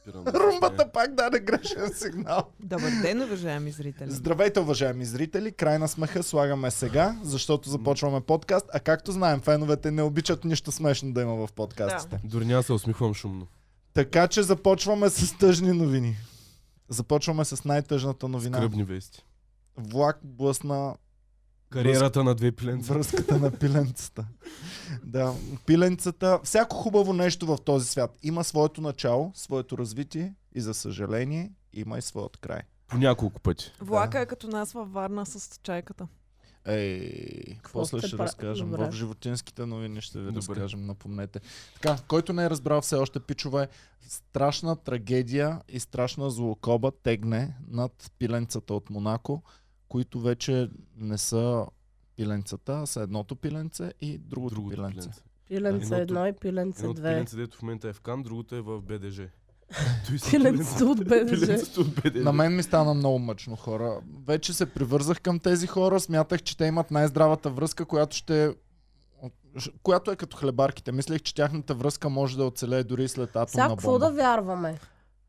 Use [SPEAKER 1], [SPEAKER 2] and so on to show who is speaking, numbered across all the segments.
[SPEAKER 1] спирам.
[SPEAKER 2] Румбата пак даде грешен сигнал.
[SPEAKER 3] Добър ден, уважаеми зрители.
[SPEAKER 2] Здравейте, уважаеми зрители! Край на смеха слагаме сега, защото започваме подкаст, а както знаем, феновете не обичат нищо смешно да има в подкастите.
[SPEAKER 1] Дори няма да се усмихвам шумно.
[SPEAKER 2] Така че започваме с тъжни новини. Започваме с най-тъжната новина.
[SPEAKER 1] Кръбни вести.
[SPEAKER 2] Влак блъсна
[SPEAKER 1] Кариерата на две пиленца.
[SPEAKER 2] връзката на пиленцата. да, пиленцата. Всяко хубаво нещо в този свят има своето начало, своето развитие и за съжаление има и своят край.
[SPEAKER 1] По няколко пъти.
[SPEAKER 3] Влака е като нас във Варна с чайката.
[SPEAKER 2] Ей,
[SPEAKER 4] Какво
[SPEAKER 2] после
[SPEAKER 4] сте
[SPEAKER 2] ще
[SPEAKER 4] пра-
[SPEAKER 2] разкажем.
[SPEAKER 4] Добре.
[SPEAKER 2] В животинските новини ще ви
[SPEAKER 1] Добре.
[SPEAKER 2] разкажем, напомнете. Така, който не е разбрал все още, пичове, страшна трагедия и страшна злокоба тегне над пиленцата от Монако, които вече не са пиленцата, а са едното пиленце и другото,
[SPEAKER 1] Другото
[SPEAKER 2] пиленце.
[SPEAKER 1] пиленце.
[SPEAKER 4] Пиленце
[SPEAKER 1] Едното-
[SPEAKER 4] едно и пиленце
[SPEAKER 1] Едното
[SPEAKER 4] две.
[SPEAKER 1] пиленце, дето в момента е в Кан, другото е в БДЖ. Той си
[SPEAKER 4] Пиленцето от БДЖ.
[SPEAKER 1] Пиленцето от БДЖ.
[SPEAKER 2] На мен ми стана много мъчно хора. Вече се привързах към тези хора, смятах, че те имат най-здравата връзка, която ще която е като хлебарките. Мислех, че тяхната връзка може да оцелее дори след
[SPEAKER 4] Сега
[SPEAKER 2] атомна
[SPEAKER 4] какво да
[SPEAKER 2] бомба.
[SPEAKER 4] вярваме?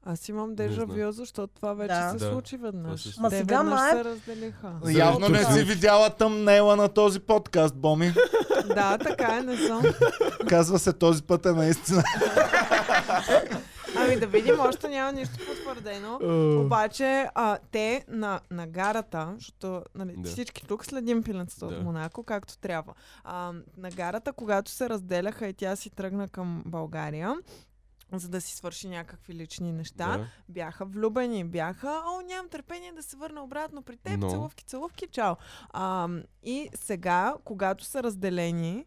[SPEAKER 3] Аз имам
[SPEAKER 1] знам.
[SPEAKER 3] дежавю, защото това вече
[SPEAKER 4] Да.
[SPEAKER 3] се
[SPEAKER 1] Да.
[SPEAKER 3] случи
[SPEAKER 1] Това
[SPEAKER 3] веднъж.
[SPEAKER 1] се случи.
[SPEAKER 4] Ма
[SPEAKER 3] Те
[SPEAKER 4] сега
[SPEAKER 3] веднъж
[SPEAKER 4] май-
[SPEAKER 3] се разделиха.
[SPEAKER 1] Да.
[SPEAKER 2] Явно не
[SPEAKER 1] Тук-
[SPEAKER 2] си видяла тъмнела на този подкаст, Боми.
[SPEAKER 3] да, така е, не съм.
[SPEAKER 2] Казва се този път е наистина.
[SPEAKER 3] Ами да видим, още няма нищо потвърдено. Обаче а, те на, на гарата, защото нали,
[SPEAKER 1] Да.
[SPEAKER 3] да. всички тук следим пиленцата да.
[SPEAKER 1] Да.
[SPEAKER 3] от Монако, както трябва. А, на гарата, когато се разделяха и тя си тръгна към България, за да си свърши някакви лични неща,
[SPEAKER 1] Да.
[SPEAKER 3] бяха влюбени, бяха, о, нямам търпение да се върна обратно при теб,
[SPEAKER 1] Но.
[SPEAKER 3] no. целувки, целувки, чао. А, и сега, когато са разделени,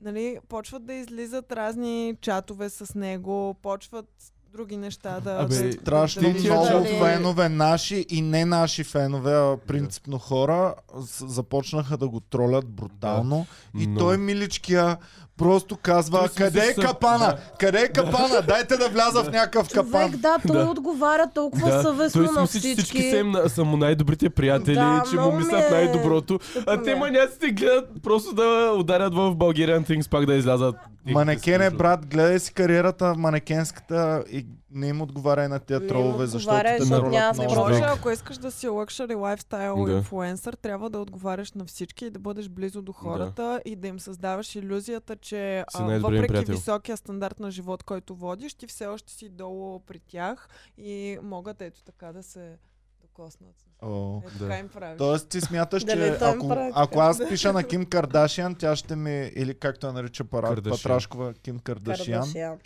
[SPEAKER 3] нали, почват да излизат разни чатове с него, почват други неща да...
[SPEAKER 1] Абе,
[SPEAKER 3] да- да-
[SPEAKER 2] Страшно
[SPEAKER 3] да-
[SPEAKER 2] много
[SPEAKER 4] дали-
[SPEAKER 2] фенове, наши и не наши фенове, а принципно хора, с- започнаха да го тролят брутално. И
[SPEAKER 1] Много.
[SPEAKER 2] той миличкия просто казва,
[SPEAKER 1] Той си
[SPEAKER 2] къде е
[SPEAKER 1] със-
[SPEAKER 2] капана? Къде е капана? Дайте да вляза в някакъв
[SPEAKER 4] Човек,
[SPEAKER 2] капан.
[SPEAKER 4] да, той отговаря толкова съвестно
[SPEAKER 1] той си
[SPEAKER 4] на
[SPEAKER 1] мисли, че
[SPEAKER 4] всички.
[SPEAKER 1] всички са, им на- са му най-добрите приятели,
[SPEAKER 4] Да,
[SPEAKER 1] че му
[SPEAKER 4] много ми
[SPEAKER 1] мислят
[SPEAKER 4] е
[SPEAKER 1] най-доброто. А
[SPEAKER 4] тъпо,
[SPEAKER 1] те
[SPEAKER 4] да.
[SPEAKER 1] маняците гледат просто да ударят в Bulgarian Things пак да излязат.
[SPEAKER 2] Манекен е, брат, гледай си кариерата в манекенската и не им отговаря на
[SPEAKER 4] Не
[SPEAKER 2] тия
[SPEAKER 4] им
[SPEAKER 2] тролове,
[SPEAKER 4] отговаря,
[SPEAKER 2] защото те
[SPEAKER 4] защото
[SPEAKER 2] тролят
[SPEAKER 3] Не
[SPEAKER 4] няма
[SPEAKER 2] много.
[SPEAKER 4] Може
[SPEAKER 3] може,
[SPEAKER 1] би.
[SPEAKER 3] ако искаш да си лъкшери лайфстайл
[SPEAKER 1] Да.
[SPEAKER 3] инфлуенсър, трябва да отговаряш на всички и да бъдеш близо до хората и да им създаваш иллюзията, че
[SPEAKER 1] Си
[SPEAKER 3] а,
[SPEAKER 1] най-добрият
[SPEAKER 3] въпреки
[SPEAKER 1] приятел.
[SPEAKER 3] високия стандарт на живот, който водиш, ти все още си долу при тях и могат ето така да се докоснат.
[SPEAKER 2] О.
[SPEAKER 3] Ето
[SPEAKER 1] Да.
[SPEAKER 3] така им правиш.
[SPEAKER 2] Тоест ти смяташ, че
[SPEAKER 4] Дали той им
[SPEAKER 2] ако,
[SPEAKER 4] прави
[SPEAKER 2] ако
[SPEAKER 4] така?
[SPEAKER 2] аз пиша на Ким Кардашиан, тя ще ми, или както я нарича Пара-
[SPEAKER 1] Кардашиан.
[SPEAKER 2] Патрашкова, Ким Кардашиан,
[SPEAKER 4] Кардашиан.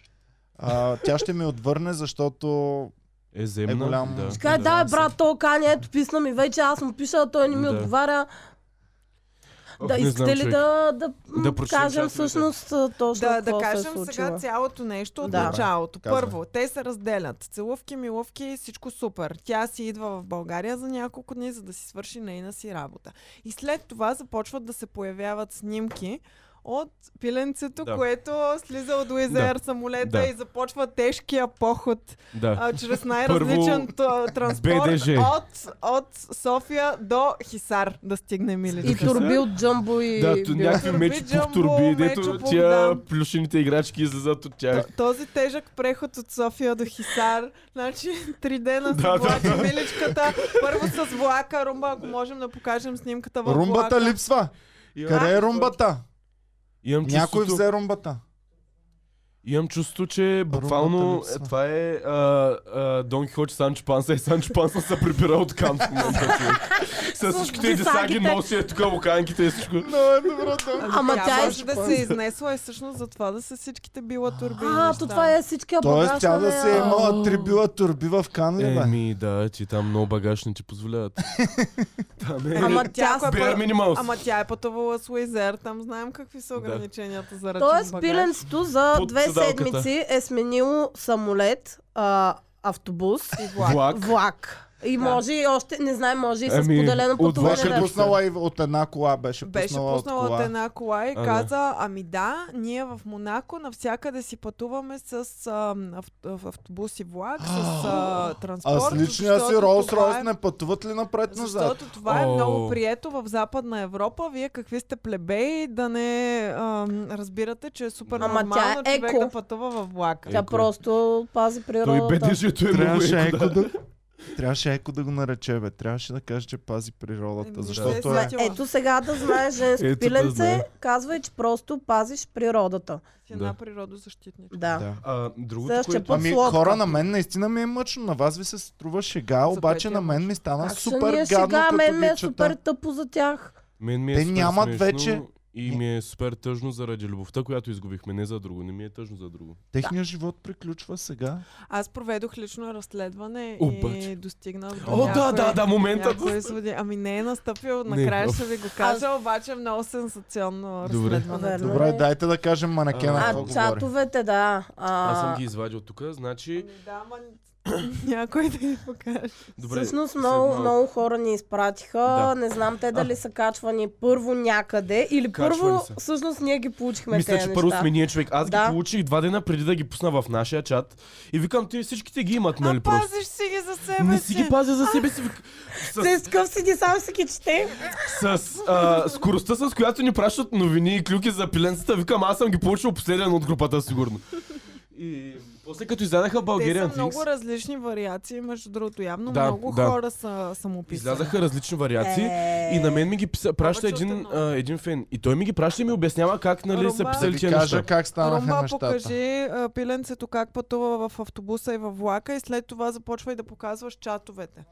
[SPEAKER 2] а, тя ще ми отвърне, защото
[SPEAKER 1] Е земна.
[SPEAKER 2] Е голям.
[SPEAKER 1] Да.
[SPEAKER 4] Ще каже, да, бе, брат, то кани, ето писна ми вече, аз му пиша, а той не ми
[SPEAKER 1] Да.
[SPEAKER 4] отговаря.
[SPEAKER 1] Ох,
[SPEAKER 4] Да,
[SPEAKER 1] не знам,
[SPEAKER 4] искате ли
[SPEAKER 1] човек.
[SPEAKER 4] да, да, м,
[SPEAKER 1] Да прочетем
[SPEAKER 4] кажем
[SPEAKER 1] чатовете.
[SPEAKER 4] всъщност а, точно
[SPEAKER 3] да, да
[SPEAKER 4] какво се е
[SPEAKER 3] кажем сега
[SPEAKER 4] случило?
[SPEAKER 3] цялото нещо от
[SPEAKER 4] Да.
[SPEAKER 3] началото.
[SPEAKER 2] Казвай.
[SPEAKER 3] Първо, те се разделят. Целувки, миловки, всичко супер. Тя си идва в България за няколко дни, за да си свърши нейна си работа. И след това започват да се появяват снимки от пиленцето,
[SPEAKER 1] Да.
[SPEAKER 3] да. което слиза от Уизер да. самолета
[SPEAKER 1] Да.
[SPEAKER 3] и започва тежкия поход
[SPEAKER 1] Да.
[SPEAKER 3] а, чрез най-различен т- транспорт
[SPEAKER 1] БДЖ.
[SPEAKER 3] от, от София до Хисар да стигне Миличка.
[SPEAKER 4] И турби от джамбо и
[SPEAKER 1] Да, ту,
[SPEAKER 4] бил.
[SPEAKER 1] някакви
[SPEAKER 3] Турби,
[SPEAKER 1] мечи
[SPEAKER 3] джамбо,
[SPEAKER 1] в турби, дето
[SPEAKER 3] мечопух,
[SPEAKER 1] тия
[SPEAKER 3] да.
[SPEAKER 1] плюшените играчки излизат от тях.
[SPEAKER 3] Т- Този тежък преход от София до Хисар, значи три дена се
[SPEAKER 1] Да, да.
[SPEAKER 3] влачи миличката, първо с влака, румба, ако можем да покажем снимката във
[SPEAKER 2] румбата
[SPEAKER 3] влака.
[SPEAKER 2] липсва.
[SPEAKER 1] И-
[SPEAKER 2] Къде е румбата?
[SPEAKER 1] Имам
[SPEAKER 2] Някой
[SPEAKER 1] чувството-
[SPEAKER 2] взе румбата.
[SPEAKER 1] Имам чувство, че буквално
[SPEAKER 2] липсва.
[SPEAKER 1] е, това е а, а, Дон Кихот, Санчо Панса и Санчо Панса се прибира от Кант в момента. човек. С
[SPEAKER 4] С
[SPEAKER 1] всичките десаги
[SPEAKER 4] десагите.
[SPEAKER 1] носи е тук луканките и всичко.
[SPEAKER 2] Много е добро, да.
[SPEAKER 4] Ама
[SPEAKER 3] тя,
[SPEAKER 4] тя е-
[SPEAKER 3] може да се изнесла и всъщност за това да са всичките била турби. и
[SPEAKER 4] А,
[SPEAKER 3] неща.
[SPEAKER 4] то това е всичкия багаж.
[SPEAKER 2] Тоест тя да
[SPEAKER 4] нали?
[SPEAKER 2] си е имала
[SPEAKER 4] А,
[SPEAKER 2] три била турби в Кан ли, бе?
[SPEAKER 1] Еми да, ти там много багаж не ти позволяват. Там е
[SPEAKER 4] Ама тя...
[SPEAKER 3] ако е
[SPEAKER 1] bare
[SPEAKER 3] пъ-
[SPEAKER 1] minimals.
[SPEAKER 3] Ама тя е пътувала с Уизер, там знаем какви са
[SPEAKER 1] Да.
[SPEAKER 3] ограниченията за ръчен
[SPEAKER 4] Тоест
[SPEAKER 3] багаж.
[SPEAKER 4] пиленцето за
[SPEAKER 1] Под
[SPEAKER 4] две
[SPEAKER 1] седалката.
[SPEAKER 4] седмици е сменило самолет, а, автобус,
[SPEAKER 3] и влак.
[SPEAKER 1] Влак.
[SPEAKER 4] влак. И
[SPEAKER 3] Да.
[SPEAKER 4] може и още, не знам, може и с
[SPEAKER 1] Ами,
[SPEAKER 4] поделено
[SPEAKER 1] от
[SPEAKER 4] пътуване.
[SPEAKER 1] вашето
[SPEAKER 2] Беше
[SPEAKER 4] на-
[SPEAKER 1] пус-
[SPEAKER 2] пуснала и от една кола, беше,
[SPEAKER 3] Беше
[SPEAKER 2] пуснала,
[SPEAKER 3] пуснала
[SPEAKER 2] от
[SPEAKER 3] от
[SPEAKER 2] кола.
[SPEAKER 3] една кола и
[SPEAKER 1] А, да.
[SPEAKER 3] каза, ами да, ние в Монако навсякъде си пътуваме с ам, ав- в автобус и влак, с а,
[SPEAKER 2] А
[SPEAKER 3] транспорт.
[SPEAKER 2] с личния си
[SPEAKER 3] защото
[SPEAKER 2] Ролс
[SPEAKER 3] това
[SPEAKER 2] Ройс
[SPEAKER 3] е-
[SPEAKER 2] не пътуват ли напред-назад?
[SPEAKER 3] Защото това е много
[SPEAKER 1] О.
[SPEAKER 3] прието в Западна Европа. Вие какви сте плебеи да не ам, разбирате, че е супер
[SPEAKER 4] Ама тя
[SPEAKER 3] нормално
[SPEAKER 4] е
[SPEAKER 3] човек
[SPEAKER 4] еко.
[SPEAKER 3] да пътува в влака.
[SPEAKER 4] Тя
[SPEAKER 1] Еко е.
[SPEAKER 4] просто пази
[SPEAKER 1] Той
[SPEAKER 4] природата.
[SPEAKER 1] бедежето е много
[SPEAKER 2] Трябваше
[SPEAKER 1] еко,
[SPEAKER 2] еко
[SPEAKER 1] да.
[SPEAKER 2] да... Трябваше еко да го нарече, бе. Трябваше да каже, че пази природата.
[SPEAKER 3] Еми,
[SPEAKER 1] да.
[SPEAKER 2] Защото
[SPEAKER 4] Ма,
[SPEAKER 2] е...
[SPEAKER 3] Сетила.
[SPEAKER 4] Значи, Ето сега да знаеш женско
[SPEAKER 1] Ето да знае.
[SPEAKER 4] пиленце, казвай, че просто пазиш природата.
[SPEAKER 3] С една
[SPEAKER 1] Е, Да.
[SPEAKER 3] природозащитника.
[SPEAKER 4] Да.
[SPEAKER 2] Да.
[SPEAKER 1] А, другото,
[SPEAKER 4] Следващия
[SPEAKER 1] което...
[SPEAKER 4] път.
[SPEAKER 2] Ами
[SPEAKER 4] Подслодка.
[SPEAKER 2] хора, на мен наистина ми е мъчно, на вас ви се струва шега, обаче
[SPEAKER 3] ти е
[SPEAKER 2] на мен ми стана
[SPEAKER 4] Как ще
[SPEAKER 2] супер
[SPEAKER 4] ни е
[SPEAKER 2] гадно,
[SPEAKER 4] сега,
[SPEAKER 2] като
[SPEAKER 4] мен ми
[SPEAKER 2] ги
[SPEAKER 4] е
[SPEAKER 2] чета.
[SPEAKER 4] супер тъпо за тях.
[SPEAKER 1] Мен ми е
[SPEAKER 2] Те
[SPEAKER 1] супер
[SPEAKER 2] нямат
[SPEAKER 1] смешно
[SPEAKER 2] вече-
[SPEAKER 1] И ми е супер тъжно заради любовта, която изгубихме. Не за друго, не ми е тъжно за друго.
[SPEAKER 2] Техният живот приключва сега.
[SPEAKER 3] Аз проведох лично разследване
[SPEAKER 1] Обаче.
[SPEAKER 3] и достигнах до
[SPEAKER 1] О, да, да, да, моментът.
[SPEAKER 3] някои изводи. Ами не е настъпил,
[SPEAKER 1] Не,
[SPEAKER 3] накрая
[SPEAKER 1] оф.
[SPEAKER 3] ще ви го кажа, обаче е много сенсационно
[SPEAKER 1] Добре.
[SPEAKER 3] разследване.
[SPEAKER 4] Верно.
[SPEAKER 2] Добре, дайте да кажем манекена.
[SPEAKER 1] А,
[SPEAKER 2] какво
[SPEAKER 4] А
[SPEAKER 2] говори.
[SPEAKER 4] чатовете, да.
[SPEAKER 1] Аз съм
[SPEAKER 4] А,
[SPEAKER 1] ги извадил тук, значи...
[SPEAKER 3] Ами да, ма... някой да ви покаже.
[SPEAKER 1] Добре,
[SPEAKER 4] Всъщност
[SPEAKER 1] след
[SPEAKER 4] много,
[SPEAKER 1] малко.
[SPEAKER 4] много хора ни изпратиха.
[SPEAKER 1] Да.
[SPEAKER 4] Не знам те дали са качвани първо някъде или
[SPEAKER 1] Качвани
[SPEAKER 4] първо
[SPEAKER 1] са.
[SPEAKER 4] всъщност ние ги получихме
[SPEAKER 1] Мисля,
[SPEAKER 4] тези
[SPEAKER 1] че първо
[SPEAKER 4] неща.
[SPEAKER 1] сме ние човек. Аз
[SPEAKER 4] Да.
[SPEAKER 1] ги получих два дена преди да ги пусна в нашия чат. И викам, ти всичките ги имат, нали
[SPEAKER 3] А
[SPEAKER 1] просто?
[SPEAKER 3] пазиш си ги за себе
[SPEAKER 1] Не си
[SPEAKER 3] си.
[SPEAKER 1] ги пазя за себе си. вик- С,
[SPEAKER 4] Се скъп си ги, само си ги чете.
[SPEAKER 1] с а, скоростта, с която ни пращат новини и клюки за пиленцата, викам, аз съм ги получил последен от групата, сигурно. И после като издадаха
[SPEAKER 3] Те са
[SPEAKER 1] Bulgarian
[SPEAKER 3] много
[SPEAKER 1] Things,
[SPEAKER 3] различни вариации, между другото. Явно
[SPEAKER 1] Да,
[SPEAKER 3] много
[SPEAKER 1] да.
[SPEAKER 3] хора са самописали.
[SPEAKER 1] излязаха различни вариации.
[SPEAKER 4] Е.
[SPEAKER 1] И на мен ми ги писа, праща
[SPEAKER 3] Повече от
[SPEAKER 1] един,
[SPEAKER 3] едно.
[SPEAKER 1] а, един фен. И той ми ги праща и ми обяснява как нали, са
[SPEAKER 3] Рома.
[SPEAKER 2] Да
[SPEAKER 1] писали
[SPEAKER 2] ви
[SPEAKER 1] тия
[SPEAKER 2] кажа
[SPEAKER 1] неща.
[SPEAKER 2] как станаха
[SPEAKER 3] Румба,
[SPEAKER 2] нещата.
[SPEAKER 3] покажи а, пиленцето как пътува в автобуса и във влака и след това започва и да показваш чатовете.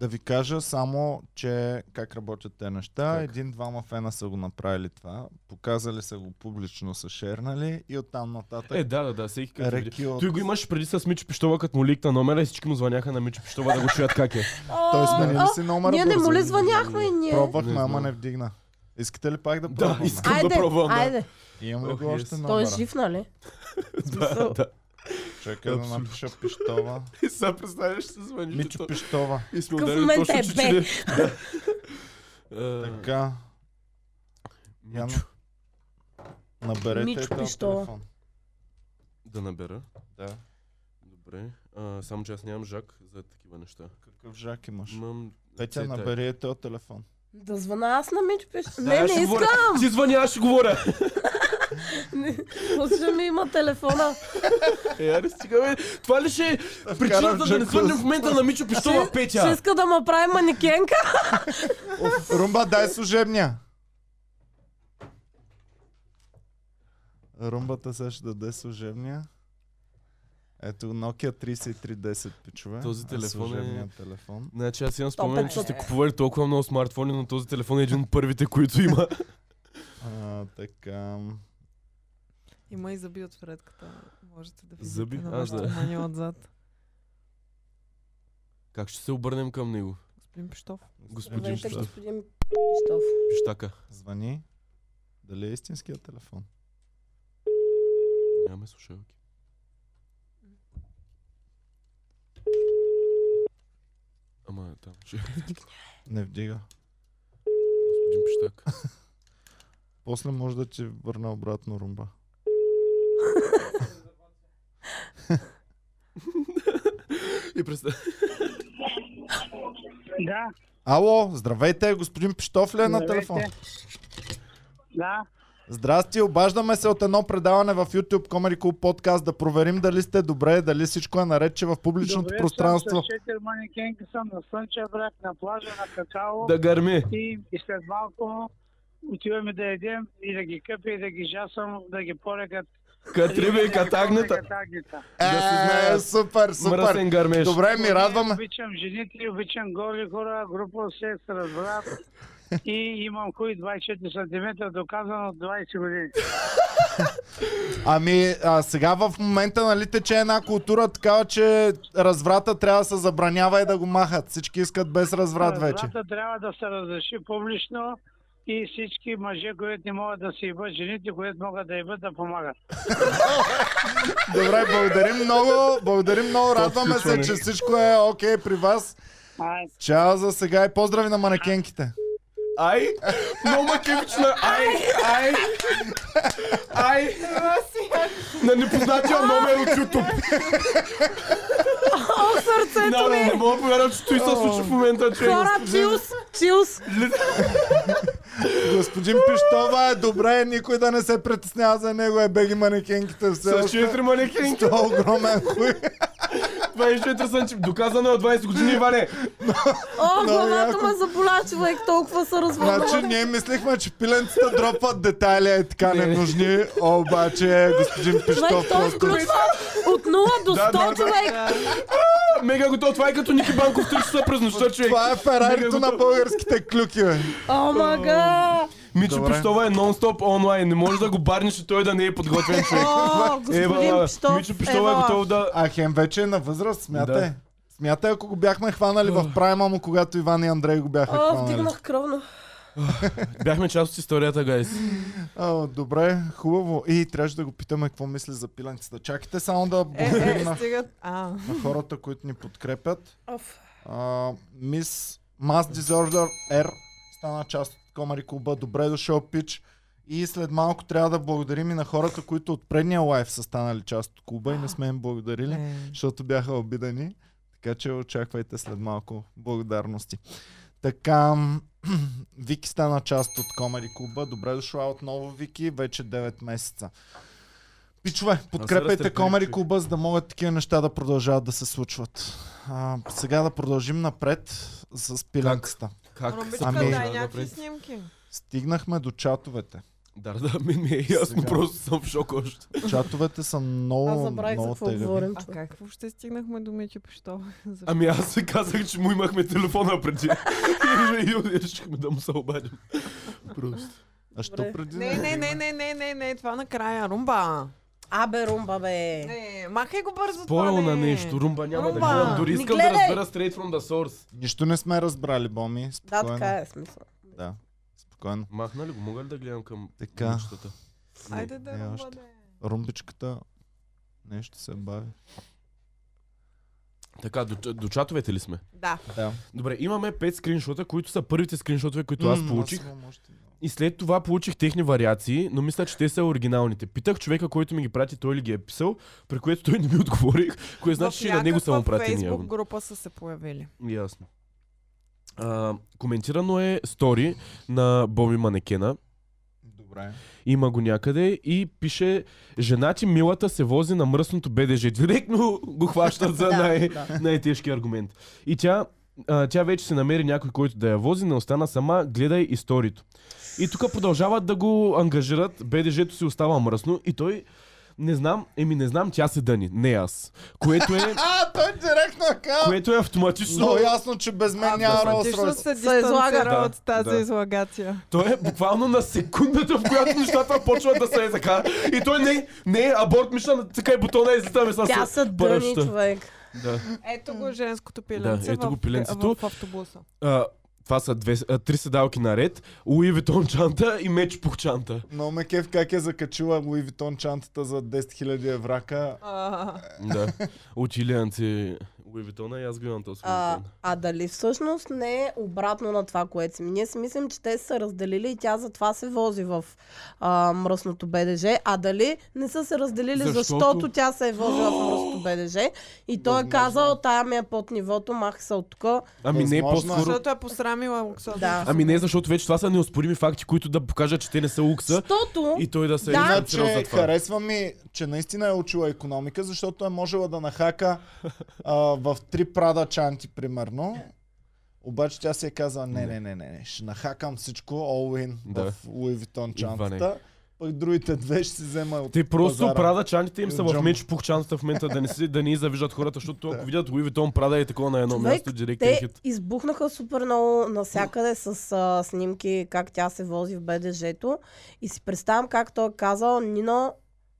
[SPEAKER 2] Да ви кажа само, че как работят те неща.
[SPEAKER 1] Как?
[SPEAKER 2] Един-двама фена са го направили това. Показали са го публично, са шернали и оттам нататък
[SPEAKER 1] Е, да, да, да, всеки като види.
[SPEAKER 2] реки от...
[SPEAKER 1] Той го имаш преди с Мичо Пищова, като му ликна номера и всички му звъняха на Мичо Пищова да го чуят как е.
[SPEAKER 2] Той
[SPEAKER 4] О,
[SPEAKER 2] сменили
[SPEAKER 4] о,
[SPEAKER 2] си номера.
[SPEAKER 4] Ние не
[SPEAKER 2] бързо.
[SPEAKER 4] му ли звъняхме ние?
[SPEAKER 2] Пробвахме,
[SPEAKER 1] Не
[SPEAKER 2] ама
[SPEAKER 1] знам.
[SPEAKER 2] не вдигна. Искате ли пак да
[SPEAKER 1] Да,
[SPEAKER 2] пробваме?
[SPEAKER 1] искам. да
[SPEAKER 4] Айде,
[SPEAKER 1] пробвам, да.
[SPEAKER 4] айде.
[SPEAKER 2] Имам ли
[SPEAKER 1] Ох,
[SPEAKER 2] го
[SPEAKER 1] yes.
[SPEAKER 2] още
[SPEAKER 4] Той е
[SPEAKER 2] номера?
[SPEAKER 4] жив, нали?
[SPEAKER 1] да, да.
[SPEAKER 2] Чакай да
[SPEAKER 1] Абсолютно.
[SPEAKER 2] напиша Пищова.
[SPEAKER 1] И сега представяш, ще се звъни.
[SPEAKER 2] Мичо Пищова.
[SPEAKER 1] И сме
[SPEAKER 4] Какъв
[SPEAKER 1] ударили
[SPEAKER 4] момент
[SPEAKER 1] точно
[SPEAKER 4] е, бе?
[SPEAKER 1] чучеле. Да. А,
[SPEAKER 2] Така. Я
[SPEAKER 1] Е, Мичо,
[SPEAKER 2] на- Наберете
[SPEAKER 4] Мичо
[SPEAKER 2] този
[SPEAKER 4] Пищова.
[SPEAKER 2] телефон.
[SPEAKER 1] Да набера.
[SPEAKER 2] Да.
[SPEAKER 1] Добре. А, само че аз нямам жак за такива неща.
[SPEAKER 2] Какъв жак имаш?
[SPEAKER 1] Имам...
[SPEAKER 2] Петя,
[SPEAKER 1] цета.
[SPEAKER 2] набери е този телефон.
[SPEAKER 4] Да звъна аз на Мичо пише.
[SPEAKER 1] Да,
[SPEAKER 4] Не,
[SPEAKER 1] аз
[SPEAKER 4] не
[SPEAKER 1] ще говоря.
[SPEAKER 4] искам.
[SPEAKER 1] Ти звъни, аз ще говоря.
[SPEAKER 4] Слушай ми има телефона.
[SPEAKER 1] Е, аре, стига, бе. Това ли ще е причината да не
[SPEAKER 2] джакузи.
[SPEAKER 1] звънем в момента на Мичо Пищова,
[SPEAKER 4] Ще- Ще
[SPEAKER 1] Петя?
[SPEAKER 4] иска да ме прави манекенка.
[SPEAKER 2] Румба, дай служебния! Румбата сега ще даде служебния. Ето Nokia 3310, пичове.
[SPEAKER 1] Този
[SPEAKER 2] А,
[SPEAKER 1] телефон е-
[SPEAKER 2] служебния телефон.
[SPEAKER 1] Значи аз имам спомен, че
[SPEAKER 4] 100-500.
[SPEAKER 1] сте купували толкова много смартфони, но този телефон е един от първите, които има.
[SPEAKER 2] А, така...
[SPEAKER 3] Има и зъби от вредката. Можете да видите
[SPEAKER 1] Зъби?
[SPEAKER 3] на
[SPEAKER 1] Аз
[SPEAKER 3] вашето
[SPEAKER 1] да.
[SPEAKER 3] внимание отзад.
[SPEAKER 1] Как ще се обърнем към него?
[SPEAKER 3] Господин Пиштов.
[SPEAKER 1] Господин
[SPEAKER 4] Здравейте,
[SPEAKER 1] Щастов.
[SPEAKER 4] господин Пищов.
[SPEAKER 1] Пищака.
[SPEAKER 2] Звъни. Дали е истинския телефон?
[SPEAKER 1] Нямаме слушалки. Ама е там. Ще...
[SPEAKER 2] Не вдига.
[SPEAKER 1] Господин Пищак.
[SPEAKER 2] После може да ти върна обратно румба.
[SPEAKER 1] И представя.
[SPEAKER 5] Да,
[SPEAKER 2] Ало, здравейте, господин Пиштов ли е на
[SPEAKER 5] Здравейте.
[SPEAKER 2] телефон?
[SPEAKER 5] да.
[SPEAKER 2] Здрасти, обаждаме се от едно предаване в YouTube Comedy Club Podcast да проверим дали сте добре, дали всичко е наред, че в публичното
[SPEAKER 5] Добре,
[SPEAKER 2] пространство.
[SPEAKER 5] Съм с четири манекенки съм на Слънчев бряг, на плажа, на какао
[SPEAKER 1] Да гърми.
[SPEAKER 5] и, и след малко отиваме да едем и да ги къпя и да ги жасам, да ги порекат.
[SPEAKER 1] Катрива и катагната.
[SPEAKER 5] Катагнита.
[SPEAKER 1] Да се
[SPEAKER 2] Е,
[SPEAKER 1] знаят.
[SPEAKER 2] супер, супер.
[SPEAKER 1] Мръсен гърмеш.
[SPEAKER 2] Добре, ми радваме.
[SPEAKER 5] Обичам жените, обичам голи хора, група секс, разврат. И имам хуй 24 см, доказано от 20 години.
[SPEAKER 2] Ами, а сега в момента, нали, тече една култура такава, че разврата трябва да се
[SPEAKER 5] Е,
[SPEAKER 2] забранява и да го махат. Всички искат без разврат вече.
[SPEAKER 5] Разврата трябва да се разреши публично и всички мъже, които не могат да се ебат, жените, които могат да ебат, да помагат.
[SPEAKER 2] Добре, благодарим много, благодарим много, радваме се,
[SPEAKER 1] включване.
[SPEAKER 2] че всичко е окей при вас.
[SPEAKER 5] Ай,
[SPEAKER 2] Чао за сега и поздрави на манекенките.
[SPEAKER 1] Ай! Много макевична! Ай! Ай! Ай! На непознатия номер от YouTube.
[SPEAKER 4] О, сърцето
[SPEAKER 1] Да, не
[SPEAKER 4] ми!
[SPEAKER 1] мога да повярвам, че той се случи в момента, че... е
[SPEAKER 4] Хора, чилс, чилс!
[SPEAKER 2] Господин Пиштова е добре, никой да не се притеснява за него, е беги манекенките все
[SPEAKER 1] С
[SPEAKER 2] още.
[SPEAKER 1] 4 манекенки,
[SPEAKER 2] То е огромен хуй.
[SPEAKER 1] 24 сантим. Доказано е от 20 години, Иване.
[SPEAKER 4] О, главата
[SPEAKER 2] яко.
[SPEAKER 4] ме заболя, човек, толкова се
[SPEAKER 2] Значи
[SPEAKER 4] развълнува.
[SPEAKER 2] ние мислихме, че пиленцата дропват детайли е така
[SPEAKER 1] Не.
[SPEAKER 2] ненужни, обаче господин
[SPEAKER 4] Човек,
[SPEAKER 2] Пиштов
[SPEAKER 4] той е
[SPEAKER 2] просто...
[SPEAKER 4] включва от 0 до
[SPEAKER 1] Да, да,
[SPEAKER 4] 100
[SPEAKER 1] да.
[SPEAKER 4] човек.
[SPEAKER 1] Мега готов. Това е като Ники Банков 3 часа през нощта, човек.
[SPEAKER 2] Това е Ферарито
[SPEAKER 1] Мега
[SPEAKER 2] на
[SPEAKER 1] готов.
[SPEAKER 2] българските клюки, бе.
[SPEAKER 4] О, мага!
[SPEAKER 1] Мичо
[SPEAKER 2] Добре.
[SPEAKER 1] Пищова е нон-стоп онлайн. Не може да го барниш и той да не е подготвен човек.
[SPEAKER 4] О, господин
[SPEAKER 1] Ева,
[SPEAKER 4] Пштов,
[SPEAKER 1] Мичо Пищова е готов да...
[SPEAKER 2] А Хем вече е на възраст, смятай.
[SPEAKER 1] Да.
[SPEAKER 2] Смятай, ако го бяхме хванали в прайма му, когато Иван и Андрей го бяха
[SPEAKER 4] О,
[SPEAKER 2] хванали.
[SPEAKER 4] вдигнах кръвно.
[SPEAKER 1] Бяхме част от историята, гайс.
[SPEAKER 2] А, добре, хубаво. И трябваше да го питаме какво мисли за пиленцата. Чакайте само да
[SPEAKER 3] Е,
[SPEAKER 2] благодарим
[SPEAKER 3] е,
[SPEAKER 2] на,
[SPEAKER 3] стигат. А,
[SPEAKER 2] на хората, които ни подкрепят.
[SPEAKER 4] Оф.
[SPEAKER 2] А, мис Mass Disorder R стана част от Комари Клуба. Добре е дошъл, Пич. И след малко трябва да благодарим и на хората, които от предния лайф са станали част от клуба и не сме им благодарили.
[SPEAKER 3] е.
[SPEAKER 2] защото бяха обидани. Така че очаквайте след малко благодарности. Така, м, Вики стана част от Комери Клуба. Добре дошла отново, Вики, вече 9 месеца. Пичове, подкрепете
[SPEAKER 1] разтърпих,
[SPEAKER 2] Комери
[SPEAKER 1] човек.
[SPEAKER 2] Клуба, за да могат такива неща да продължават да се случват. А, сега да продължим напред с пиленцата.
[SPEAKER 1] Как?
[SPEAKER 3] Румбичка,
[SPEAKER 2] Ами-
[SPEAKER 3] дай някакви снимки.
[SPEAKER 2] Стигнахме до чатовете.
[SPEAKER 1] Да, да, ми не е ясно,
[SPEAKER 2] Сега.
[SPEAKER 1] просто съм в шок още.
[SPEAKER 2] Чатовете са
[SPEAKER 4] Аз
[SPEAKER 2] много,
[SPEAKER 4] забравих за
[SPEAKER 2] много
[SPEAKER 4] какво
[SPEAKER 2] тегави.
[SPEAKER 4] говорим.
[SPEAKER 3] А как въобще стигнахме до Мичо Пищова? Защо?
[SPEAKER 1] Ами аз се казах, че му имахме телефона преди. И- И и решихме да му се обадим. Просто.
[SPEAKER 2] А що
[SPEAKER 4] Добре.
[SPEAKER 2] преди?
[SPEAKER 3] Не, не, не, не, не, не, не, това накрая. Румба.
[SPEAKER 4] Абе, румба, бе.
[SPEAKER 2] е?
[SPEAKER 3] Не, махай го бързо
[SPEAKER 1] Поел
[SPEAKER 3] това, не. е.
[SPEAKER 1] на нещо, румба няма да
[SPEAKER 3] Румба,
[SPEAKER 1] гледам. Дори
[SPEAKER 4] не
[SPEAKER 1] искам да
[SPEAKER 4] гледай.
[SPEAKER 1] разбера straight from the source.
[SPEAKER 2] Нищо не сме разбрали, Боми.
[SPEAKER 4] Да,
[SPEAKER 2] Спокойно.
[SPEAKER 4] така е смисъл.
[SPEAKER 2] Да, спокойно.
[SPEAKER 1] Махна ли го? Мога ли да гледам към
[SPEAKER 2] Така.
[SPEAKER 1] момичетата?
[SPEAKER 3] Айде да
[SPEAKER 2] не
[SPEAKER 3] румба,
[SPEAKER 2] още.
[SPEAKER 3] да.
[SPEAKER 2] Румбичката нещо се бави.
[SPEAKER 1] Така, до, до чатовете ли сме?
[SPEAKER 3] Да.
[SPEAKER 2] Да.
[SPEAKER 1] Добре, имаме 5 скриншота, които са първите скриншотове, които аз получих. И след това получих техни вариации, но мисля, че те са оригиналните. Питах човека, който ми ги прати, той ли ги е писал, при което той не ми отговори, което значи, че и на него са му пратени.
[SPEAKER 3] Фейсбук
[SPEAKER 1] явно.
[SPEAKER 3] група са се появили.
[SPEAKER 1] Ясно. А, коментирано е стори на Боби Манекена.
[SPEAKER 2] Добре.
[SPEAKER 1] Има го някъде и пише Жена ти милата се вози на мръсното БДЖ. Директно го хващат за най- най-тежки аргумент. И тя, а, тя вече се намери някой, който да я вози, не остана сама, гледай историето. И тук продължават да го ангажират, БДЖ-то си остава мръсно и той не знам, еми не знам, тя се дъни, не аз. Което е,
[SPEAKER 2] А, той директно казва.
[SPEAKER 1] което е автоматично.
[SPEAKER 2] Много ясно, че без мен няма Rolls
[SPEAKER 3] Автоматично
[SPEAKER 2] Royce.
[SPEAKER 3] се дистанцира
[SPEAKER 4] излага.
[SPEAKER 3] от тази
[SPEAKER 1] Да.
[SPEAKER 3] излагация.
[SPEAKER 1] Той е буквално на секундата, в която нещата почват да са е така. И той не, не, е аборт мишна, така и бутона и затаме с
[SPEAKER 4] Тя са дъни,
[SPEAKER 1] пръща.
[SPEAKER 4] човек.
[SPEAKER 1] Да.
[SPEAKER 3] Ето го женското пиленце
[SPEAKER 1] Да, ето
[SPEAKER 3] в-
[SPEAKER 1] го пиленцето.
[SPEAKER 3] в автобуса.
[SPEAKER 1] А, това са две, а, три седалки наред. Луи Витон чанта и меч пух чанта.
[SPEAKER 2] Но ме кеф как е закачила Луи Витон чантата за 10 000 еврака.
[SPEAKER 3] А,
[SPEAKER 1] Да. Училианци Луи Витона и аз го имам този
[SPEAKER 4] А,
[SPEAKER 1] Луи Витон.
[SPEAKER 4] а дали всъщност не е обратно на това, което си? Ние си мислим, че те са се разделили и тя затова се вози в а, мръсното БДЖ, а дали не са се разделили, защото,
[SPEAKER 1] Защото-
[SPEAKER 4] защото тя се е возила в мръсното БДЖ и той е
[SPEAKER 2] Възможно.
[SPEAKER 4] казал, тая ми е под нивото, мах се от тук.
[SPEAKER 1] Ами не,
[SPEAKER 2] възможно е.
[SPEAKER 1] по-скоро...
[SPEAKER 3] защото е посрамила луксозната
[SPEAKER 4] Да.
[SPEAKER 1] Ами не, защото вече това са неоспорими факти, които да покажат, че те не са лукса
[SPEAKER 4] Защото...
[SPEAKER 1] и той да се е
[SPEAKER 4] Да.
[SPEAKER 1] идентифицирал
[SPEAKER 2] Иначе
[SPEAKER 1] за това.
[SPEAKER 2] Значи, харесва ми, че наистина е учила економика, защото е можела да нахака а, в три прада чанти, примерно. Обаче тя си е казала, не, не, не, не, не, ще нахакам всичко, all in
[SPEAKER 1] Да.
[SPEAKER 2] в Луи Витон
[SPEAKER 1] Иване.
[SPEAKER 2] чантата. Пък другите две ще си взема от
[SPEAKER 1] Те просто
[SPEAKER 2] пазара.
[SPEAKER 1] прада чаните им са
[SPEAKER 2] Джамбо.
[SPEAKER 1] в меч пух чантата в момента да не, си, да не завиждат хората, защото ако видят Луи Витон прада е такова на едно
[SPEAKER 4] Човек,
[SPEAKER 1] място, директен
[SPEAKER 4] Те
[SPEAKER 1] хит.
[SPEAKER 4] избухнаха супер много насякъде с а, снимки как тя се вози в БДЖ-то и си представям как той е казал, Нино,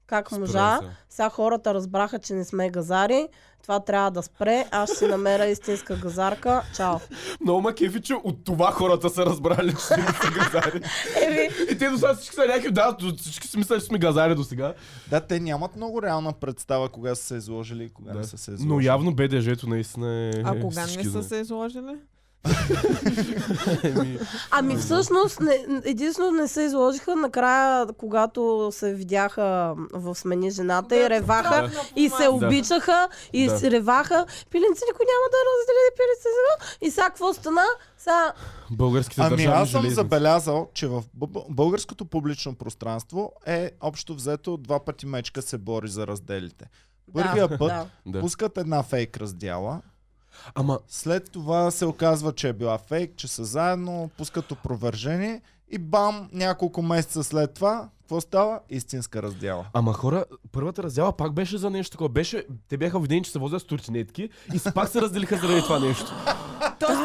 [SPEAKER 4] как
[SPEAKER 1] Спря
[SPEAKER 4] можа.
[SPEAKER 1] се.
[SPEAKER 4] Сега хората разбраха, че не сме газари. Това трябва да спре. Аз ще си намеря истинска газарка. Чао.
[SPEAKER 1] Много ма кефи, че от това хората са разбрали, че не са газари.
[SPEAKER 4] Еми,
[SPEAKER 1] И те до сега всички са някакви, да, до- всички си мислят, че сме газари до сега.
[SPEAKER 2] Да, те нямат много реална представа кога са се изложили и кога
[SPEAKER 1] Да.
[SPEAKER 2] не са се изложили.
[SPEAKER 1] Но явно БДЖ-то наистина е...
[SPEAKER 3] А кога не
[SPEAKER 1] всички
[SPEAKER 3] са
[SPEAKER 1] знаят.
[SPEAKER 3] се изложили?
[SPEAKER 1] Еми,
[SPEAKER 4] ами всъщност, не, единствено не се изложиха накрая, когато се видяха в смени жената и реваха. И се обичаха, и
[SPEAKER 1] Да.
[SPEAKER 4] се реваха. Пиленци никой няма да раздели пиленци. И сега какво стана? Сега
[SPEAKER 1] Българските
[SPEAKER 2] Ами
[SPEAKER 1] държавни
[SPEAKER 2] аз съм
[SPEAKER 1] железници.
[SPEAKER 2] забелязал, че в бъ- българското публично пространство е общо взето два пъти мечка се бори за разделите. Първия
[SPEAKER 4] да,
[SPEAKER 2] път
[SPEAKER 4] Да.
[SPEAKER 1] Да.
[SPEAKER 2] пускат една фейк раздяла,
[SPEAKER 1] Ама,
[SPEAKER 2] след това се оказва, че е била фейк, че са заедно, пускат опровержение и бам, няколко месеца след това, какво става? Истинска раздяла.
[SPEAKER 1] ама хора, първата раздяла пак беше за нещо такова. Беше, те бяха видени, че се возят с туртинетки и с- пак се разделиха заради това нещо.
[SPEAKER 3] Тоест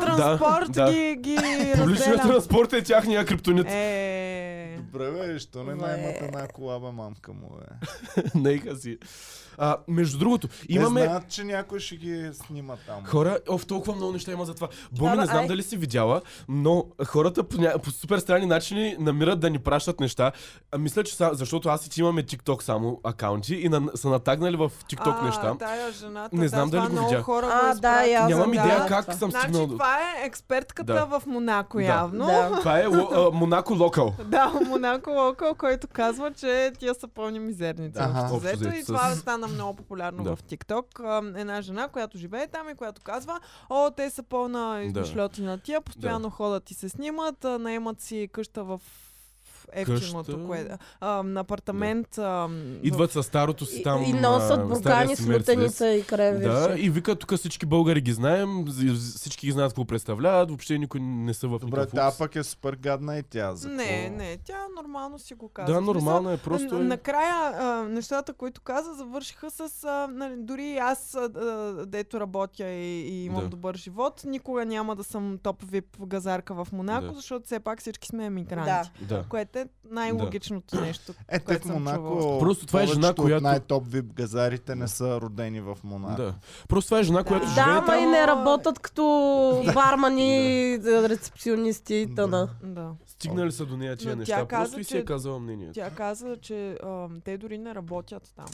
[SPEAKER 1] Да,
[SPEAKER 3] транспорт
[SPEAKER 1] да.
[SPEAKER 3] ги, ги
[SPEAKER 1] Публичният
[SPEAKER 3] разделя.
[SPEAKER 1] транспорт е тяхния криптонит.
[SPEAKER 3] Е,
[SPEAKER 2] Добре, бе, що не
[SPEAKER 4] Бе.
[SPEAKER 2] наймат една кола, бе, мамка му, бе.
[SPEAKER 1] Нека си. А, между другото,
[SPEAKER 2] Имаме... Те
[SPEAKER 1] имаме...
[SPEAKER 2] знаят, че някой ще ги снима там.
[SPEAKER 1] Хора, оф, толкова много неща има за това.
[SPEAKER 4] Да,
[SPEAKER 1] Боми,
[SPEAKER 4] да,
[SPEAKER 1] не знам
[SPEAKER 4] ай.
[SPEAKER 1] дали си видяла, но хората по, ня... по супер странни начини намират да ни пращат неща. А, мисля, че са... защото аз и ти имаме TikTok само акаунти и на... са натагнали в TikTok
[SPEAKER 3] а,
[SPEAKER 1] неща.
[SPEAKER 3] Тая жената,
[SPEAKER 1] Не знам
[SPEAKER 3] да,
[SPEAKER 1] дали
[SPEAKER 3] това
[SPEAKER 1] го
[SPEAKER 3] много
[SPEAKER 1] видях.
[SPEAKER 3] Хора
[SPEAKER 4] А,
[SPEAKER 3] го
[SPEAKER 4] да, и аз
[SPEAKER 3] изпратиха,
[SPEAKER 1] Нямам
[SPEAKER 4] съм,
[SPEAKER 1] идея
[SPEAKER 4] да,
[SPEAKER 1] как
[SPEAKER 4] това.
[SPEAKER 1] съм
[SPEAKER 3] Значи
[SPEAKER 1] стигнал до...
[SPEAKER 3] това е експертката
[SPEAKER 1] Да.
[SPEAKER 3] в Монако
[SPEAKER 1] Да.
[SPEAKER 3] явно.
[SPEAKER 4] Да.
[SPEAKER 1] Това е Ло- а, Монако Локал.
[SPEAKER 3] Да, Монако Локъл, който казва, че тия са пълни мизерници.
[SPEAKER 2] Аха.
[SPEAKER 3] Общо
[SPEAKER 1] Общо
[SPEAKER 3] взето
[SPEAKER 1] взето
[SPEAKER 3] и
[SPEAKER 1] с-
[SPEAKER 3] това е стана много популярно
[SPEAKER 1] Да.
[SPEAKER 3] в ТикТок. Една жена, която живее там и която казва, о, те са пълна измишлетина тия, постоянно ходят и се снимат, а, наемат си къща в
[SPEAKER 1] Къща?
[SPEAKER 3] ефтиното, кое, а, на апартамент. Да.
[SPEAKER 1] Идват със старото си
[SPEAKER 4] И,
[SPEAKER 1] там.
[SPEAKER 4] и
[SPEAKER 1] а,
[SPEAKER 4] носят буркани
[SPEAKER 1] стария
[SPEAKER 4] с
[SPEAKER 1] си Мерцедес.
[SPEAKER 4] лутеница и
[SPEAKER 3] Е,
[SPEAKER 1] Да,
[SPEAKER 4] кренвирче.
[SPEAKER 1] и вика, тук всички българи ги знаем, з- всички ги знаят какво представляват, въобще никой не са в
[SPEAKER 2] Добре,
[SPEAKER 1] никакъв
[SPEAKER 2] тя
[SPEAKER 1] лукс.
[SPEAKER 2] пък е супер гадна и тя. За
[SPEAKER 3] Не,
[SPEAKER 2] какво?
[SPEAKER 3] не, тя нормално си го казва.
[SPEAKER 1] Да,
[SPEAKER 3] В смисъл,
[SPEAKER 1] нормално е,
[SPEAKER 3] Просто
[SPEAKER 1] просто е...
[SPEAKER 3] Накрая а, нещата, които каза, завършиха с... А, нали, дори и аз, а, а, дето работя и, и имам
[SPEAKER 1] Да.
[SPEAKER 3] да. добър живот, никога няма да съм топ вип газарка в Монако,
[SPEAKER 1] Да.
[SPEAKER 3] да. защото все пак всички сме
[SPEAKER 4] Да.
[SPEAKER 3] емигранти.
[SPEAKER 1] Да.
[SPEAKER 3] Да. Което е най-логичното да. нещо.
[SPEAKER 2] Е, те в
[SPEAKER 3] което съм
[SPEAKER 2] Монако.
[SPEAKER 3] чувала.
[SPEAKER 1] Просто това е жена,
[SPEAKER 2] повечето от
[SPEAKER 1] която-
[SPEAKER 2] най-топ вип газарите не са родени в Монако.
[SPEAKER 1] Да. Просто това е жена, която
[SPEAKER 3] Да.
[SPEAKER 1] живее
[SPEAKER 4] Да,
[SPEAKER 1] там.
[SPEAKER 4] ма и не
[SPEAKER 3] там.
[SPEAKER 4] работят като бармани, рецепционисти и тъна.
[SPEAKER 3] Да.
[SPEAKER 1] Стигнали са до нея тия
[SPEAKER 3] Но
[SPEAKER 1] неща.
[SPEAKER 3] тя каза,
[SPEAKER 1] Просто и си е
[SPEAKER 3] че-
[SPEAKER 1] казала мнението.
[SPEAKER 3] Тя каза, че а, те дори не работят там.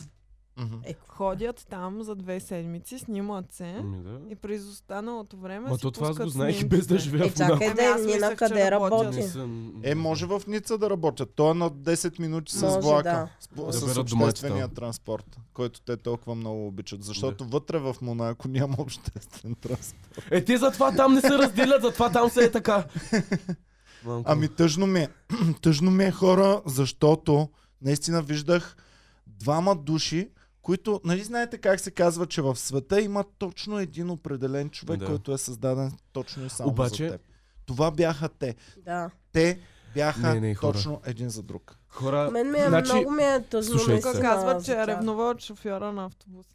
[SPEAKER 2] Мгм.
[SPEAKER 4] Е,
[SPEAKER 3] Ходят там за две седмици, снимат се
[SPEAKER 1] Ами да.
[SPEAKER 3] и през останалото време
[SPEAKER 1] Ма
[SPEAKER 3] си
[SPEAKER 1] то това аз
[SPEAKER 3] пускат
[SPEAKER 1] го знаех и
[SPEAKER 3] снимките.
[SPEAKER 1] без да живея
[SPEAKER 4] Е,
[SPEAKER 1] в Монако.
[SPEAKER 4] чакай
[SPEAKER 3] Ами
[SPEAKER 4] да
[SPEAKER 3] аз
[SPEAKER 4] ни
[SPEAKER 3] мислех,
[SPEAKER 4] на
[SPEAKER 3] че
[SPEAKER 4] къде
[SPEAKER 3] работят.
[SPEAKER 1] Не
[SPEAKER 3] Окей.
[SPEAKER 4] работи.
[SPEAKER 1] съм-
[SPEAKER 2] Е, може в Ница да работят. Той е на 10 минути с
[SPEAKER 4] Може,
[SPEAKER 2] влака.
[SPEAKER 4] да.
[SPEAKER 2] С,
[SPEAKER 1] Да
[SPEAKER 2] с
[SPEAKER 1] берат домати
[SPEAKER 2] обществения
[SPEAKER 1] там.
[SPEAKER 2] транспорт, който те толкова много обичат. Защото вътре в Монако няма обществен транспорт.
[SPEAKER 1] Е, те затова там не се разделят, затова там се е така. Малко.
[SPEAKER 2] Ами тъжно ми е. тъжно ми е хора, защото наистина виждах двама души, които, нали знаете как се казва, че в света има точно един определен човек,
[SPEAKER 1] Да.
[SPEAKER 2] който е създаден точно и само
[SPEAKER 1] Обаче-
[SPEAKER 2] за теб. Това бяха те.
[SPEAKER 4] Да.
[SPEAKER 2] Те бяха
[SPEAKER 1] Не, не, хора.
[SPEAKER 2] точно един за друг.
[SPEAKER 1] Хора,
[SPEAKER 4] Мен ми е
[SPEAKER 1] значи,
[SPEAKER 4] много ми е тъжно.
[SPEAKER 1] слушай
[SPEAKER 4] наистина,
[SPEAKER 1] се.
[SPEAKER 3] Тук
[SPEAKER 4] за
[SPEAKER 3] казват, че
[SPEAKER 4] тях.
[SPEAKER 3] е ревнува от шофьора на автобуса.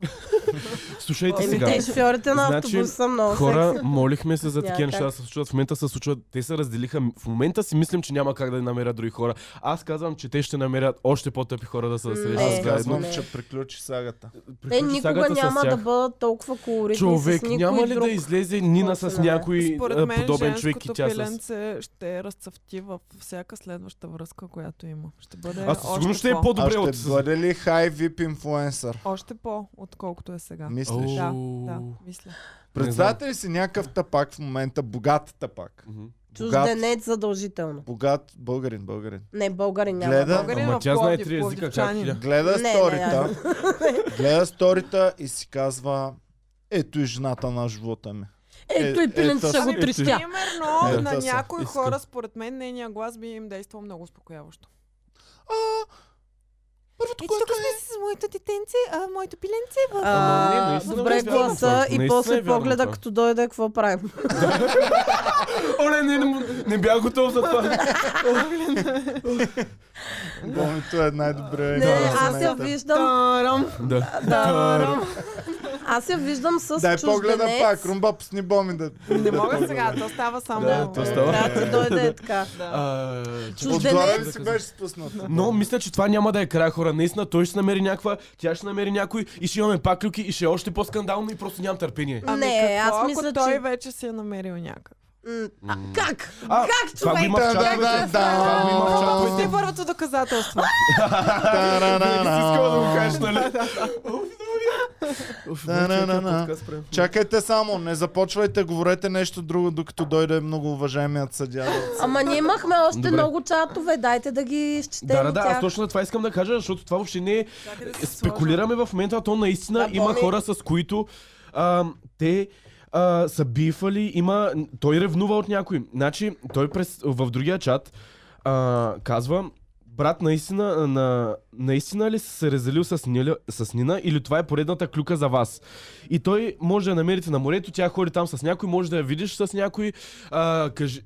[SPEAKER 1] слушайте
[SPEAKER 4] Еми,
[SPEAKER 1] сега.
[SPEAKER 4] те шофьорите на
[SPEAKER 1] Значи,
[SPEAKER 4] автобус са много
[SPEAKER 1] Хора,
[SPEAKER 4] секси.
[SPEAKER 1] молихме се за такива
[SPEAKER 4] Я
[SPEAKER 1] неща
[SPEAKER 4] как?
[SPEAKER 1] да се случват. В момента се случват. Те се разделиха. В момента си мислим, че няма как да намерят други хора. Аз казвам, че те ще намерят още по-тъпи хора да се срещат
[SPEAKER 2] Аз
[SPEAKER 4] Не.
[SPEAKER 1] заедно.
[SPEAKER 2] казвам,
[SPEAKER 4] Не.
[SPEAKER 2] че приключи сагата.
[SPEAKER 4] е, Те
[SPEAKER 1] Приключи
[SPEAKER 4] никога
[SPEAKER 1] сагата с
[SPEAKER 4] няма да
[SPEAKER 1] тях.
[SPEAKER 4] бъдат толкова колоритни
[SPEAKER 1] Човек,
[SPEAKER 4] с никой
[SPEAKER 1] няма ли
[SPEAKER 4] друг.
[SPEAKER 1] да излезе Нина
[SPEAKER 4] Какво
[SPEAKER 1] с
[SPEAKER 4] се
[SPEAKER 1] някой а,
[SPEAKER 3] Според мен,
[SPEAKER 1] подобен човек и
[SPEAKER 3] женското
[SPEAKER 1] тя с...
[SPEAKER 3] пиленце ще разцъфти във всяка следваща връзка, която има. Ще бъде
[SPEAKER 1] Аз със сигурност
[SPEAKER 3] още,
[SPEAKER 1] ще е
[SPEAKER 3] по,
[SPEAKER 1] по-добре
[SPEAKER 2] а
[SPEAKER 1] от...
[SPEAKER 2] ще бъде ли хай вип инфлуенсър?
[SPEAKER 3] още по, отколкото е сега.
[SPEAKER 2] Мислиш?
[SPEAKER 1] О.
[SPEAKER 3] Да,
[SPEAKER 1] Оу.
[SPEAKER 3] да, мисля.
[SPEAKER 2] Представете ли си някакъв тапак в момента, богат тапак?
[SPEAKER 1] Мгм.
[SPEAKER 2] Богат,
[SPEAKER 4] Чужденец задължително.
[SPEAKER 2] богат българин, българин.
[SPEAKER 4] Не, българи няма.
[SPEAKER 2] Гледа,
[SPEAKER 4] българин.
[SPEAKER 3] Българин
[SPEAKER 1] Ама
[SPEAKER 3] в
[SPEAKER 1] тя знае
[SPEAKER 3] Пловдив,
[SPEAKER 1] три езика, как
[SPEAKER 3] пловдивчанин.
[SPEAKER 1] я?
[SPEAKER 2] Гледа
[SPEAKER 4] Не, не,
[SPEAKER 2] сторита, гледа сторита и си казва ето и жената на живота ми.
[SPEAKER 4] Ето
[SPEAKER 2] Е,
[SPEAKER 4] и
[SPEAKER 2] е,
[SPEAKER 4] пиленце
[SPEAKER 2] тъс-
[SPEAKER 4] ще го
[SPEAKER 1] е,
[SPEAKER 4] трещя.
[SPEAKER 3] Примерно
[SPEAKER 2] Е,
[SPEAKER 3] на
[SPEAKER 2] да, се
[SPEAKER 3] някои
[SPEAKER 1] иска.
[SPEAKER 3] хора, според мен, нейния глас би им действал много успокояващо.
[SPEAKER 2] Първото, което е...
[SPEAKER 3] сме с моето детенце, а моето пиленце
[SPEAKER 1] Ама не,
[SPEAKER 4] А,
[SPEAKER 1] наистина
[SPEAKER 4] Добре
[SPEAKER 1] е вярно това.
[SPEAKER 4] гласа и
[SPEAKER 1] Наистина е
[SPEAKER 4] после
[SPEAKER 1] вярно
[SPEAKER 4] погледа,
[SPEAKER 1] това.
[SPEAKER 4] като дойде, какво правим?
[SPEAKER 1] Оле, не, не, му- не бях готов за това.
[SPEAKER 2] Болнито е най-добре.
[SPEAKER 4] Не,
[SPEAKER 2] Да,
[SPEAKER 4] аз
[SPEAKER 2] е. момента.
[SPEAKER 4] я виждам.
[SPEAKER 1] Да. Тарам.
[SPEAKER 4] Аз я виждам с
[SPEAKER 2] Дай погледа
[SPEAKER 4] чужденец.
[SPEAKER 2] пак, румба пусни боми да...
[SPEAKER 3] Не мога сега, то става само...
[SPEAKER 1] Да, то става.
[SPEAKER 4] Трябва е. да ти дойде е така.
[SPEAKER 3] Да.
[SPEAKER 1] А,
[SPEAKER 4] Чужденец.
[SPEAKER 2] Отгоре ли си беше спуснат?
[SPEAKER 1] Но мисля, че това няма да е край хора. Наистина той ще намери някаква, тя ще намери някой и ще имаме пак люки и ще е още по-скандално и просто нямам търпение.
[SPEAKER 4] Ами не, аз мисля,
[SPEAKER 3] ако той
[SPEAKER 4] че...
[SPEAKER 3] вече си е намерил някакъв?
[SPEAKER 4] М, А, как?
[SPEAKER 1] А,
[SPEAKER 4] как,
[SPEAKER 1] това го
[SPEAKER 4] човек?
[SPEAKER 1] има в
[SPEAKER 2] Да, да,
[SPEAKER 1] чатовете.
[SPEAKER 2] да,
[SPEAKER 1] Това го има в
[SPEAKER 2] да.
[SPEAKER 1] чатовете.
[SPEAKER 3] Пусти първото доказателство.
[SPEAKER 1] Не си искала да го
[SPEAKER 2] Та-ра-ра-ра.
[SPEAKER 1] кажеш, нали? е. Уф,
[SPEAKER 2] Да, да, да, да.
[SPEAKER 1] подкаст спрем.
[SPEAKER 2] Чакайте само, не започвайте, говорете нещо друго, докато дойде много уважаемият съдя.
[SPEAKER 4] Ама ние имахме още
[SPEAKER 1] Добре.
[SPEAKER 4] много чатове, дайте да ги изчетем
[SPEAKER 1] Да, да, да,
[SPEAKER 4] и
[SPEAKER 1] аз
[SPEAKER 4] тях.
[SPEAKER 1] точно това искам да кажа, защото това въобще не е... Спекулираме в момента, а то наистина
[SPEAKER 4] Да,
[SPEAKER 1] има
[SPEAKER 4] Боми.
[SPEAKER 1] хора, с които а, те а, са бифали, има... Той ревнува от някой. Значи, той през, в другия чат а, казва... Брат, наистина, на, наистина ли си се разделил с, Ниля, с Нина или това е поредната клюка за вас? И той може да я намерите на морето, тя ходи там с някой, може да я видиш с някой. А, кажи...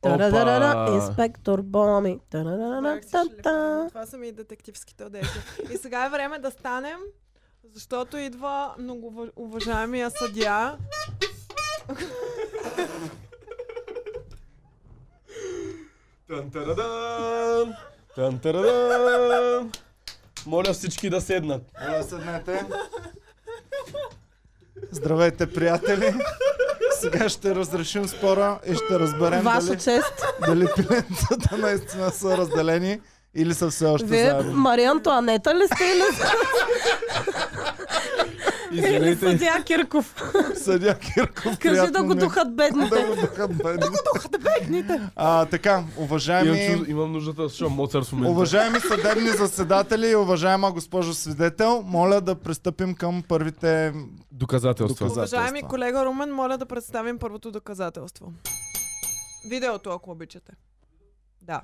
[SPEAKER 4] Та-да-да-да-да,
[SPEAKER 1] Опа!
[SPEAKER 4] инспектор Боми. Та-да-да-да-да,
[SPEAKER 3] Как си ще
[SPEAKER 4] та-та.
[SPEAKER 3] лепнем? Това са ми и детективските одежди. И сега е време да станем, защото идва много ува- уважаемия съдия.
[SPEAKER 1] Тантарадан! Тантарадан! Моля всички да седнат.
[SPEAKER 2] Моля, седнете. Здравейте, приятели. Сега ще разрешим спора и ще разберем
[SPEAKER 4] Ваша
[SPEAKER 2] дали,
[SPEAKER 4] чест.
[SPEAKER 2] дали пилетата наистина са разделени или са все още
[SPEAKER 4] Вие
[SPEAKER 2] заедно.
[SPEAKER 4] Мария Антуанета ли сте или-
[SPEAKER 2] Е,
[SPEAKER 4] или
[SPEAKER 1] Извинете.
[SPEAKER 4] съдя Кирков?
[SPEAKER 2] Съдя Кирков,
[SPEAKER 4] Кажи да
[SPEAKER 2] приятно
[SPEAKER 4] го
[SPEAKER 2] ми е.
[SPEAKER 4] духат
[SPEAKER 2] Да
[SPEAKER 4] бедните.
[SPEAKER 2] го духат бедните. Да го духат бедните. А, така,
[SPEAKER 1] Имам,
[SPEAKER 2] уважаеми...
[SPEAKER 1] чу- имам нуждата да слушам Моцар в момента.
[SPEAKER 2] Уважаеми съдебни заседатели и уважаема госпожо свидетел, моля да пристъпим към първите...
[SPEAKER 1] Доказателства.
[SPEAKER 2] Доказа-
[SPEAKER 3] Уважаеми колега Румен, моля да представим първото доказателство. Видеото, ако обичате. Да.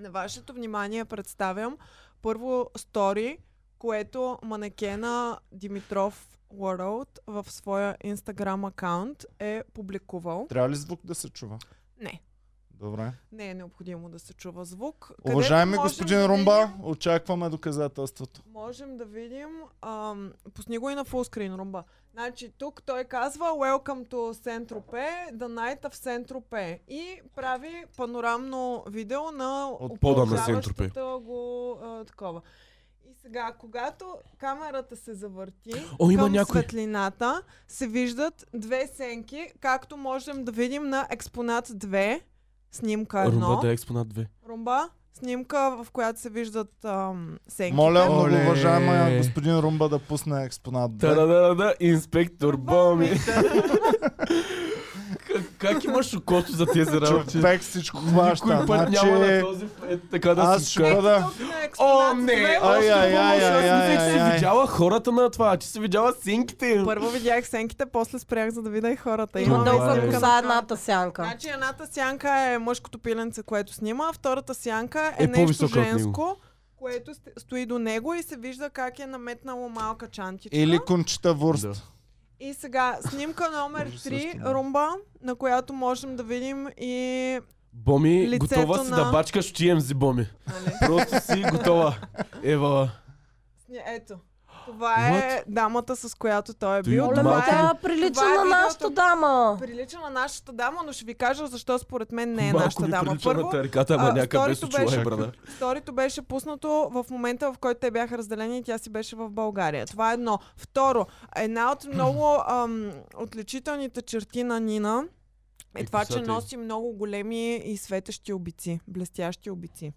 [SPEAKER 3] На вашето внимание представям първо стори, което манекена Димитров World в своя инстаграм акаунт е публикувал.
[SPEAKER 2] Трябва ли звук да се чува?
[SPEAKER 3] Не,
[SPEAKER 2] Добре.
[SPEAKER 3] не е необходимо да се чува звук. където
[SPEAKER 2] Уважаеми
[SPEAKER 3] можем
[SPEAKER 2] господин
[SPEAKER 3] да
[SPEAKER 2] Румба,
[SPEAKER 3] видим-
[SPEAKER 2] очакваме доказателството.
[SPEAKER 3] Можем да видим, ам, пусни го и на фулскрин, Румба. Значи тук той казва Welcome to Saint-Tropez, The Night of Saint-Tropez и прави панорамно видео на
[SPEAKER 1] От пода на
[SPEAKER 3] управляващата го а, такова. И сега, когато камерата се завърти
[SPEAKER 1] О, има
[SPEAKER 3] към
[SPEAKER 1] някой.
[SPEAKER 3] светлината, се виждат две сенки, както можем да видим на експонат 2, снимка 1.
[SPEAKER 1] Румба да е експонат 2.
[SPEAKER 3] Румба, снимка, в която се виждат ам, сенките.
[SPEAKER 2] Моля,
[SPEAKER 1] Оле.
[SPEAKER 2] много уважаема господин Румба да пусне експонат 2.
[SPEAKER 1] Та-да-да-да, инспектор Боми. Как- Как имаш окото за тези работи?
[SPEAKER 2] Човек всичко
[SPEAKER 1] Никой
[SPEAKER 2] хваща.
[SPEAKER 1] път
[SPEAKER 2] Значи,
[SPEAKER 1] няма на този е, така да
[SPEAKER 2] аз
[SPEAKER 1] си
[SPEAKER 2] ще
[SPEAKER 1] кажа.
[SPEAKER 2] бъда...
[SPEAKER 3] Тук на експонат
[SPEAKER 1] О, не!
[SPEAKER 3] две-
[SPEAKER 2] Ай,
[SPEAKER 1] Още
[SPEAKER 2] ай,
[SPEAKER 1] по-лошо.
[SPEAKER 2] ай,
[SPEAKER 1] Аз
[SPEAKER 2] ай,
[SPEAKER 1] мисля, че
[SPEAKER 2] ай,
[SPEAKER 1] си
[SPEAKER 2] ай.
[SPEAKER 1] видяла хората на това, а ти си видяла синките им.
[SPEAKER 3] Първо видях сенките, после спрях, за да видя и хората.
[SPEAKER 1] Има
[SPEAKER 3] Имаме
[SPEAKER 1] толкова
[SPEAKER 4] Долу
[SPEAKER 3] снимка
[SPEAKER 1] е.
[SPEAKER 3] на
[SPEAKER 4] коса едната сянка.
[SPEAKER 3] Значи едната сянка е мъжкото пиленце, което снима, а втората сянка е,
[SPEAKER 1] Е
[SPEAKER 3] нещо
[SPEAKER 1] по-висока от него.
[SPEAKER 3] женско, което сте- стои до него и се вижда как е наметнало малка чантичка.
[SPEAKER 2] Или кончета вурст.
[SPEAKER 1] Да.
[SPEAKER 3] И сега снимка номер
[SPEAKER 2] Може също,
[SPEAKER 3] 3,
[SPEAKER 2] да.
[SPEAKER 3] румба, на която можем да видим и...
[SPEAKER 1] Боми,
[SPEAKER 3] Лицето
[SPEAKER 1] готова си
[SPEAKER 3] на-
[SPEAKER 1] да бачкаш TMZ, Боми.
[SPEAKER 3] Нали?
[SPEAKER 1] Просто си готова. Ева.
[SPEAKER 3] Сни- Ето. Това е дамата, с която той е
[SPEAKER 1] Ти
[SPEAKER 3] бил.
[SPEAKER 1] от
[SPEAKER 4] Оле,
[SPEAKER 1] Малко-
[SPEAKER 4] ма
[SPEAKER 3] Това е
[SPEAKER 4] тя прилича
[SPEAKER 3] това е
[SPEAKER 4] на нашата
[SPEAKER 3] видеото.
[SPEAKER 4] дама.
[SPEAKER 3] прилича на нашата дама, но ще ви кажа защо според мен не е
[SPEAKER 1] Малко
[SPEAKER 3] нашата
[SPEAKER 1] ми
[SPEAKER 3] дама.
[SPEAKER 1] прилича
[SPEAKER 3] Първо,
[SPEAKER 1] на тариката, ама
[SPEAKER 3] а,
[SPEAKER 1] някак без
[SPEAKER 3] второто
[SPEAKER 1] очила
[SPEAKER 3] беше-
[SPEAKER 1] е, брада.
[SPEAKER 3] Сторито беше пуснато в момента, в който те бяха разделени и тя си беше в България. Това е едно. Второ, една от много ам, отличителните черти на Нина е,
[SPEAKER 1] Е,
[SPEAKER 3] това, че
[SPEAKER 1] косата й.
[SPEAKER 3] носи много големи и светещи обици, блестящи обици.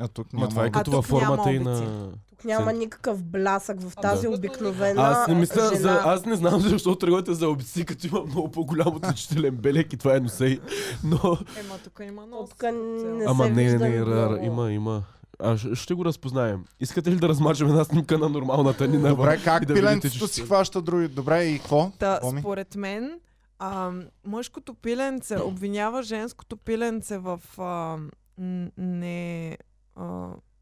[SPEAKER 2] А тук
[SPEAKER 1] Ма
[SPEAKER 2] няма...
[SPEAKER 1] това е като
[SPEAKER 3] тук
[SPEAKER 1] във
[SPEAKER 3] няма
[SPEAKER 1] формата и
[SPEAKER 3] обици.
[SPEAKER 1] на...
[SPEAKER 4] Тук няма никакъв блясък в тази
[SPEAKER 3] Да.
[SPEAKER 4] обикновена
[SPEAKER 1] Аз не мисля,
[SPEAKER 4] жена.
[SPEAKER 1] за, аз не знам защо тръгвате за обици, като има много по-голям отличителен белек и това е носей. Но...
[SPEAKER 3] Ема, тук има нос.
[SPEAKER 4] Тук не се
[SPEAKER 1] Ама не, не,
[SPEAKER 4] вижда
[SPEAKER 1] не, ра- ра-
[SPEAKER 4] много.
[SPEAKER 1] има, има. А ш- ще го разпознаем. Искате ли да размачаме една снимка на нормалната ни на
[SPEAKER 2] Добре,
[SPEAKER 1] и
[SPEAKER 2] как
[SPEAKER 1] да видите,
[SPEAKER 2] пиленцето
[SPEAKER 1] че
[SPEAKER 2] си
[SPEAKER 1] ще-
[SPEAKER 2] хваща други? Добре, и какво?
[SPEAKER 3] Та,
[SPEAKER 2] Боми?
[SPEAKER 3] според мен, а, мъжкото пиленце обвинява женското пиленце в а, н- не... А,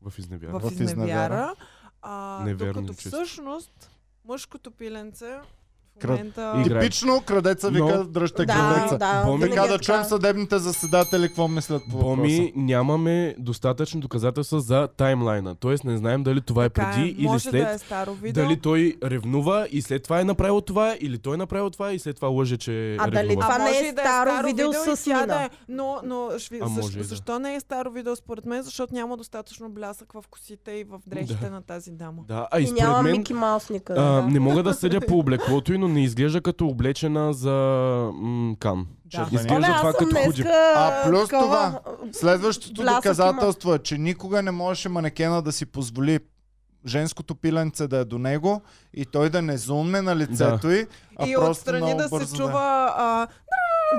[SPEAKER 1] В изневяра.
[SPEAKER 3] в
[SPEAKER 2] В изневяра.
[SPEAKER 3] изневяра. А,
[SPEAKER 1] Неверно,
[SPEAKER 3] докато
[SPEAKER 1] нечисто.
[SPEAKER 3] всъщност мъжкото пиленце в
[SPEAKER 2] Кра-
[SPEAKER 3] момента...
[SPEAKER 1] Игра.
[SPEAKER 2] Типично крадеца вика,
[SPEAKER 1] Но-
[SPEAKER 2] дръжте
[SPEAKER 4] Да,
[SPEAKER 2] крадеца.
[SPEAKER 4] да.
[SPEAKER 1] Боми-
[SPEAKER 4] винаги
[SPEAKER 2] Така
[SPEAKER 4] е
[SPEAKER 2] да
[SPEAKER 4] така.
[SPEAKER 2] чуем съдебните заседатели какво мислят по въпроса.
[SPEAKER 1] Боми, нямаме достатъчно доказателства за таймлайна. Тоест не знаем дали това е
[SPEAKER 3] Така
[SPEAKER 1] преди или
[SPEAKER 3] може
[SPEAKER 1] след.
[SPEAKER 3] да е старо видео.
[SPEAKER 1] Дали той ревнува и след това е направил това, или той е направил това и след това лъже, че
[SPEAKER 4] А
[SPEAKER 1] ревнува.
[SPEAKER 4] дали това-
[SPEAKER 3] а може
[SPEAKER 4] не е
[SPEAKER 3] и да
[SPEAKER 4] старо
[SPEAKER 3] старо
[SPEAKER 4] видео
[SPEAKER 3] и
[SPEAKER 4] с
[SPEAKER 3] тя
[SPEAKER 4] Нина.
[SPEAKER 3] Да е. Но, но шви,
[SPEAKER 1] А,
[SPEAKER 3] защ,
[SPEAKER 1] може и да.
[SPEAKER 3] защо не е старо видео според мен? Защото няма достатъчно блясък в косите и в дрехите
[SPEAKER 1] Да.
[SPEAKER 3] на тази дама.
[SPEAKER 1] Да, а и
[SPEAKER 4] И
[SPEAKER 1] според
[SPEAKER 4] няма
[SPEAKER 1] мен...
[SPEAKER 4] Мики Маус никъде.
[SPEAKER 1] А,
[SPEAKER 4] да.
[SPEAKER 1] не мога да съдя по облеклото й, но не изглежда като облечена за м- кам.
[SPEAKER 3] Да.
[SPEAKER 4] Ами,
[SPEAKER 3] Оле,
[SPEAKER 1] Изглежда това като худи.
[SPEAKER 2] А плюс
[SPEAKER 4] такова-
[SPEAKER 2] това, следващото
[SPEAKER 4] блясък
[SPEAKER 2] доказателство е, че никога не можеше манекена да си позволи женското пиленце да е до него и той да не зумне на лицето й, а
[SPEAKER 3] и
[SPEAKER 2] просто
[SPEAKER 3] отстрани
[SPEAKER 2] много
[SPEAKER 3] да
[SPEAKER 2] бързо
[SPEAKER 3] се чува... А,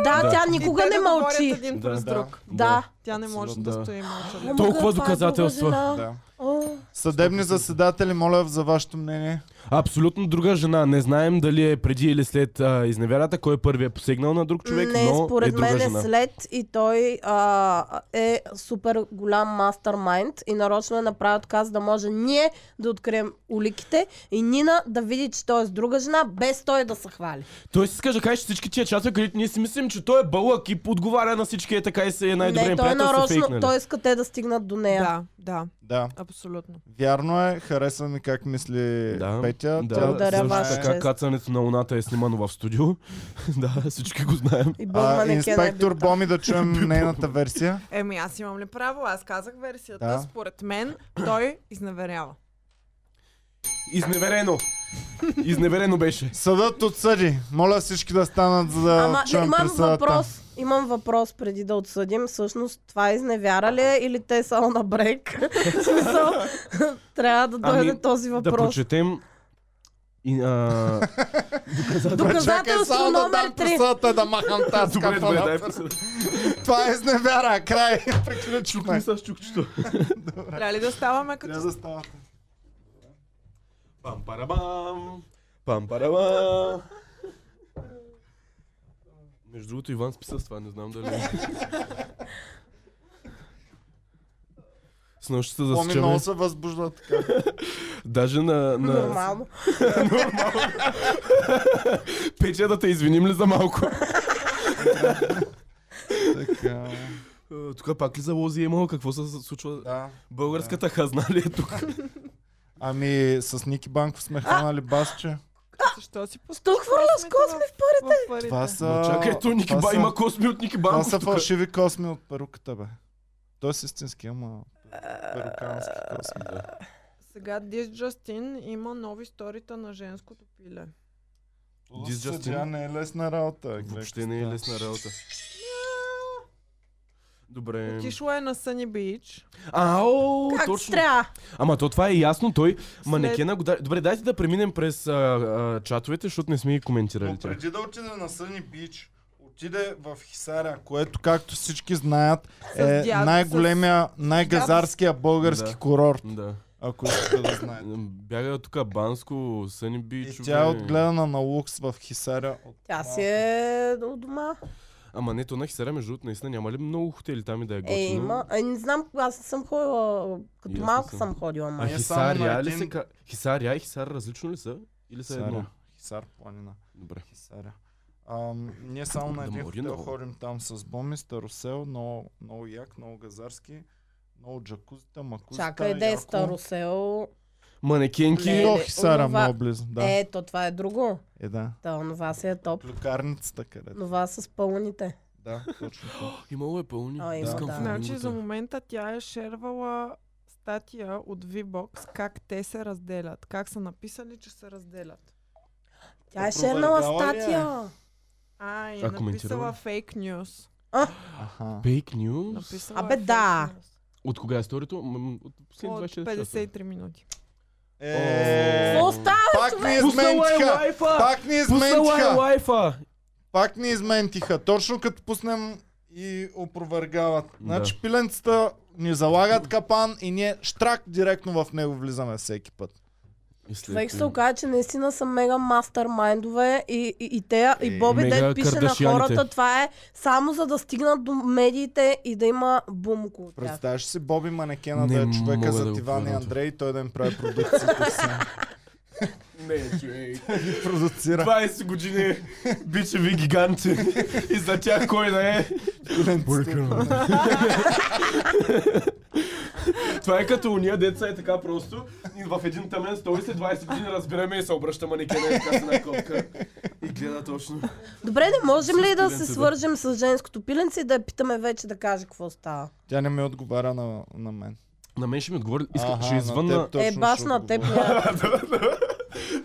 [SPEAKER 4] Да,
[SPEAKER 1] Да.
[SPEAKER 4] тя
[SPEAKER 3] и
[SPEAKER 4] никога
[SPEAKER 3] те
[SPEAKER 4] не
[SPEAKER 3] да
[SPEAKER 4] мълчи.
[SPEAKER 3] говорят един през
[SPEAKER 1] Да.
[SPEAKER 3] друг.
[SPEAKER 4] Да.
[SPEAKER 3] Тя не може
[SPEAKER 1] Абсолютно.
[SPEAKER 3] да
[SPEAKER 1] Да.
[SPEAKER 3] стои мълча.
[SPEAKER 4] Ама
[SPEAKER 1] Толкова
[SPEAKER 4] да, това е
[SPEAKER 1] доказателства.
[SPEAKER 4] друга жена.
[SPEAKER 2] Да.
[SPEAKER 4] О,
[SPEAKER 2] Съдебни заседатели, моля за вашето мнение.
[SPEAKER 1] Абсолютно друга жена. Не знаем дали е преди или след а, изневярата, кой първи е посегнал на друг човек,
[SPEAKER 4] не,
[SPEAKER 1] но
[SPEAKER 4] според
[SPEAKER 1] е друга
[SPEAKER 4] мен е
[SPEAKER 1] жена.
[SPEAKER 4] след и той а, е супер голям мастермайнд и нарочно е направил така, за да може ние да открием уликите и Нина да види, че той е с друга жена, без той да се хвали.
[SPEAKER 1] Той си иска да каже че всички тия чатове, където ние си мислим, че той е бълък и отговаря на всички е така и се е най-добре
[SPEAKER 4] не,
[SPEAKER 1] им нали?
[SPEAKER 4] той е
[SPEAKER 1] приятел, са
[SPEAKER 4] нарочно,
[SPEAKER 1] фейкнали.
[SPEAKER 4] той иска те да стигнат до нея.
[SPEAKER 3] Да, да,
[SPEAKER 2] Да.
[SPEAKER 3] абсолютно.
[SPEAKER 2] Вярно е, харесва ми как мисли
[SPEAKER 1] Да,
[SPEAKER 2] Петя.
[SPEAKER 1] да,
[SPEAKER 2] Тя
[SPEAKER 4] Благодаря
[SPEAKER 2] също
[SPEAKER 1] също
[SPEAKER 4] ваша
[SPEAKER 1] така
[SPEAKER 4] чест.
[SPEAKER 1] кацането на луната е снимано в студио. да, всички го знаем.
[SPEAKER 4] И Бог
[SPEAKER 2] А,
[SPEAKER 4] манекен е
[SPEAKER 2] инспектор
[SPEAKER 4] бил.
[SPEAKER 2] Боми, да чуем нейната версия.
[SPEAKER 3] Еми, аз имам ли право? Аз казах версията.
[SPEAKER 2] Да.
[SPEAKER 3] Според мен той изнаверява.
[SPEAKER 1] Изневерено! Изневерено беше.
[SPEAKER 2] Съдът отсъди. Моля всички да станат, за да
[SPEAKER 4] Ама
[SPEAKER 2] чуем
[SPEAKER 4] имам
[SPEAKER 2] присъдата.
[SPEAKER 4] въпрос. Имам въпрос преди да отсъдим. Всъщност това изневяра ли е или те само на брек? В смисъл, трябва да дойде
[SPEAKER 1] Ами,
[SPEAKER 4] този
[SPEAKER 1] Да
[SPEAKER 4] въпрос.
[SPEAKER 1] прочетем и, а,
[SPEAKER 2] Чакай
[SPEAKER 4] Доказателство
[SPEAKER 2] е само да
[SPEAKER 4] номер
[SPEAKER 2] дам
[SPEAKER 4] 3.
[SPEAKER 2] присъдата, да махам тази
[SPEAKER 1] Добре, добре, дай
[SPEAKER 2] кафана. Това е изневяра. Край. Приключихме.
[SPEAKER 1] Чукни с чукчето.
[SPEAKER 3] Трябва ли да ставаме като
[SPEAKER 2] Трябва да ставате.
[SPEAKER 1] Пам парабам. Пам парабам. Между другото, Иван списа с това, не знам дали. С нощи се
[SPEAKER 2] Боми
[SPEAKER 1] засичаме.
[SPEAKER 2] много се възбужда така.
[SPEAKER 1] Даже на... на...
[SPEAKER 4] Нормално.
[SPEAKER 1] Пече да те извиним ли за малко?
[SPEAKER 2] така.
[SPEAKER 1] Е, Тук пак ли за лози е имало? Какво се случва?
[SPEAKER 2] Да.
[SPEAKER 1] Българската хазна ли е тук?
[SPEAKER 2] Ами с Ники Банков сме хванали басче.
[SPEAKER 3] Защо си пускаш
[SPEAKER 4] Що хвърля с косми в пари?
[SPEAKER 3] в парите?
[SPEAKER 2] Това са...
[SPEAKER 1] Но Чакай, то Ники
[SPEAKER 2] това
[SPEAKER 1] Ба,
[SPEAKER 2] са-
[SPEAKER 1] има косми от Ники
[SPEAKER 2] Това
[SPEAKER 1] Банков
[SPEAKER 2] са
[SPEAKER 1] тук.
[SPEAKER 2] фалшиви косми от перуката, бе. Той е истински, ама перукански косми.
[SPEAKER 1] Да.
[SPEAKER 3] Сега Дис Джастин има нови сторита на женското пиле.
[SPEAKER 1] This
[SPEAKER 2] This
[SPEAKER 1] just
[SPEAKER 2] Тя
[SPEAKER 1] in.
[SPEAKER 2] не е лесна работа. гледай
[SPEAKER 1] Въобще
[SPEAKER 2] какво
[SPEAKER 1] не е
[SPEAKER 2] става.
[SPEAKER 1] лесна работа. Добре.
[SPEAKER 3] Отишла е на Съни Бич.
[SPEAKER 1] Ао,
[SPEAKER 4] Как ще
[SPEAKER 1] точно.
[SPEAKER 4] трябва?
[SPEAKER 1] Ама то това е ясно, той манекена го даде. Добре, дайте да преминем през а, а, чатовете, защото не сме ги коментирали
[SPEAKER 2] Но
[SPEAKER 1] тях.
[SPEAKER 2] преди да отиде на Съни Бич, отиде в Хисаря, което, както всички знаят, е
[SPEAKER 3] С дядо-
[SPEAKER 2] най-големия, най-газарския български
[SPEAKER 1] Да.
[SPEAKER 2] курорт,
[SPEAKER 1] Да.
[SPEAKER 2] ако искате да знаете.
[SPEAKER 1] Бяга тук Банско, Съни
[SPEAKER 2] И
[SPEAKER 1] Бичове.
[SPEAKER 2] тя е отгледана на лукс в Хисаря. От...
[SPEAKER 4] Тя си е от дома.
[SPEAKER 1] Ама не, то на Хисаря, между другото, наистина няма ли много хотели там и да е готино?
[SPEAKER 4] Е, има. Е, не знам, аз не съм ходила. Като
[SPEAKER 1] И аз не
[SPEAKER 4] малко
[SPEAKER 1] съм.
[SPEAKER 4] съм ходила,
[SPEAKER 1] А
[SPEAKER 4] ама.
[SPEAKER 2] Ай, не само на
[SPEAKER 1] Хисаря ли
[SPEAKER 2] един-
[SPEAKER 1] се... ка- Хисаря и Хисар различно ли са? Или са едно?
[SPEAKER 2] Хисаря. Хисар планина.
[SPEAKER 1] Добре.
[SPEAKER 2] Хисаря. Ам, ние само на
[SPEAKER 1] Да
[SPEAKER 2] един
[SPEAKER 1] мори
[SPEAKER 2] хотел
[SPEAKER 1] много.
[SPEAKER 2] ходим там с Боми, Старосел, много, много як, много газарски, много джакузита, макузита.
[SPEAKER 4] Чакай, де е Старосел.
[SPEAKER 1] Манекенки.
[SPEAKER 4] Не,
[SPEAKER 2] До
[SPEAKER 4] не,
[SPEAKER 2] Хисара
[SPEAKER 4] онова-
[SPEAKER 2] много близо, да. Е,
[SPEAKER 4] Е, то това е друго.
[SPEAKER 2] да.
[SPEAKER 4] Та, онова си е топ.
[SPEAKER 2] Клюкарницата където.
[SPEAKER 4] Нова с пълните.
[SPEAKER 2] Да, точно това.
[SPEAKER 1] Имало е пълни.
[SPEAKER 4] А, има,
[SPEAKER 1] Искам
[SPEAKER 4] да.
[SPEAKER 1] фламингота.
[SPEAKER 3] Значи за момента тя е шервала статия от VBOX как те се разделят. Как са написали, че се разделят.
[SPEAKER 4] Тя е
[SPEAKER 2] Опровергала
[SPEAKER 4] шернала
[SPEAKER 2] ли е?
[SPEAKER 4] статия.
[SPEAKER 3] А, и е
[SPEAKER 1] А, коментирала
[SPEAKER 3] написала
[SPEAKER 1] ли?
[SPEAKER 3] фейк нюс.
[SPEAKER 2] Аха.
[SPEAKER 1] Фейк нюз?
[SPEAKER 3] Написала
[SPEAKER 4] Абе,
[SPEAKER 3] е
[SPEAKER 4] да.
[SPEAKER 3] фейк нюс.
[SPEAKER 1] От кога е сторито? М, От последните
[SPEAKER 3] От
[SPEAKER 1] 24 часа.
[SPEAKER 3] 53 минути.
[SPEAKER 2] Е,
[SPEAKER 4] Какво става?
[SPEAKER 2] пак ни
[SPEAKER 1] Пуснала е
[SPEAKER 2] изментиха!
[SPEAKER 1] лайфа!
[SPEAKER 2] Пак ни
[SPEAKER 1] Пуснала е
[SPEAKER 2] изментиха!
[SPEAKER 1] лайфа!
[SPEAKER 2] Пак ни изментиха! Точно като пуснем и опровергават. Значи
[SPEAKER 1] Да.
[SPEAKER 2] пиленцата ни залагат капан и ние штрак директно в него влизаме всеки път.
[SPEAKER 1] И след
[SPEAKER 4] Човек се
[SPEAKER 1] това.
[SPEAKER 4] оказа, че наистина са мега мастермайндове и, и, и те, и
[SPEAKER 2] Е,
[SPEAKER 4] Боби
[SPEAKER 1] мега
[SPEAKER 4] Дед пише на
[SPEAKER 1] кардашианите.
[SPEAKER 4] хората, това е само за да стигнат до медиите и да има бум около тях.
[SPEAKER 2] Представяш си Боби
[SPEAKER 1] Не
[SPEAKER 2] Манекена да е човека
[SPEAKER 1] мога да
[SPEAKER 2] за
[SPEAKER 1] го
[SPEAKER 2] Иван и
[SPEAKER 1] повярвам.
[SPEAKER 2] Андрей и той да им прави продукцията си.
[SPEAKER 1] Не, човек.
[SPEAKER 2] Ви продуцира
[SPEAKER 1] 20 години бичеви гиганти. И за тях кой да е.
[SPEAKER 2] пиленцата.
[SPEAKER 1] Това е като уния деца е така просто. И в един тъмен стол и след 20 години разбираме и се обръща манекена и така с една копка. И гледа точно.
[SPEAKER 4] Добре, не можем ли да
[SPEAKER 1] пиленце,
[SPEAKER 4] се
[SPEAKER 1] да.
[SPEAKER 4] свържем с женското пиленце и да я питаме вече да каже какво става?
[SPEAKER 2] Тя не ми отговаря на, на мен.
[SPEAKER 1] На мен ще ми отговори. Иска,
[SPEAKER 2] Аха,
[SPEAKER 1] ще
[SPEAKER 2] на
[SPEAKER 1] извънна.
[SPEAKER 2] теб точно
[SPEAKER 4] е, баш
[SPEAKER 2] ще
[SPEAKER 4] на теб.
[SPEAKER 2] отговоря.
[SPEAKER 4] няма.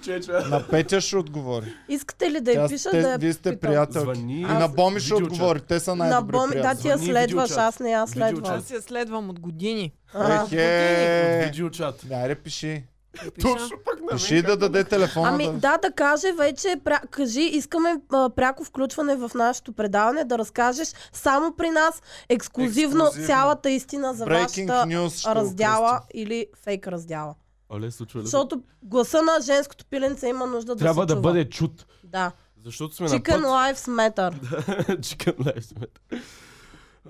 [SPEAKER 1] Чече.
[SPEAKER 2] На Петя ще отговори.
[SPEAKER 4] Искате ли да я
[SPEAKER 2] Тя-
[SPEAKER 4] пиша
[SPEAKER 2] те-
[SPEAKER 4] да я
[SPEAKER 2] вие сте
[SPEAKER 4] питам?
[SPEAKER 2] приятелки.
[SPEAKER 1] Звъни.
[SPEAKER 2] И на Боми ще
[SPEAKER 1] Видеочат.
[SPEAKER 2] отговори. Те са
[SPEAKER 4] На
[SPEAKER 2] най-добри
[SPEAKER 4] Боми, да, ти
[SPEAKER 2] приятели.
[SPEAKER 4] я
[SPEAKER 1] Звъни
[SPEAKER 4] следваш,
[SPEAKER 1] видеочат.
[SPEAKER 4] аз не я следвам.
[SPEAKER 1] Видеочат.
[SPEAKER 3] Аз я следвам от години.
[SPEAKER 4] А,
[SPEAKER 2] Ехе!
[SPEAKER 1] Видеочат.
[SPEAKER 2] Да, аре, пиши.
[SPEAKER 3] Да пиша.
[SPEAKER 1] Точно пък на
[SPEAKER 2] Пиши да даде телефона.
[SPEAKER 4] Ами да, да каже вече, пря- кажи, искаме а, пряко включване в нашето предаване, да разкажеш само при нас ексклюзивно,
[SPEAKER 2] Ексклюзивно.
[SPEAKER 4] цялата истина за
[SPEAKER 2] Breaking
[SPEAKER 4] вашата
[SPEAKER 2] news ще
[SPEAKER 4] раздяла
[SPEAKER 2] окръстим.
[SPEAKER 4] или фейк раздяла.
[SPEAKER 1] Оле, случва ли? се?
[SPEAKER 4] Защото гласа на женското пиленце има нужда да
[SPEAKER 1] Трябва
[SPEAKER 4] се
[SPEAKER 1] да
[SPEAKER 4] чува.
[SPEAKER 1] бъде чут.
[SPEAKER 4] Да.
[SPEAKER 1] Защото сме на
[SPEAKER 4] Chicken
[SPEAKER 1] път.
[SPEAKER 4] Lives Matter.
[SPEAKER 1] Chicken Lives Matter.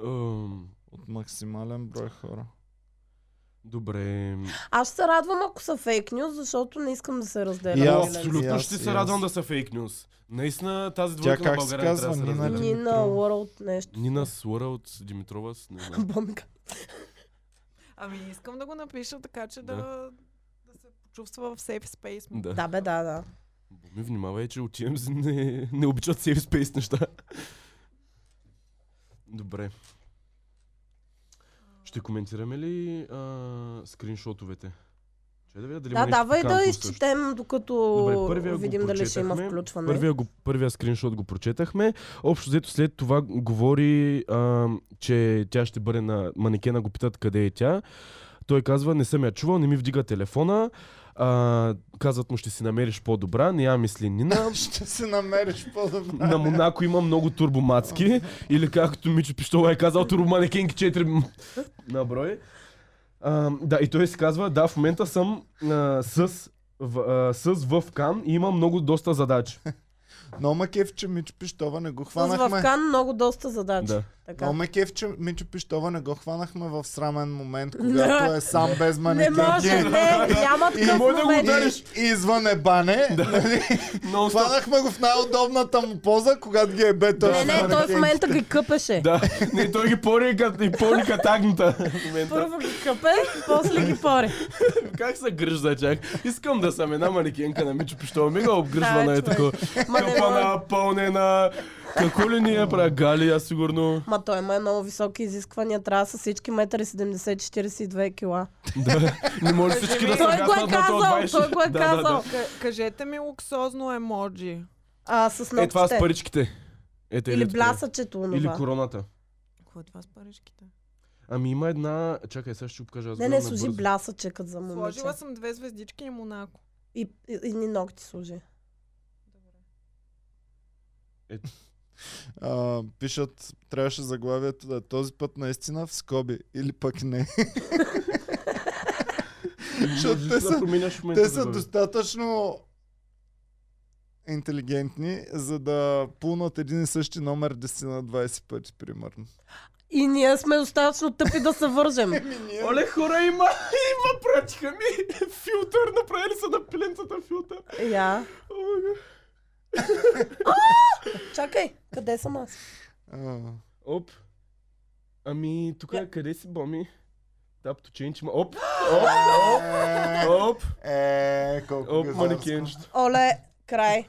[SPEAKER 1] Ам,
[SPEAKER 2] От максимален брой хора.
[SPEAKER 1] Добре.
[SPEAKER 4] Аз ще се радвам, ако са фейк нюз, защото не искам да се разделя.
[SPEAKER 2] И
[SPEAKER 4] на
[SPEAKER 2] аз, Абсолютно.
[SPEAKER 4] пиленца.
[SPEAKER 1] Абсолютно
[SPEAKER 2] Yes,
[SPEAKER 1] ще
[SPEAKER 2] yes.
[SPEAKER 1] се радвам да са фейк нюс. Наистина тази
[SPEAKER 2] Тя
[SPEAKER 1] двойка на
[SPEAKER 2] как се
[SPEAKER 1] България не трябва да се
[SPEAKER 2] казва? Нина
[SPEAKER 1] разделя.
[SPEAKER 2] ли?
[SPEAKER 4] Нина
[SPEAKER 2] Димитрова.
[SPEAKER 4] World нещо.
[SPEAKER 1] Нина Слора от Димитрова. с- Не знам.
[SPEAKER 4] Бомка.
[SPEAKER 3] Ами искам да го напиша така, че да, да се почувства в safe space.
[SPEAKER 1] Да.
[SPEAKER 4] Да бе, да, да.
[SPEAKER 1] Ми внимавай, че от TMZ не, не обичат safe space неща. Добре. Ще коментираме ли а, скриншотовете? Че да видя дали
[SPEAKER 4] Да,
[SPEAKER 1] има нещо
[SPEAKER 4] давай да
[SPEAKER 1] пикантно също.
[SPEAKER 4] изчетем, докато
[SPEAKER 1] Добре, първия
[SPEAKER 4] видим
[SPEAKER 1] го
[SPEAKER 4] дали ще има
[SPEAKER 1] прочетахме.
[SPEAKER 4] включване.
[SPEAKER 1] Първия, го, първия скриншот го прочетахме. Общо взето след това говори, а, че тя ще бъде на манекена, го питат къде е тя. Той казва, не съм я чувал, не ми вдига телефона. А, казват му, ще си намериш по-добра, не я мисли Нина.
[SPEAKER 2] Ще се намериш по-добре.
[SPEAKER 1] На Монако има много турбомацки. Или както Мичо Пищова е казал, турбоманекенки 4 м- на брой. А, да, и той си казва, да, в момента съм а, с, в, а, с в Кан и има много доста задачи.
[SPEAKER 2] Но ма кеф, че Мичо Пищова не го
[SPEAKER 4] С
[SPEAKER 2] хванахме.
[SPEAKER 4] Вавкан много доста задачи.
[SPEAKER 1] Да.
[SPEAKER 4] Така.
[SPEAKER 2] Но ме кеф, че Мичо Пищова не го хванахме в срамен момент, когато е сам без
[SPEAKER 4] не
[SPEAKER 2] манекенки.
[SPEAKER 4] може, не, няма
[SPEAKER 2] И-
[SPEAKER 4] такъв
[SPEAKER 1] може да го
[SPEAKER 4] момент.
[SPEAKER 1] удари.
[SPEAKER 2] И, и извън е бане. нали?
[SPEAKER 1] Но
[SPEAKER 2] Хванахме го в най-удобната му поза, когато ги е бе той.
[SPEAKER 4] Не,
[SPEAKER 2] с
[SPEAKER 4] не, той в
[SPEAKER 2] манекенки.
[SPEAKER 4] момента ги къпеше.
[SPEAKER 1] Да, не, той ги пори като и пори като агнета. В момента.
[SPEAKER 4] Първо ги къпе, после ги пори.
[SPEAKER 1] Как се грижда чак? Искам да съм една манекенка на Мичо Пищова. Мега
[SPEAKER 4] Да,
[SPEAKER 1] обгрижва на е
[SPEAKER 4] човек.
[SPEAKER 1] такова.
[SPEAKER 4] Ма не може.
[SPEAKER 1] Капана, пълнена. Какво ли ни е правя? Галия, сигурно.
[SPEAKER 4] Ма той има много високи изисквания, трябва с всички 1,70-42 кила.
[SPEAKER 1] Да, не може всички да се
[SPEAKER 4] Той го е
[SPEAKER 1] вятнат на то
[SPEAKER 4] казал,
[SPEAKER 1] 20.
[SPEAKER 4] той го е
[SPEAKER 1] Да, да, да.
[SPEAKER 4] казал.
[SPEAKER 3] К- кажете ми луксозно емоджи.
[SPEAKER 4] А, с
[SPEAKER 1] Е, това с
[SPEAKER 4] ногтите.
[SPEAKER 1] паричките. Ето, е
[SPEAKER 4] Или
[SPEAKER 1] ли такова?
[SPEAKER 4] блясъчето,
[SPEAKER 1] Или
[SPEAKER 4] онова.
[SPEAKER 1] короната.
[SPEAKER 3] Какво е това с паричките?
[SPEAKER 1] Ами има една... Чакай, сега ще го покажа. Аз
[SPEAKER 4] Не,
[SPEAKER 1] го
[SPEAKER 4] не,
[SPEAKER 1] имам
[SPEAKER 4] служи
[SPEAKER 1] набързо.
[SPEAKER 4] блясъче, като за момиче.
[SPEAKER 3] Сложила съм две звездички и Монако.
[SPEAKER 4] И, и, и ни ногти служи.
[SPEAKER 2] А, пишат, трябваше заглавието да е този път наистина в скоби. Или пък не. Защото те
[SPEAKER 1] Можеш да
[SPEAKER 2] са,
[SPEAKER 1] променяш в момента.
[SPEAKER 2] те са
[SPEAKER 1] да, бе.
[SPEAKER 2] достатъчно интелигентни, за да пулнат един и същи номер 10 на 20 пъти, примерно.
[SPEAKER 4] И ние сме достатъчно тъпи да се вържем.
[SPEAKER 1] Оле, хора, има, има, пратиха ми филтър, направили са на пиленцата филтър.
[SPEAKER 4] Я.
[SPEAKER 1] О, май гад.
[SPEAKER 4] Чакай, къде съм аз?
[SPEAKER 2] А,
[SPEAKER 1] Оп. Ами, тук е, къде си, Боми? Тапто ченч, оп, оп, оп,
[SPEAKER 2] е,
[SPEAKER 1] оп,
[SPEAKER 2] Е, колко
[SPEAKER 1] оп,
[SPEAKER 2] газарско.
[SPEAKER 1] манекенчето.
[SPEAKER 4] Оле, край.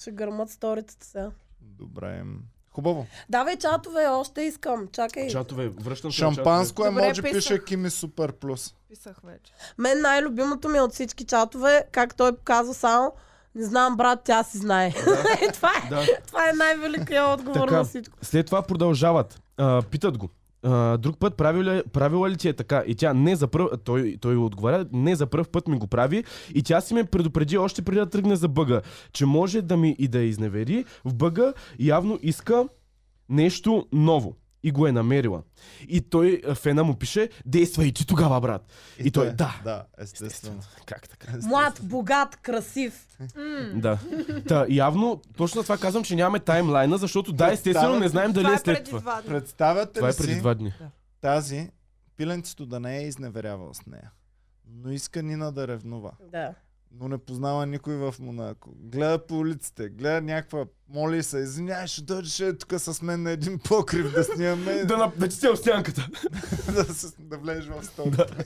[SPEAKER 4] Ще гърмат сторицата сега.
[SPEAKER 2] Добре. Хубаво.
[SPEAKER 4] Давай чатове, още искам. Чакай.
[SPEAKER 1] Чатове, връщам се на чатове.
[SPEAKER 2] Шампанско е,
[SPEAKER 3] Добре,
[SPEAKER 2] може
[SPEAKER 3] писах.
[SPEAKER 2] пише Кими Супер Плюс.
[SPEAKER 3] Писах вече.
[SPEAKER 4] Мен най-любимото ми е от всички чатове, как той показва само не знам, брат, тя си знае. И това е,
[SPEAKER 1] Да.
[SPEAKER 4] това е най-великият отговор
[SPEAKER 1] Така.
[SPEAKER 4] на всичко.
[SPEAKER 1] След това продължават. А, питат го. А, друг път правила, правила ли ти е така? И тя не за пръв... Той, той отговаря, не за първ път ми го прави. И тя си ме предупреди още преди да тръгне за бъга, че може да ми и да я изневери. В бъга явно иска нещо ново. И го е намерила. И той, а, Фена му пише, действай ти тогава, брат. И, той, Е, да.
[SPEAKER 2] Е, Да, естествено.
[SPEAKER 1] Как така?
[SPEAKER 4] Млад, богат, красив.
[SPEAKER 1] Да. Та, явно, точно това казвам, че нямаме таймлайна, защото да, естествено, не знаем дали
[SPEAKER 3] това
[SPEAKER 1] е
[SPEAKER 3] е
[SPEAKER 1] след
[SPEAKER 3] преди
[SPEAKER 1] това.
[SPEAKER 3] два дни.
[SPEAKER 2] Представяте
[SPEAKER 1] Това
[SPEAKER 2] ли
[SPEAKER 1] е преди
[SPEAKER 2] си
[SPEAKER 1] два дни.
[SPEAKER 2] тази, пиленцето да не е изневерявал с нея? но иска Нина да ревнува.
[SPEAKER 4] Да.
[SPEAKER 2] но не познава никой в Монако. Гледа по улиците, гледа някаква, моли се, извинявай, ще дойдеш е тук с мен на един покрив да снимаме,
[SPEAKER 1] Да,
[SPEAKER 2] да,
[SPEAKER 1] на, да ти сел стянката.
[SPEAKER 2] да, се- да влезеш в столката.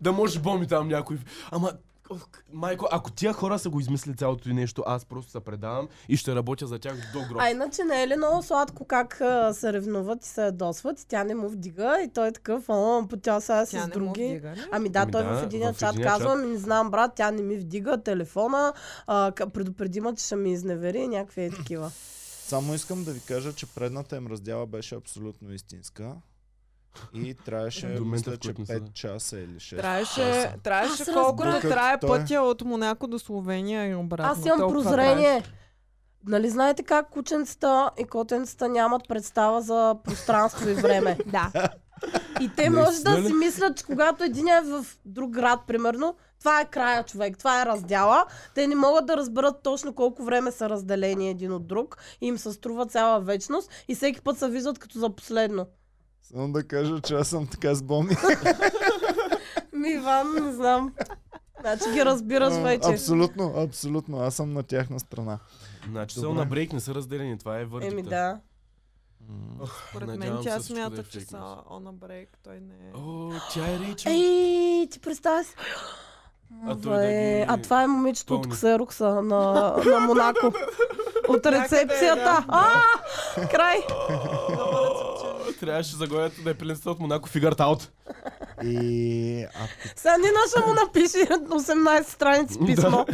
[SPEAKER 1] Да може боми там някой. Ама, ох, майко, ако тия хора са го измислили цялото и нещо, аз просто се предавам и ще работя за тях до гроб.
[SPEAKER 4] А иначе не е ли много сладко как а, се ревнуват и се ядосват и тя не му вдига и той е такъв, а, по тя сега
[SPEAKER 3] Тя
[SPEAKER 4] е с
[SPEAKER 3] не му
[SPEAKER 4] други.
[SPEAKER 3] вдига, ли?
[SPEAKER 4] Ами да,
[SPEAKER 1] Ами
[SPEAKER 4] той
[SPEAKER 1] да,
[SPEAKER 4] в един
[SPEAKER 1] в
[SPEAKER 4] чат
[SPEAKER 1] единия
[SPEAKER 4] казва,
[SPEAKER 1] чат.
[SPEAKER 4] ми не знам брат, тя не ми вдига телефона, а, ка- предупреди ме, че ще ми изневери и някакви е такива.
[SPEAKER 2] Само искам да ви кажа, че предната им раздяла беше абсолютно истинска. И трябваше,
[SPEAKER 1] До момента,
[SPEAKER 2] мисля,
[SPEAKER 1] в
[SPEAKER 2] че
[SPEAKER 1] който не са,
[SPEAKER 2] 5
[SPEAKER 1] да.
[SPEAKER 2] часа или 6.
[SPEAKER 3] Трябваше, трябваше
[SPEAKER 4] Аз разбрах.
[SPEAKER 3] колкото
[SPEAKER 2] Докато
[SPEAKER 3] трае
[SPEAKER 2] той-
[SPEAKER 1] е-
[SPEAKER 3] пътя от Монако до Словения и обратно.
[SPEAKER 4] Аз имам
[SPEAKER 3] толкова
[SPEAKER 4] прозрение. Нали знаете как кученцата и котенцата нямат представа за пространство и време?
[SPEAKER 3] Да.
[SPEAKER 4] И те
[SPEAKER 1] Наистина
[SPEAKER 4] може да
[SPEAKER 1] ли?
[SPEAKER 4] си мислят, че когато един е в друг град, примерно, това е края човек, това е раздяла. Те не могат да разберат точно колко време са разделени един от друг. И им се струва цяла вечност и всеки път се виждат като за последно.
[SPEAKER 2] Само да кажа, че аз съм така с боми.
[SPEAKER 4] Ми, Ами, Иван, не знам. Значи ги разбираш
[SPEAKER 2] А,
[SPEAKER 4] вече.
[SPEAKER 2] Абсолютно, абсолютно. Аз съм на тяхна страна.
[SPEAKER 1] Значи
[SPEAKER 2] Добре.
[SPEAKER 1] сел на брейк не са разделени, това е върдикта.
[SPEAKER 4] Еми да.
[SPEAKER 3] Поред мен
[SPEAKER 1] Надявам
[SPEAKER 3] тя
[SPEAKER 1] се всичко да е
[SPEAKER 3] смята, че
[SPEAKER 1] фейк
[SPEAKER 3] са
[SPEAKER 1] нюз.
[SPEAKER 3] on a break. Той не е.
[SPEAKER 1] О, тя е Рейчел.
[SPEAKER 4] Ей, ти представя си.
[SPEAKER 1] А
[SPEAKER 4] А,
[SPEAKER 1] той да ги
[SPEAKER 4] а това е момичето от
[SPEAKER 1] пълни.
[SPEAKER 4] ксерокса на, на Монако. От
[SPEAKER 1] е,
[SPEAKER 4] рецепцията. А, край.
[SPEAKER 1] Трябваше заглавието да е пленцата от Монако Фигарт Аут.
[SPEAKER 2] И а
[SPEAKER 4] Сега Нина ще му напише 18 страници писмо.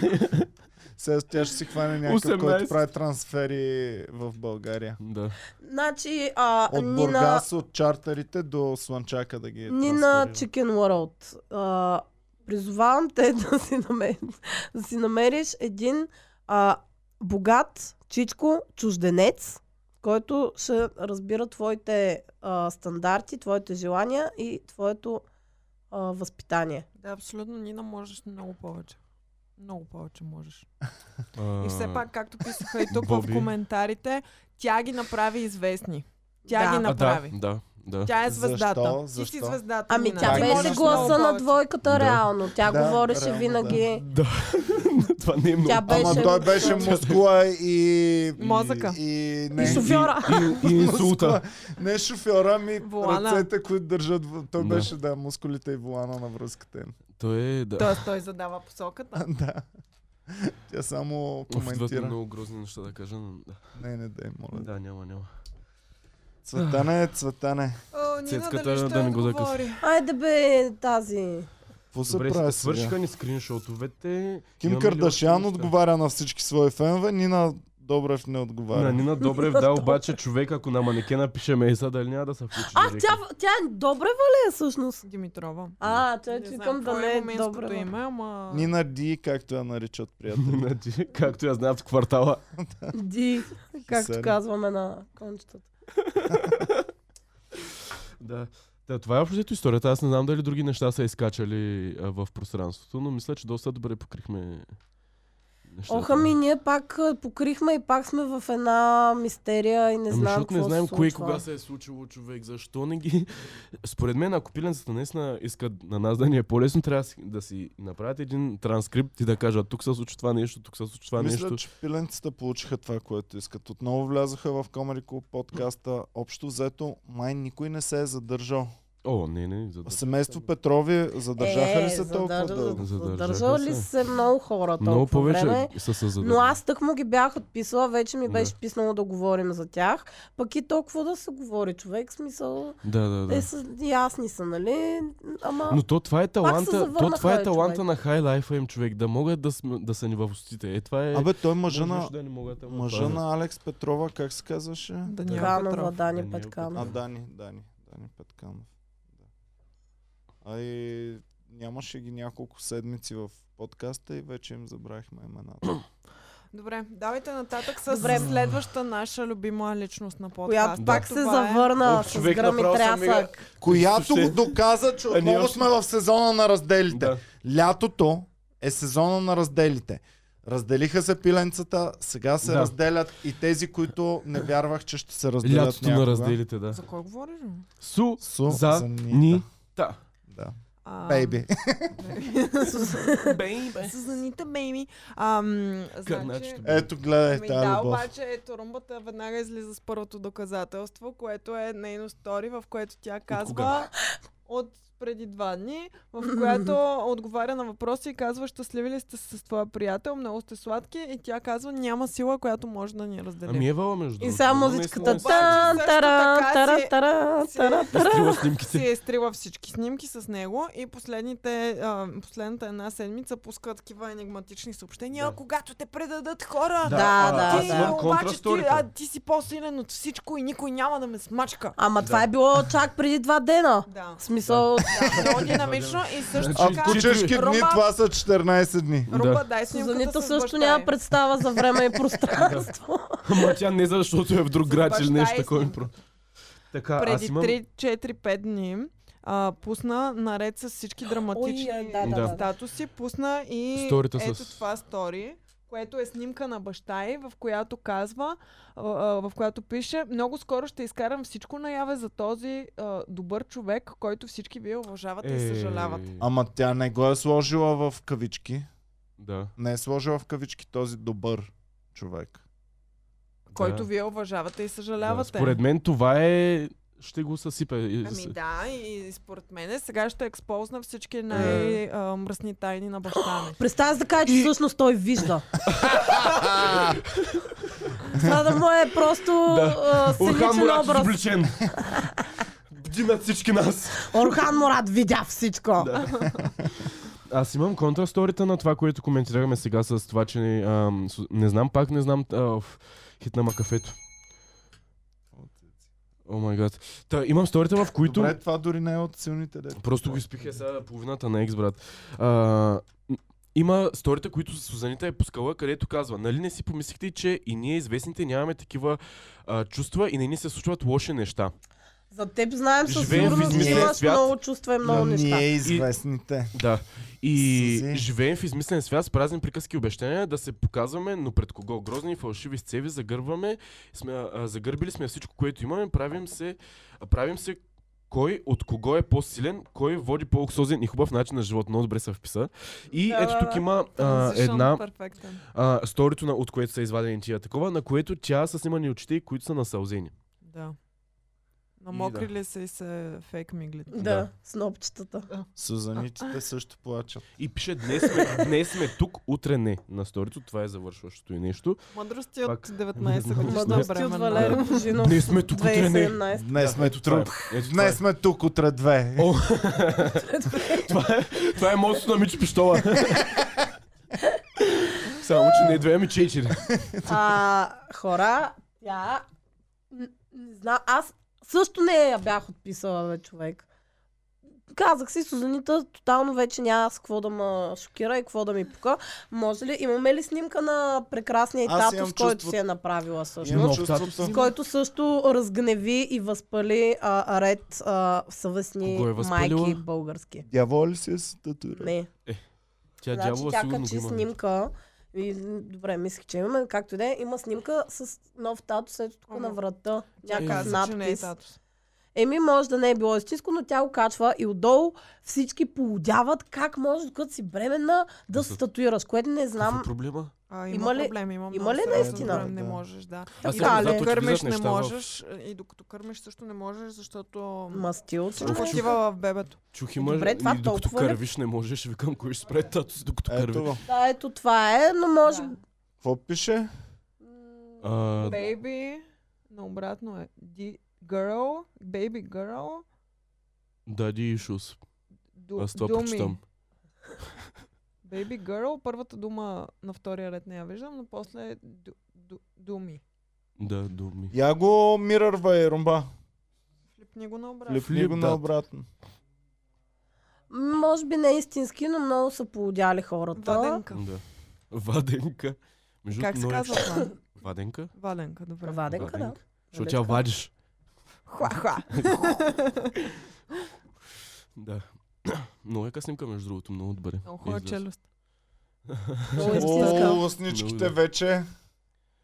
[SPEAKER 2] Сега тя ще си хване някакъв,
[SPEAKER 1] 18.
[SPEAKER 2] който прави трансфери в България.
[SPEAKER 1] Да.
[SPEAKER 4] Значи, а,
[SPEAKER 2] От
[SPEAKER 4] Нина,
[SPEAKER 2] Бургас, от чартерите до Слънчака да ги е
[SPEAKER 4] Нина
[SPEAKER 2] трансферирал.
[SPEAKER 4] Chicken World. А, призовавам те да си, намер... да си намериш един а, богат, чичко, чужденец, който ще разбира твоите а, стандарти, твоите желания и твоето а, възпитание.
[SPEAKER 3] Да, абсолютно, Нина, можеш много повече. Много повече можеш. И все пак, както писаха и тук в
[SPEAKER 1] Боби.
[SPEAKER 3] коментарите, тя ги направи известни. Тя
[SPEAKER 4] Да.
[SPEAKER 3] ги
[SPEAKER 1] А,
[SPEAKER 3] направи.
[SPEAKER 1] Да, да. да.
[SPEAKER 3] Тя е
[SPEAKER 2] Защо?
[SPEAKER 3] звездата. Ти си
[SPEAKER 2] Защо?
[SPEAKER 3] звездата.
[SPEAKER 4] Ами
[SPEAKER 3] Нина.
[SPEAKER 4] тя
[SPEAKER 3] Ти
[SPEAKER 1] Ти
[SPEAKER 4] беше
[SPEAKER 3] можеш
[SPEAKER 4] гласа
[SPEAKER 3] много
[SPEAKER 4] на
[SPEAKER 3] повече.
[SPEAKER 4] двойката,
[SPEAKER 1] Да.
[SPEAKER 4] реално. Тя
[SPEAKER 2] Да,
[SPEAKER 4] говореше
[SPEAKER 2] реално,
[SPEAKER 4] винаги.
[SPEAKER 1] Това не е много.
[SPEAKER 4] Тя беше...
[SPEAKER 2] Ама той беше мускула и...
[SPEAKER 3] Мозъка.
[SPEAKER 2] И,
[SPEAKER 4] И
[SPEAKER 2] не,
[SPEAKER 4] шофьора.
[SPEAKER 1] И, и, и инсулта.
[SPEAKER 2] Мускула. Не шофьора, ами
[SPEAKER 3] Волана.
[SPEAKER 2] ръцете, които държат... в- Той
[SPEAKER 1] Да.
[SPEAKER 2] беше, да, мускулите и волана на връзката им.
[SPEAKER 1] Той е, да.
[SPEAKER 3] Тоест той задава посоката.
[SPEAKER 2] да. Тя само
[SPEAKER 1] Оф, идват ми
[SPEAKER 2] коментира.
[SPEAKER 1] много грозни неща да кажа, но да.
[SPEAKER 2] Не, не, дай, моля. Да.
[SPEAKER 1] Да, няма, няма.
[SPEAKER 2] Цветане, цветане.
[SPEAKER 3] О, Нина,
[SPEAKER 1] Цецката
[SPEAKER 3] дали ще
[SPEAKER 1] е да не го закъсва.
[SPEAKER 3] отговори?
[SPEAKER 4] Айде бе тази.
[SPEAKER 2] Какво се
[SPEAKER 1] Добре,
[SPEAKER 2] прави
[SPEAKER 1] свършиха
[SPEAKER 2] сега?
[SPEAKER 1] ни скриншотовете.
[SPEAKER 2] Ким
[SPEAKER 1] Имаме ли
[SPEAKER 2] Кардашян
[SPEAKER 1] още неща?
[SPEAKER 2] отговаря на всички свои фенове, Нина Добрев не
[SPEAKER 1] На
[SPEAKER 2] отговаря.
[SPEAKER 1] Нина Добрев, да, обаче човек, ако на манекена пише Мейса, дали няма да се включи?
[SPEAKER 4] А,
[SPEAKER 1] директно?
[SPEAKER 4] тя, тя е Добрева ли е всъщност?
[SPEAKER 3] Димитрова.
[SPEAKER 4] А, той че
[SPEAKER 3] знам
[SPEAKER 4] викам да
[SPEAKER 3] какво
[SPEAKER 4] не е
[SPEAKER 3] моминското
[SPEAKER 4] Добрева.
[SPEAKER 3] име, ама...
[SPEAKER 2] Нина Ди, както я наричат приятели.
[SPEAKER 1] Значи, както я знаят в квартала.
[SPEAKER 4] Ди, както
[SPEAKER 2] Сери.
[SPEAKER 4] казваме на кончетата.
[SPEAKER 1] Да. Да, това е общо взето историята. Аз не знам дали други неща са изкачали а, в пространството, но мисля, че доста добре покрихме нещата.
[SPEAKER 4] Оха ми, ние пак а, покрихме и пак сме в една мистерия и не
[SPEAKER 1] Ами,
[SPEAKER 4] знам
[SPEAKER 1] защото
[SPEAKER 4] какво
[SPEAKER 1] не знаем
[SPEAKER 4] се
[SPEAKER 1] кое и
[SPEAKER 4] случва.
[SPEAKER 1] кога се е случило човек, защо не ги... Според мен, ако пиленцата наистина искат на нас да ни е по-лесно, трябва да си- да си направят един транскрипт и да кажат тук се случва това нещо, тук се случва това
[SPEAKER 2] Мисля,
[SPEAKER 1] нещо.
[SPEAKER 2] че пиленцата получиха това, което искат. Отново влязоха в Comedy Club подкаста. Общо взето, май никой не се е задържал.
[SPEAKER 1] О, не, не, за да...
[SPEAKER 2] Семейство Петрови задържаха ли
[SPEAKER 4] Е,
[SPEAKER 2] се толкова
[SPEAKER 4] задържа-
[SPEAKER 2] дълго?
[SPEAKER 1] Задържаха
[SPEAKER 4] Задържали ли
[SPEAKER 1] се.
[SPEAKER 4] се много хора толкова
[SPEAKER 1] Много повече
[SPEAKER 4] време?
[SPEAKER 1] са се задържали.
[SPEAKER 4] Но аз тък му ги бях отписала, вече ми
[SPEAKER 1] Да.
[SPEAKER 4] беше писнало да говорим за тях. Пък и толкова да се говори, човек, в смисъл...
[SPEAKER 1] Да, да, да.
[SPEAKER 4] Е, са, ясни са, нали? Ама...
[SPEAKER 1] Но то това е таланта, то
[SPEAKER 4] завърнаха,
[SPEAKER 1] това
[SPEAKER 4] бе,
[SPEAKER 1] е таланта
[SPEAKER 4] човек.
[SPEAKER 1] на хайлайфа им човек, да могат да, см, да са ни в устите. Е, това е...
[SPEAKER 2] Абе, той мъжа
[SPEAKER 1] може
[SPEAKER 2] на,
[SPEAKER 1] нещо да не могат, ама
[SPEAKER 2] мъжа
[SPEAKER 1] това е.
[SPEAKER 2] на Алекс Петрова, как се казваше?
[SPEAKER 3] Даниел
[SPEAKER 4] Петканова,
[SPEAKER 3] Петров.
[SPEAKER 4] Дани
[SPEAKER 1] Даниел
[SPEAKER 4] Петканова.
[SPEAKER 2] А, Дани, Дани, Дани Петканов. Да. А и нямаше ги няколко седмици в подкаста и вече им забравихме имената.
[SPEAKER 3] Добре, давайте нататък с
[SPEAKER 4] Добре.
[SPEAKER 3] следващата наша любима личност на подкаст.
[SPEAKER 4] Която
[SPEAKER 1] Да.
[SPEAKER 4] пак се
[SPEAKER 3] Това е-
[SPEAKER 4] завърна
[SPEAKER 1] Ох,
[SPEAKER 4] с
[SPEAKER 1] човек,
[SPEAKER 4] гръм и
[SPEAKER 1] направо съм мига.
[SPEAKER 4] трясък.
[SPEAKER 2] Която
[SPEAKER 1] Ще-
[SPEAKER 2] го доказа, че
[SPEAKER 1] А, ние
[SPEAKER 2] отново
[SPEAKER 1] още-
[SPEAKER 2] сме в сезона на разделите.
[SPEAKER 1] Да.
[SPEAKER 2] Лятото е сезона на разделите. Разделиха се пиленцата, сега се
[SPEAKER 1] Да.
[SPEAKER 2] разделят и тези, които не вярвах, че ще се разделят
[SPEAKER 1] Лятото на
[SPEAKER 2] някога.
[SPEAKER 1] разделите, да.
[SPEAKER 3] За кой говориш? бе?
[SPEAKER 1] Су,
[SPEAKER 2] Су
[SPEAKER 1] за,
[SPEAKER 2] за
[SPEAKER 1] ни,
[SPEAKER 2] Да.
[SPEAKER 3] а,
[SPEAKER 2] Бейби.
[SPEAKER 1] ами,
[SPEAKER 3] Сузанита Бейби. Ам, значи,
[SPEAKER 1] Кърначето.
[SPEAKER 2] Ето, гледай
[SPEAKER 3] Ами
[SPEAKER 2] тази
[SPEAKER 3] да,
[SPEAKER 2] любов.
[SPEAKER 3] обаче ето румбата веднага излиза с първото доказателство, което е нейно стори, в което тя казва
[SPEAKER 1] кога?
[SPEAKER 3] от, преди два дни, в която отговаря на въпроси и казва щастливи ли сте с твоя приятел, много сте сладки и тя казва няма сила, която може да ни раздели.
[SPEAKER 1] Ами Евала между
[SPEAKER 4] И
[SPEAKER 1] другото,
[SPEAKER 4] само
[SPEAKER 1] много
[SPEAKER 4] музичката.
[SPEAKER 1] наистина е
[SPEAKER 4] Тара,
[SPEAKER 3] също
[SPEAKER 4] тара,
[SPEAKER 3] така
[SPEAKER 4] тара,
[SPEAKER 3] си-
[SPEAKER 4] тара,
[SPEAKER 3] си-
[SPEAKER 4] тара.
[SPEAKER 1] Изтрила снимките.
[SPEAKER 3] си е изтрила всички снимки с него и последните, а, последната една седмица пуска такива енигматични съобщения.
[SPEAKER 1] Да.
[SPEAKER 3] А, когато те предадат хора,
[SPEAKER 4] Да,
[SPEAKER 1] а,
[SPEAKER 4] да,
[SPEAKER 1] аз
[SPEAKER 3] ти,
[SPEAKER 4] да.
[SPEAKER 1] имам
[SPEAKER 3] обаче ти,
[SPEAKER 1] контрасторите.
[SPEAKER 3] а, ти си по-силен от всичко и никой няма да ме смачка.
[SPEAKER 4] Ама това е било чак преди два дена.
[SPEAKER 3] Да.
[SPEAKER 4] В смисъл,
[SPEAKER 3] Да, много динамично и също
[SPEAKER 1] Значи,
[SPEAKER 2] А в
[SPEAKER 3] така...
[SPEAKER 2] кучешки
[SPEAKER 3] Рома-
[SPEAKER 2] дни това са 14 дни.
[SPEAKER 3] Руба, дай снимката
[SPEAKER 4] Сузанита
[SPEAKER 3] с
[SPEAKER 4] също
[SPEAKER 3] баща е.
[SPEAKER 4] няма
[SPEAKER 3] й.
[SPEAKER 4] представа за време и пространство.
[SPEAKER 1] Ама тя не защото е в друг
[SPEAKER 3] С
[SPEAKER 1] град или
[SPEAKER 3] баща
[SPEAKER 1] нещо
[SPEAKER 3] и
[SPEAKER 1] такова.
[SPEAKER 3] снимка.
[SPEAKER 1] Про- Така, аз
[SPEAKER 3] Преди
[SPEAKER 1] имам...
[SPEAKER 3] 3-4-5 дни а, пусна наред с всички драматични
[SPEAKER 4] Ой, да,
[SPEAKER 1] да, да.
[SPEAKER 3] статуси, пусна и
[SPEAKER 1] Сторита
[SPEAKER 3] ето
[SPEAKER 1] с-
[SPEAKER 3] това стори, което е снимка на баща й, в която казва, а, а, в която пише, много скоро ще изкарам всичко наяве за този а, добър човек, който всички вие уважавате и
[SPEAKER 1] Е,
[SPEAKER 3] съжалявате.
[SPEAKER 2] Ама тя не го е сложила в кавички.
[SPEAKER 1] Да.
[SPEAKER 2] Не е сложила в кавички този добър човек.
[SPEAKER 3] Който
[SPEAKER 1] да.
[SPEAKER 3] вие уважавате и
[SPEAKER 1] Да,
[SPEAKER 3] съжалявате.
[SPEAKER 1] според мен е това е... Ще го съсипе.
[SPEAKER 3] Ами да, и според мен е. сега ще експозна
[SPEAKER 1] Е.
[SPEAKER 3] всички най-мръсни тайни на баща ми.
[SPEAKER 4] Представя се да кажа, че всъщност той вижда. Това да му е просто
[SPEAKER 1] Да.
[SPEAKER 4] а,
[SPEAKER 1] Орхан
[SPEAKER 4] сценичен
[SPEAKER 1] Мурат
[SPEAKER 4] образ.
[SPEAKER 1] изобличен. Бди над всички нас.
[SPEAKER 4] Орхан Мурат видя всичко.
[SPEAKER 1] Аз имам контрасторите на това, което коментирахме сега с това, че не, ам, с- не знам, пак не знам, а, в хит на макафето. О май гад. Та, имам сторите, в които...
[SPEAKER 2] Добре, това дори не е от силните дете.
[SPEAKER 1] Просто го изпиха сега половината на екс, брат. А, м- има сторите, които Сузанита е пускала, където казва, нали не си помислихте, че и ние известните нямаме такива а, чувства и не ни се случват лоши неща.
[SPEAKER 4] За теб знаем със
[SPEAKER 1] Живеем в
[SPEAKER 4] сигурност, че
[SPEAKER 1] измислен
[SPEAKER 4] имаш
[SPEAKER 1] свят.
[SPEAKER 4] много чувства и много
[SPEAKER 2] Но
[SPEAKER 4] неща.
[SPEAKER 2] ние известните.
[SPEAKER 1] Да. И
[SPEAKER 2] Сюзи.
[SPEAKER 1] живеем в измислен свят с празни приказки и обещания да се показваме, но пред кого? Грозни и фалшиви сцеви загърбваме, сме, а, загърбили сме всичко, което имаме, правим се, а, правим се кой от кого е по-силен, кой води по-луксозен и хубав начин на живот. Много добре се вписа. И
[SPEAKER 4] Да,
[SPEAKER 1] ето
[SPEAKER 4] да,
[SPEAKER 1] тук
[SPEAKER 4] да.
[SPEAKER 1] има а,
[SPEAKER 3] Transition
[SPEAKER 1] една
[SPEAKER 3] Perfecten.
[SPEAKER 1] а, сторито, на, от което са извадени тия такова, на което тя са снимани очите и които са насълзени.
[SPEAKER 3] Да. Намокрили се и се фейк миглите.
[SPEAKER 4] Да, снопчетата.
[SPEAKER 2] Сузанитите също плачат.
[SPEAKER 1] И пише днес сме, днес сме тук, утре не на сторито. Това е завършващото и нещо.
[SPEAKER 3] Мъдрости от
[SPEAKER 1] Пак.
[SPEAKER 3] 19 годишна
[SPEAKER 4] Мъдрости от
[SPEAKER 3] бременна.
[SPEAKER 4] Валери Божинов.
[SPEAKER 1] Днес Е, сме тук, утре не.
[SPEAKER 4] 2017.
[SPEAKER 2] Днес сме
[SPEAKER 1] Това е.
[SPEAKER 2] тук.
[SPEAKER 1] Ето това е.
[SPEAKER 2] Днес сме тук, утре две.
[SPEAKER 1] О, Това е моето на Мичо Пиштола. Само, че не е две, ами четири.
[SPEAKER 4] А, хора, тя... н- Не знам, аз също не я бях отписала бе, човек. Казах си, Сузанита тотално вече няма с какво да ме шокира и какво да ми пука. Може ли, имаме ли снимка на прекрасния и
[SPEAKER 2] Аз
[SPEAKER 4] татус,
[SPEAKER 2] имам
[SPEAKER 4] който
[SPEAKER 2] чувство-
[SPEAKER 4] си е направила също?
[SPEAKER 2] Имам
[SPEAKER 1] Но,
[SPEAKER 2] чувството.
[SPEAKER 4] С който също разгневи и възпали а, ред а,
[SPEAKER 1] Кого е
[SPEAKER 4] съвестни
[SPEAKER 1] възпалила?
[SPEAKER 4] майки български.
[SPEAKER 2] Дявол ли си е с татура?
[SPEAKER 4] Не.
[SPEAKER 1] Тя
[SPEAKER 4] значи
[SPEAKER 1] дявола
[SPEAKER 4] тя
[SPEAKER 1] сигурно
[SPEAKER 4] качи
[SPEAKER 1] го има. нали?
[SPEAKER 4] снимка. И, добре, мислих, че имаме, както и да е, има снимка с нов татус ето тук
[SPEAKER 3] Ама,
[SPEAKER 4] на врата.
[SPEAKER 3] Тя
[SPEAKER 4] Някакъв
[SPEAKER 3] каза, че не е
[SPEAKER 4] надпис.
[SPEAKER 3] татус.
[SPEAKER 4] Еми, може да не е било истинско, но тя го качва и отдолу всички полудяват как може, докато си бременна, да се
[SPEAKER 1] Какъв-
[SPEAKER 4] татуираш, което не знам.
[SPEAKER 1] Какъв е проблема?
[SPEAKER 3] А,
[SPEAKER 4] Има
[SPEAKER 3] има,
[SPEAKER 4] ли-
[SPEAKER 3] проблем, има,
[SPEAKER 4] има
[SPEAKER 3] много
[SPEAKER 4] ли
[SPEAKER 3] сериозен
[SPEAKER 2] наистина?
[SPEAKER 3] проблем, не
[SPEAKER 2] Да.
[SPEAKER 3] можете, да.
[SPEAKER 1] Аз
[SPEAKER 3] и
[SPEAKER 1] съм
[SPEAKER 4] да,
[SPEAKER 3] докато
[SPEAKER 1] за това,
[SPEAKER 4] ле.
[SPEAKER 1] че
[SPEAKER 3] кърмиш
[SPEAKER 1] влизат
[SPEAKER 3] не
[SPEAKER 1] неща в...
[SPEAKER 3] можеш, и докато кърмиш също не можеш, защото
[SPEAKER 4] Мастил, че
[SPEAKER 3] всичко
[SPEAKER 1] Чух.
[SPEAKER 3] отива в бебето.
[SPEAKER 1] Чух има,
[SPEAKER 4] Добре, това
[SPEAKER 1] и докато
[SPEAKER 4] толкова ли?
[SPEAKER 1] кървиш не можеш, викам, кой ще спре татус, докато
[SPEAKER 2] Ето
[SPEAKER 1] кърви.
[SPEAKER 2] го.
[SPEAKER 4] Да, ето това е, но може...
[SPEAKER 3] Да.
[SPEAKER 2] Какво пише?
[SPEAKER 1] А,
[SPEAKER 3] Baby, наобратно е D- girl, baby girl,
[SPEAKER 1] Daddy issues.
[SPEAKER 3] ду,
[SPEAKER 1] Аз това
[SPEAKER 3] думи.
[SPEAKER 1] прочитам.
[SPEAKER 3] Baby girl, първата дума на втория ред не я виждам, но после е ду, ду, думи.
[SPEAKER 1] Да, думи.
[SPEAKER 2] Я го мирървай, румба.
[SPEAKER 3] Флипни го наобратно.
[SPEAKER 2] Лепни го
[SPEAKER 1] Флип, да.
[SPEAKER 2] наобратно.
[SPEAKER 4] М, Може би не е истински, но много са полудяли хората.
[SPEAKER 3] Ваденка.
[SPEAKER 1] Да. Ваденка. Между
[SPEAKER 3] Как се
[SPEAKER 1] но е-
[SPEAKER 3] казва това?
[SPEAKER 1] Ваденка?
[SPEAKER 3] Валенка, добре.
[SPEAKER 4] Ваденка, да.
[SPEAKER 1] Защото тя
[SPEAKER 4] Валечка.
[SPEAKER 1] вадиш.
[SPEAKER 3] Хуа-хуа.
[SPEAKER 1] Да. Много яка снимка, между другото, много добре.
[SPEAKER 3] Много хора
[SPEAKER 1] Излез.
[SPEAKER 3] челюст.
[SPEAKER 4] Много истинска.
[SPEAKER 2] О, усничките
[SPEAKER 1] Много.
[SPEAKER 2] вече.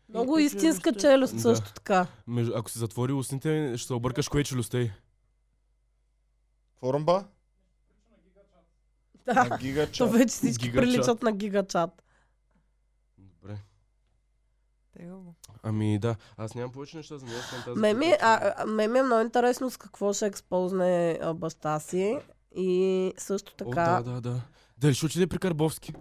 [SPEAKER 4] Много истинска челюст
[SPEAKER 1] Да.
[SPEAKER 4] също така.
[SPEAKER 1] Между- Ако си затвори устните, ще се объркаш кое е челюстта й.
[SPEAKER 2] Какво, румба?
[SPEAKER 4] Да. То
[SPEAKER 2] Гигачат.
[SPEAKER 4] вече всички
[SPEAKER 1] Гигачат.
[SPEAKER 4] приличат на гигачат.
[SPEAKER 1] Добре.
[SPEAKER 3] Тегаво.
[SPEAKER 1] Ами да, аз нямам повече неща за нея, освен тази.
[SPEAKER 4] Меми,
[SPEAKER 1] за
[SPEAKER 4] а, а, ме ми е много интересно с какво ще експозне а, баща си. И също така...
[SPEAKER 1] О, да, да, да. Дали ще отиде при Карбовски?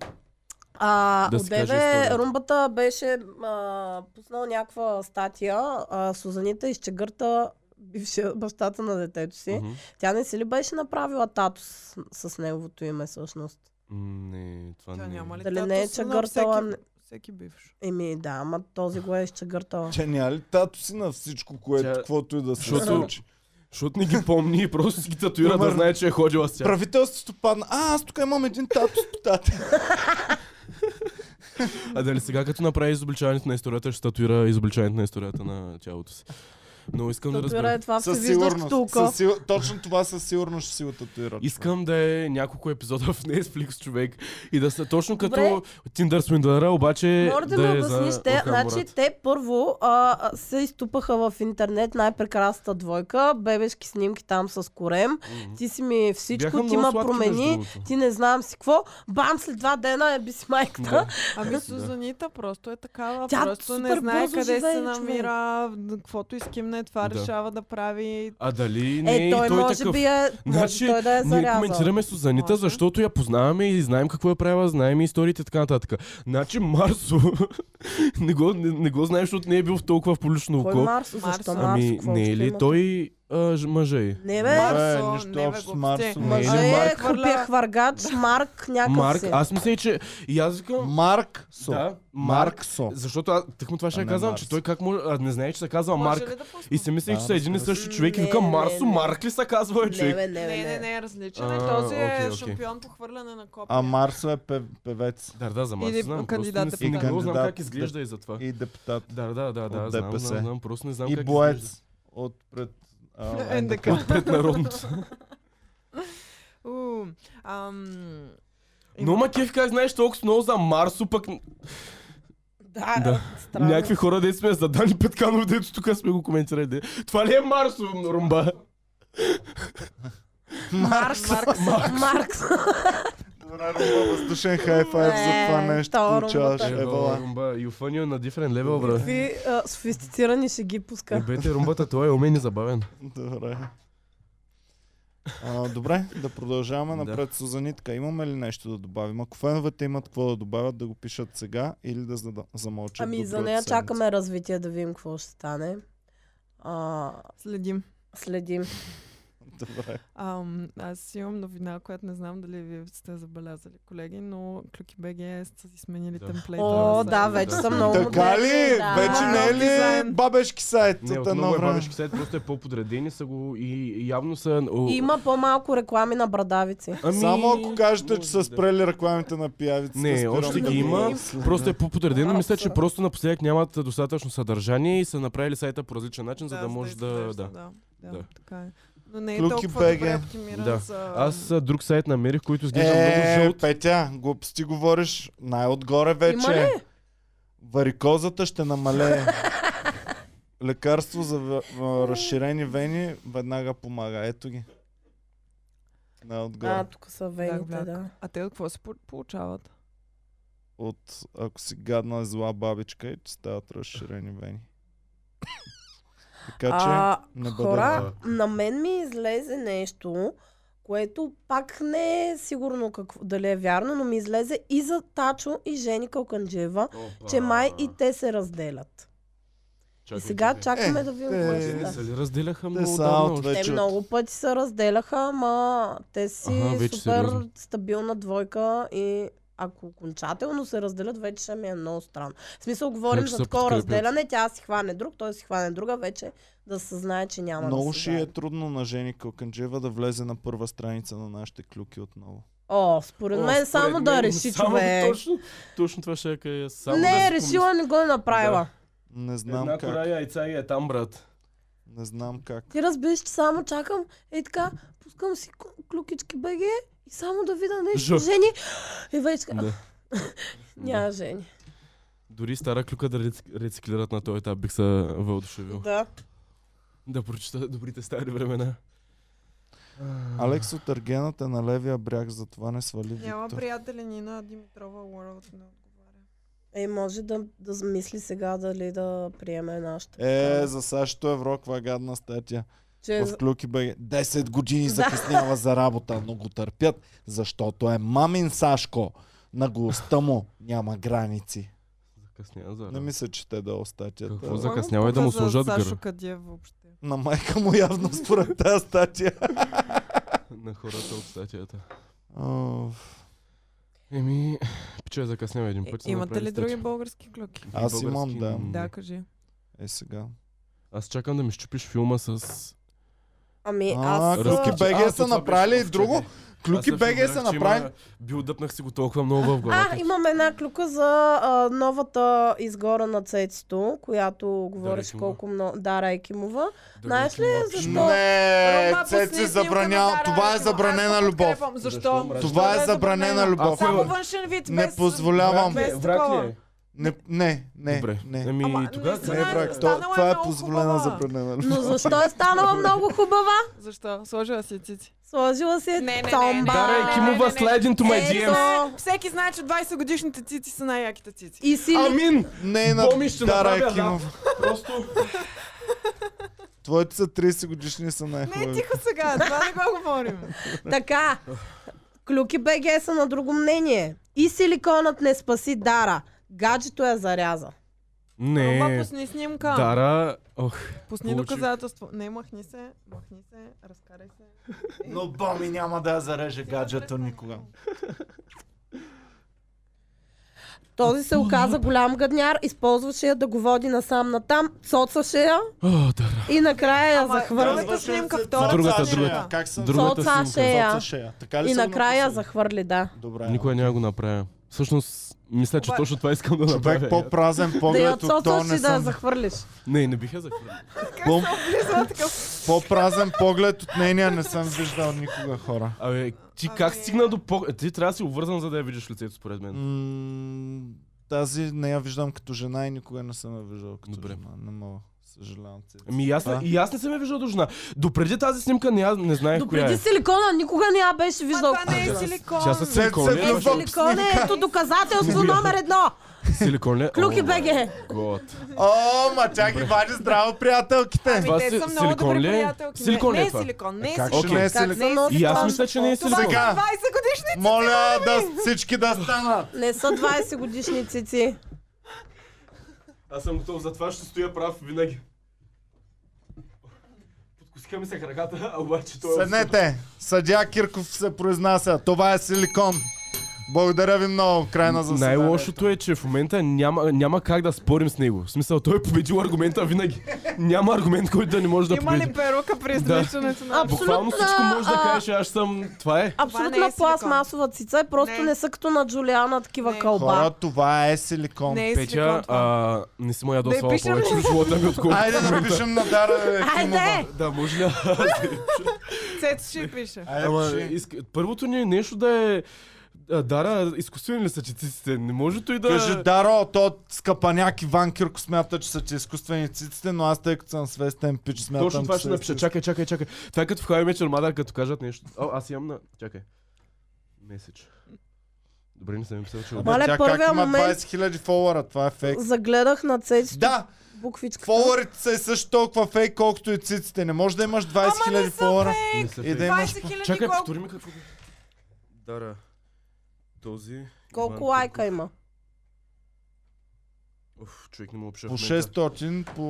[SPEAKER 4] А,
[SPEAKER 1] Да
[SPEAKER 4] да
[SPEAKER 1] си каже
[SPEAKER 4] отдеве
[SPEAKER 1] историята.
[SPEAKER 4] румбата беше а, пуснал някаква статия. А, Сузанита изчегърта бившия бащата на детето си.
[SPEAKER 1] Мгм.
[SPEAKER 4] Тя не си ли беше направила татус с, с неговото име всъщност?
[SPEAKER 1] М, Не, това
[SPEAKER 3] Тя
[SPEAKER 1] не.
[SPEAKER 3] няма ли
[SPEAKER 4] Дали не е
[SPEAKER 3] татус на
[SPEAKER 4] чегъртала?
[SPEAKER 3] всеки-
[SPEAKER 4] не-
[SPEAKER 3] Всеки бивш.
[SPEAKER 4] Еми да, ама този го е изчегъртала.
[SPEAKER 2] Тя няма ли тато си на всичко,
[SPEAKER 1] Тя-
[SPEAKER 2] което, каквото и да се
[SPEAKER 1] Защото-
[SPEAKER 2] случи?
[SPEAKER 1] Защото не ги помни и просто си ги татуира да
[SPEAKER 2] Добър.
[SPEAKER 1] знае, че е ходила с тях.
[SPEAKER 2] Правителството падна. А, аз тук имам един тато с тата.
[SPEAKER 1] А дали сега като направи изобличаването на историята, ще татуира изобличаването на историята на тялото си. Но искам да
[SPEAKER 4] Татуира е
[SPEAKER 1] разбера.
[SPEAKER 4] това, се
[SPEAKER 2] Със
[SPEAKER 4] виждаш
[SPEAKER 2] сигурност.
[SPEAKER 4] тука.
[SPEAKER 2] Със сигур- Точно това със сигурност ще си го татуира.
[SPEAKER 1] Искам да е няколко епизода в Netflix, човек. И да са точно като
[SPEAKER 4] Добре.
[SPEAKER 1] Tinder Swindler, обаче
[SPEAKER 4] Може да,
[SPEAKER 1] да
[SPEAKER 4] ми
[SPEAKER 1] е за
[SPEAKER 4] обясниш, те,
[SPEAKER 1] Орхан
[SPEAKER 4] значи
[SPEAKER 1] Мурат.
[SPEAKER 4] те първо а, а, се изтупаха в интернет най-прекрасната двойка, бебешки снимки там с корем,
[SPEAKER 1] Мгм.
[SPEAKER 4] ти си ми всичко,
[SPEAKER 1] Бяха
[SPEAKER 4] ти
[SPEAKER 1] много
[SPEAKER 4] ма
[SPEAKER 1] сладки, между
[SPEAKER 4] промени,
[SPEAKER 1] другото.
[SPEAKER 4] ти не знам си какво, бам след два дена е би си майката.
[SPEAKER 1] Да.
[SPEAKER 3] Ами
[SPEAKER 1] Да.
[SPEAKER 3] Сузанита просто е такава.
[SPEAKER 4] Тя
[SPEAKER 3] просто не
[SPEAKER 4] супер
[SPEAKER 3] знае
[SPEAKER 4] бързо
[SPEAKER 3] къде
[SPEAKER 4] живее,
[SPEAKER 3] се
[SPEAKER 4] човек.
[SPEAKER 3] намира, каквото изкимне, е, това
[SPEAKER 1] Да.
[SPEAKER 3] решава да прави.
[SPEAKER 1] А дали не
[SPEAKER 4] Е,
[SPEAKER 1] е, и
[SPEAKER 4] той,
[SPEAKER 1] той
[SPEAKER 4] може
[SPEAKER 1] такъв?
[SPEAKER 4] би е,
[SPEAKER 1] Значи,
[SPEAKER 4] значи, той да е
[SPEAKER 1] Ние
[SPEAKER 4] зарязал.
[SPEAKER 1] коментираме Сузанита,
[SPEAKER 3] Може.
[SPEAKER 1] защото я познаваме и знаем какво е правила, знаем и историите и така нататък. Значи Марсо не, го, не, не го знаеш, защото не е бил в толкова в публично
[SPEAKER 4] Кой
[SPEAKER 1] око.
[SPEAKER 4] Марсо? Защо
[SPEAKER 3] Марсо.
[SPEAKER 4] Марсо?
[SPEAKER 1] Ами,
[SPEAKER 4] Какво
[SPEAKER 1] не
[SPEAKER 4] общо
[SPEAKER 1] е ли
[SPEAKER 4] има?
[SPEAKER 1] той а, ж- мъже й?
[SPEAKER 4] Не бе,
[SPEAKER 2] Марсо,
[SPEAKER 3] Марсо,
[SPEAKER 2] нищо
[SPEAKER 3] не бе,
[SPEAKER 2] общо с
[SPEAKER 3] глупости.
[SPEAKER 2] Марсо, не
[SPEAKER 1] Мъже.
[SPEAKER 4] Мъже е
[SPEAKER 3] Марк?
[SPEAKER 4] купия хвъргач, Марк някакъв
[SPEAKER 1] Марк,
[SPEAKER 4] си. е.
[SPEAKER 1] аз мисля, че... И аз викам...
[SPEAKER 2] Марк Со.
[SPEAKER 1] Да, Марк.
[SPEAKER 2] Марксо.
[SPEAKER 1] Защото аз, тъкмо това ще
[SPEAKER 2] А
[SPEAKER 1] я
[SPEAKER 2] не
[SPEAKER 1] казвам,
[SPEAKER 2] Марс.
[SPEAKER 1] че той как може... А, не знае, че се казва
[SPEAKER 3] Може
[SPEAKER 1] Марк.
[SPEAKER 3] ли да пусна?
[SPEAKER 1] И си мисли,
[SPEAKER 2] Да,
[SPEAKER 1] че са един и
[SPEAKER 2] разбира
[SPEAKER 1] същи човек. И викам
[SPEAKER 4] Не, не,
[SPEAKER 1] Марсо,
[SPEAKER 4] не.
[SPEAKER 1] Марк ли се казва, бе,
[SPEAKER 4] Не,
[SPEAKER 1] човек?
[SPEAKER 4] бе, не,
[SPEAKER 3] Не, не,
[SPEAKER 4] бе, не.
[SPEAKER 3] не е различен.
[SPEAKER 1] А,
[SPEAKER 3] е. Този
[SPEAKER 1] окей,
[SPEAKER 3] е
[SPEAKER 1] окей.
[SPEAKER 3] шампион по хвърляне на копия.
[SPEAKER 2] А Марсо е пев- певец
[SPEAKER 1] Да, да, за Марс
[SPEAKER 3] Или
[SPEAKER 1] знам. Просто
[SPEAKER 3] кандидат
[SPEAKER 4] е
[SPEAKER 1] не, си- не
[SPEAKER 2] депутат.
[SPEAKER 1] го знам
[SPEAKER 2] Кандидат.
[SPEAKER 1] как изглежда и за това.
[SPEAKER 2] и депутат.
[SPEAKER 1] Да, да, да, да,
[SPEAKER 2] От
[SPEAKER 1] знам,
[SPEAKER 2] ДПС.
[SPEAKER 1] знам, знам, просто не знам
[SPEAKER 2] И
[SPEAKER 1] как изглежда.
[SPEAKER 2] боец от пред... а,
[SPEAKER 3] НДК.
[SPEAKER 1] Пред народното.
[SPEAKER 3] У, ам,
[SPEAKER 1] Но ма кеф как знаеш толкова много за Марсо, пък
[SPEAKER 4] Да,
[SPEAKER 1] Да.
[SPEAKER 4] странно.
[SPEAKER 1] някакви хора да сме за Дани Петканов, дето тук сме го коментирали. де. Това ли е Марсо, румба?
[SPEAKER 4] Маркс. Маркс. Маркс.
[SPEAKER 2] Добра руба, е въздушен хай-файв за
[SPEAKER 4] Не,
[SPEAKER 2] това нещо
[SPEAKER 4] та
[SPEAKER 2] получаваш. Е,
[SPEAKER 4] румбата.
[SPEAKER 2] Ебала.
[SPEAKER 1] Е, румба. You funny on a different level, бра.
[SPEAKER 4] Какви а, софистицирани ще ги
[SPEAKER 1] Е,
[SPEAKER 4] пуска.
[SPEAKER 1] бете, румбата, това е умен и забавен.
[SPEAKER 2] Добре. А, добре, да продължаваме
[SPEAKER 1] Да.
[SPEAKER 2] напред с Занитка. Имаме ли нещо да добавим? Ако феновете имат какво да добавят, да го пишат сега или да зада- замълчат. до
[SPEAKER 4] Ами за
[SPEAKER 2] другата
[SPEAKER 4] нея
[SPEAKER 2] седмица.
[SPEAKER 4] чакаме развитие да видим какво ще стане. А,
[SPEAKER 3] следим.
[SPEAKER 4] следим.
[SPEAKER 2] Добре.
[SPEAKER 3] Ам, аз имам новина, която не знам дали вие сте забелязали, колеги, но Клюки БГ сте си сменили
[SPEAKER 1] Да.
[SPEAKER 3] темплейта.
[SPEAKER 4] О,
[SPEAKER 3] за
[SPEAKER 4] да,
[SPEAKER 3] сайта.
[SPEAKER 4] вече
[SPEAKER 1] да.
[SPEAKER 4] съм много
[SPEAKER 2] Така
[SPEAKER 4] модерни,
[SPEAKER 2] ли?
[SPEAKER 4] да.
[SPEAKER 2] Вече не е ли
[SPEAKER 3] Дизайн.
[SPEAKER 2] бабешки сайт
[SPEAKER 1] Не,
[SPEAKER 2] от
[SPEAKER 1] отново
[SPEAKER 2] едно
[SPEAKER 1] е
[SPEAKER 2] време?
[SPEAKER 1] бабешки сайт, просто е по-подредени са го и явно са... о,
[SPEAKER 4] И Има по-малко реклами на брадавици.
[SPEAKER 1] ами,
[SPEAKER 2] Само ако кажете,
[SPEAKER 1] може
[SPEAKER 2] че
[SPEAKER 1] да.
[SPEAKER 2] са спрели рекламите на пиявиците.
[SPEAKER 1] Не,
[SPEAKER 2] спирам
[SPEAKER 1] още
[SPEAKER 2] да
[SPEAKER 1] ги
[SPEAKER 2] го
[SPEAKER 1] има.
[SPEAKER 2] следя.
[SPEAKER 1] Просто е по-подредено.
[SPEAKER 4] Да,
[SPEAKER 1] Мисля, че
[SPEAKER 4] абсолютно.
[SPEAKER 1] просто напоследък нямат достатъчно съдържание и са направили сайта по различен начин, за да може да...
[SPEAKER 3] изглежда,
[SPEAKER 1] да.
[SPEAKER 3] да,
[SPEAKER 1] Да.
[SPEAKER 3] да. Така е. Но не е
[SPEAKER 2] Клюки
[SPEAKER 3] толкова
[SPEAKER 2] БГ.
[SPEAKER 3] добре оптимиран
[SPEAKER 1] Да.
[SPEAKER 3] за...
[SPEAKER 1] Аз а, друг сайт намерих, който изглежда
[SPEAKER 2] Е,
[SPEAKER 1] много жълт.
[SPEAKER 2] Петя, глупости говориш. Най-отгоре вече.
[SPEAKER 4] Има ли?
[SPEAKER 2] Варикозата ще намалее. Лекарство за в- в- разширени вени веднага помага. Ето ги. Най-отгоре.
[SPEAKER 4] А, тук са вените,
[SPEAKER 3] бляк.
[SPEAKER 4] да.
[SPEAKER 3] А те от какво се по- получават?
[SPEAKER 2] От ако си гадна зла бабичка и ти стават разширени вени. така че
[SPEAKER 4] А,
[SPEAKER 2] не бъде
[SPEAKER 4] хора,
[SPEAKER 2] зла.
[SPEAKER 4] на мен ми излезе нещо, което пак не е сигурно какво, дали е вярно, но ми излезе и за Тачо и Жени Калканджева, че май и те се разделят. И сега чакаме
[SPEAKER 2] Е,
[SPEAKER 4] да видим
[SPEAKER 2] те-
[SPEAKER 4] какво ще
[SPEAKER 2] те не
[SPEAKER 4] стане.
[SPEAKER 1] Те се ли разделяха
[SPEAKER 2] Те
[SPEAKER 1] много
[SPEAKER 2] са
[SPEAKER 1] отдавна
[SPEAKER 2] аут
[SPEAKER 1] още?
[SPEAKER 4] Те
[SPEAKER 2] вече. от-
[SPEAKER 4] много пъти се разделяха, ама те си
[SPEAKER 1] Аха, вече
[SPEAKER 4] супер
[SPEAKER 1] сериозно.
[SPEAKER 4] стабилна двойка и ако окончателно се разделят, вече ще ми е много странно. В смисъл, говорим
[SPEAKER 1] Вече
[SPEAKER 4] за
[SPEAKER 1] се
[SPEAKER 4] такова
[SPEAKER 1] подкрепят.
[SPEAKER 4] разделяне, тя си хване друг, той си хване друга, вече да се знае, че няма
[SPEAKER 2] Много
[SPEAKER 4] да се
[SPEAKER 2] ще е
[SPEAKER 4] заедат.
[SPEAKER 2] трудно на Жени Калканджева да влезе на първа страница на нашите клюки отново.
[SPEAKER 4] О, според
[SPEAKER 1] О,
[SPEAKER 4] мен
[SPEAKER 1] според
[SPEAKER 4] само да
[SPEAKER 1] мен,
[SPEAKER 4] реши
[SPEAKER 1] само
[SPEAKER 4] човек.
[SPEAKER 1] Точно, точно това ще я кажа. Само да
[SPEAKER 4] Не
[SPEAKER 1] си
[SPEAKER 4] е решила, не го е направила.
[SPEAKER 2] Не
[SPEAKER 1] помисля.
[SPEAKER 2] знам
[SPEAKER 1] Една
[SPEAKER 2] как.
[SPEAKER 1] кора яйца и е там, брат.
[SPEAKER 2] Не знам как.
[SPEAKER 4] Ти разбираш, че само чакам, е така, пускам си ку- клюкички БГ и само да видя нещо.
[SPEAKER 1] Жо.
[SPEAKER 4] Жени! И вече така,
[SPEAKER 1] Да.
[SPEAKER 4] няма жени.
[SPEAKER 1] Дори стара клюка да рецик- рециклират на този етап бих се въодушевил.
[SPEAKER 4] Да.
[SPEAKER 1] Да прочета добрите стари времена.
[SPEAKER 2] Алекс от Аргената на левия бряг, затова не свали
[SPEAKER 3] Няма
[SPEAKER 2] Виктор.
[SPEAKER 3] приятели Нина Димитрова World не отговаря.
[SPEAKER 4] Е, може да, да замисли сега дали да приеме нашата.
[SPEAKER 2] Е, за САЩ евро, каква гадна статия.
[SPEAKER 4] че...
[SPEAKER 2] В Клюки бе 10 години
[SPEAKER 4] Е, Да.
[SPEAKER 2] закъснява за работа, но го търпят, защото е мамин Сашко. Наглостта му няма граници.
[SPEAKER 1] Закъснява за
[SPEAKER 2] Не
[SPEAKER 1] работа.
[SPEAKER 2] мисля, че те дал статията.
[SPEAKER 1] Какво
[SPEAKER 3] Кой му
[SPEAKER 1] закъснява е да
[SPEAKER 3] пука
[SPEAKER 1] му
[SPEAKER 3] за
[SPEAKER 1] сложат
[SPEAKER 3] Сашо
[SPEAKER 1] гър.
[SPEAKER 3] Кадиев въобще.
[SPEAKER 2] На майка му явно според тази статия.
[SPEAKER 1] на хората от статията.
[SPEAKER 2] О,
[SPEAKER 1] Еми, пича е закъснява един път. са
[SPEAKER 3] Имате
[SPEAKER 1] направили
[SPEAKER 3] ли други
[SPEAKER 1] статия. Е,
[SPEAKER 3] български клюки?
[SPEAKER 2] Аз
[SPEAKER 1] Български
[SPEAKER 2] имам, да.
[SPEAKER 1] м,
[SPEAKER 3] Да, кажи.
[SPEAKER 2] Е сега.
[SPEAKER 1] Аз чакам да ми щупиш филма с...
[SPEAKER 3] Е,
[SPEAKER 4] Ами
[SPEAKER 2] А,
[SPEAKER 4] аз...
[SPEAKER 2] Клюки
[SPEAKER 1] Разкажи.
[SPEAKER 2] БГ
[SPEAKER 1] А, то
[SPEAKER 2] са
[SPEAKER 1] това
[SPEAKER 2] направили
[SPEAKER 1] беше
[SPEAKER 2] и друго.
[SPEAKER 1] вчера. Аз
[SPEAKER 2] Клюки
[SPEAKER 1] се
[SPEAKER 2] БГ
[SPEAKER 1] разбирах,
[SPEAKER 2] са
[SPEAKER 1] че
[SPEAKER 2] направили...
[SPEAKER 1] има- Билдъпнах си го толкова много в
[SPEAKER 4] А,
[SPEAKER 1] главата.
[SPEAKER 4] имам една клюка за а, новата изгора на Цецито, която говориш
[SPEAKER 1] Екимова.
[SPEAKER 4] колко много... Дара Екимова.
[SPEAKER 1] Да,
[SPEAKER 4] знаеш ли
[SPEAKER 1] Викимова.
[SPEAKER 4] защо?
[SPEAKER 2] Не,
[SPEAKER 3] Рома, пусни
[SPEAKER 2] Е, Цеци
[SPEAKER 3] снимка
[SPEAKER 2] забранява.
[SPEAKER 3] на Дара
[SPEAKER 2] Това е
[SPEAKER 3] Райкова. Аз
[SPEAKER 2] забранена
[SPEAKER 3] го
[SPEAKER 2] любов.
[SPEAKER 3] подкрепям.
[SPEAKER 1] Защо
[SPEAKER 3] Защо?
[SPEAKER 1] мразиш?
[SPEAKER 2] Това
[SPEAKER 3] Защо
[SPEAKER 2] е забранена любов.
[SPEAKER 1] Ако-
[SPEAKER 3] Само външен вид.
[SPEAKER 2] Не
[SPEAKER 3] без-
[SPEAKER 2] позволявам.
[SPEAKER 3] Без
[SPEAKER 1] Враг ли
[SPEAKER 3] такова.
[SPEAKER 1] е?
[SPEAKER 2] Не, не, не,
[SPEAKER 1] Добре.
[SPEAKER 2] не.
[SPEAKER 1] Еми,
[SPEAKER 3] Ама,
[SPEAKER 1] тогава...
[SPEAKER 3] не
[SPEAKER 2] Не,
[SPEAKER 3] Станала-
[SPEAKER 2] брак, то-
[SPEAKER 3] станала
[SPEAKER 2] това
[SPEAKER 3] е
[SPEAKER 2] е
[SPEAKER 3] много
[SPEAKER 2] позволена
[SPEAKER 3] хубава.
[SPEAKER 2] забранена любов.
[SPEAKER 4] Но защо е станала много хубава?
[SPEAKER 3] Защо? Сложила си цици.
[SPEAKER 4] Сложила си
[SPEAKER 3] не, не, не.
[SPEAKER 4] цомба.
[SPEAKER 1] Дара Екимова слайдин to my
[SPEAKER 4] Ето.
[SPEAKER 1] DMs.
[SPEAKER 3] Всеки знае, че 20 годишните цици са най-яките цици.
[SPEAKER 4] И си... ли-
[SPEAKER 1] Амин!
[SPEAKER 2] Не е на
[SPEAKER 1] Боми ще
[SPEAKER 2] Дара
[SPEAKER 1] направя, да.
[SPEAKER 2] Екимова.
[SPEAKER 1] Просто...
[SPEAKER 2] Твоите са 30 годишни са
[SPEAKER 1] е?
[SPEAKER 3] Не, е
[SPEAKER 2] най-хубави.
[SPEAKER 3] тихо сега, това не го говорим.
[SPEAKER 4] Така, клюки БГ са на друго мнение. И силиконът не спаси Дара. Гаджето я заряза.
[SPEAKER 3] Рома,
[SPEAKER 1] Не,
[SPEAKER 3] пусни снимка.
[SPEAKER 1] Дара... Ох,
[SPEAKER 3] Пусни
[SPEAKER 1] Получих.
[SPEAKER 3] доказателство. Не, махни се, махни се, разкарай се.
[SPEAKER 2] Но Боми няма да я зареже гаджето никога.
[SPEAKER 4] Този се оказа голям гадняр, използваше я да го води насам натам, цоцаше я
[SPEAKER 1] О, Дара.
[SPEAKER 4] и накрая я
[SPEAKER 3] Ама,
[SPEAKER 4] захвърли.
[SPEAKER 3] Другата снимка, втората
[SPEAKER 1] Другата,
[SPEAKER 3] снимка.
[SPEAKER 1] другата.
[SPEAKER 2] Как съм?
[SPEAKER 1] Друг- другата
[SPEAKER 4] Цоцаше
[SPEAKER 1] снимка.
[SPEAKER 4] я
[SPEAKER 2] Шея. Така ли
[SPEAKER 4] и
[SPEAKER 2] са го
[SPEAKER 4] накрая я
[SPEAKER 2] написали?
[SPEAKER 4] захвърли, да.
[SPEAKER 2] Добре.
[SPEAKER 1] Никога няма го направя. Всъщност, мисля, че
[SPEAKER 3] Обаче-
[SPEAKER 1] точно това искам да направя.
[SPEAKER 2] Човек по-празен
[SPEAKER 4] Да я
[SPEAKER 2] поглед от то
[SPEAKER 4] цоцаш
[SPEAKER 2] не
[SPEAKER 4] и да я
[SPEAKER 2] съм.
[SPEAKER 4] захвърлиш.
[SPEAKER 1] Не, не бих я захвърлил.
[SPEAKER 2] По-
[SPEAKER 3] Влиза такъв.
[SPEAKER 2] По-празен поглед от нейния не съм виждал никога хора.
[SPEAKER 1] Абе, ти
[SPEAKER 3] Ами-
[SPEAKER 1] как стигна до по... Е, Ти трябва да си обвързан, за да я видиш лицето, според мен.
[SPEAKER 2] М, Тази не я виждам като жена и никога не съм я виждал като
[SPEAKER 1] Добре.
[SPEAKER 2] жена. Не мога. Съжалявам. Цеци.
[SPEAKER 1] Ами и аз, не-
[SPEAKER 2] А?
[SPEAKER 1] и аз не съм я виждал до жена. Допреди тази снимка не, аз не знаех коя
[SPEAKER 4] Допреди
[SPEAKER 1] е.
[SPEAKER 4] силикона никога не я беше
[SPEAKER 3] Ма
[SPEAKER 4] виждал.
[SPEAKER 3] това не е силикон.
[SPEAKER 1] Тя с
[SPEAKER 2] Цеци
[SPEAKER 1] силикон ли?
[SPEAKER 2] се
[SPEAKER 1] е?
[SPEAKER 2] влюбва.
[SPEAKER 4] Силикон е ето доказателство номер едно.
[SPEAKER 1] Силикон ли? е?
[SPEAKER 4] Клюки
[SPEAKER 1] О,
[SPEAKER 4] БГ.
[SPEAKER 1] гот.
[SPEAKER 2] О, ма тя ги вади здраво, приятелките!
[SPEAKER 1] Това
[SPEAKER 3] Ами те
[SPEAKER 1] си-
[SPEAKER 3] са много
[SPEAKER 1] силикон
[SPEAKER 3] добри
[SPEAKER 1] ли е?
[SPEAKER 3] приятелки.
[SPEAKER 1] Силикон ли
[SPEAKER 3] не,
[SPEAKER 1] е
[SPEAKER 3] не е
[SPEAKER 1] това?
[SPEAKER 3] силикон, не е
[SPEAKER 2] Как
[SPEAKER 3] силикон.
[SPEAKER 2] ще не е
[SPEAKER 1] Окей.
[SPEAKER 4] Как не е
[SPEAKER 2] силикон?
[SPEAKER 4] силикон?
[SPEAKER 1] И аз мисля, че не е силикон.
[SPEAKER 3] Това
[SPEAKER 2] Сега.
[SPEAKER 3] са 20 годишници.
[SPEAKER 2] Моля да всички да станат!
[SPEAKER 4] Не са 20 годишни цици.
[SPEAKER 1] Аз съм готов, за това ще стоя прав винаги. Подкосиха ми се краката, а обаче той е...
[SPEAKER 2] Седнете! Съдя Кирков се произнася. Това е силикон. Благодаря ви много. Край на заседанието.
[SPEAKER 1] Най-лошото е, че в момента няма, няма как да спорим с него. В смисъл, той е победил аргумента винаги. Няма аргумент, който да не може да
[SPEAKER 3] Има
[SPEAKER 1] победи.
[SPEAKER 3] ли перука при извличането на...
[SPEAKER 4] Абсолютно,
[SPEAKER 1] Буквално всичко може да
[SPEAKER 4] а,
[SPEAKER 1] кажеш, аз съм... Това е.
[SPEAKER 3] Това не
[SPEAKER 4] Абсолютна
[SPEAKER 3] е
[SPEAKER 4] пластмасова цица е, просто не.
[SPEAKER 3] Не.
[SPEAKER 4] са като на Джулиана такива
[SPEAKER 3] Не.
[SPEAKER 2] Хора,
[SPEAKER 4] кълба.
[SPEAKER 2] това е силикон.
[SPEAKER 3] Не е
[SPEAKER 1] Петя,
[SPEAKER 3] силикон това.
[SPEAKER 1] а, не си му ядосвала
[SPEAKER 3] Да й пишем
[SPEAKER 1] повече
[SPEAKER 3] ли?
[SPEAKER 1] в живота ми, отколкото...
[SPEAKER 2] Айде да пишем на Дара Екимова.
[SPEAKER 4] Айде!
[SPEAKER 1] Да, може ли?
[SPEAKER 3] Цецо ще й пише.
[SPEAKER 2] Айде,
[SPEAKER 1] Ама,
[SPEAKER 2] пиши.
[SPEAKER 1] иска... първото ни е нещо да е... а, Дара, изкуствени ли са чиците? Не може той да...
[SPEAKER 2] Кажи, Даро, то скъпаняк Иван Кирко смята, че са ти изкуствени циците, но аз тъй като съм свестен пич, смятам,
[SPEAKER 1] Точно това
[SPEAKER 2] че
[SPEAKER 1] ще
[SPEAKER 2] са
[SPEAKER 1] напиша.
[SPEAKER 2] истински.
[SPEAKER 1] Чакай, чакай, чакай. Това е като в Хай Мечер Мадър, като кажат нещо. О, аз имам на... Чакай. Меседж. Добре, не съм им писал, че...
[SPEAKER 2] Ама
[SPEAKER 1] го-
[SPEAKER 4] Мале,
[SPEAKER 2] тя
[SPEAKER 4] първия
[SPEAKER 2] как има
[SPEAKER 4] момент-
[SPEAKER 2] 20 000 фолуара, това е фейк.
[SPEAKER 4] Загледах на цеци
[SPEAKER 2] Да,
[SPEAKER 4] буквичката.
[SPEAKER 2] фолуарите са също толкова фейк, колкото и циците. Не може да имаш 20
[SPEAKER 3] Ама не
[SPEAKER 2] 000
[SPEAKER 3] са
[SPEAKER 2] фолуара.
[SPEAKER 1] Не се
[SPEAKER 2] И да
[SPEAKER 1] фейк.
[SPEAKER 2] имаш
[SPEAKER 3] 20
[SPEAKER 4] нали,
[SPEAKER 3] хиляди
[SPEAKER 1] Чакай,
[SPEAKER 3] колко...
[SPEAKER 1] повтори ми какво... Дара. Този...
[SPEAKER 4] Колко
[SPEAKER 1] Иван
[SPEAKER 4] лайка
[SPEAKER 1] Кирков.
[SPEAKER 4] има?
[SPEAKER 1] Оф, човек не му обшива.
[SPEAKER 2] По 600, по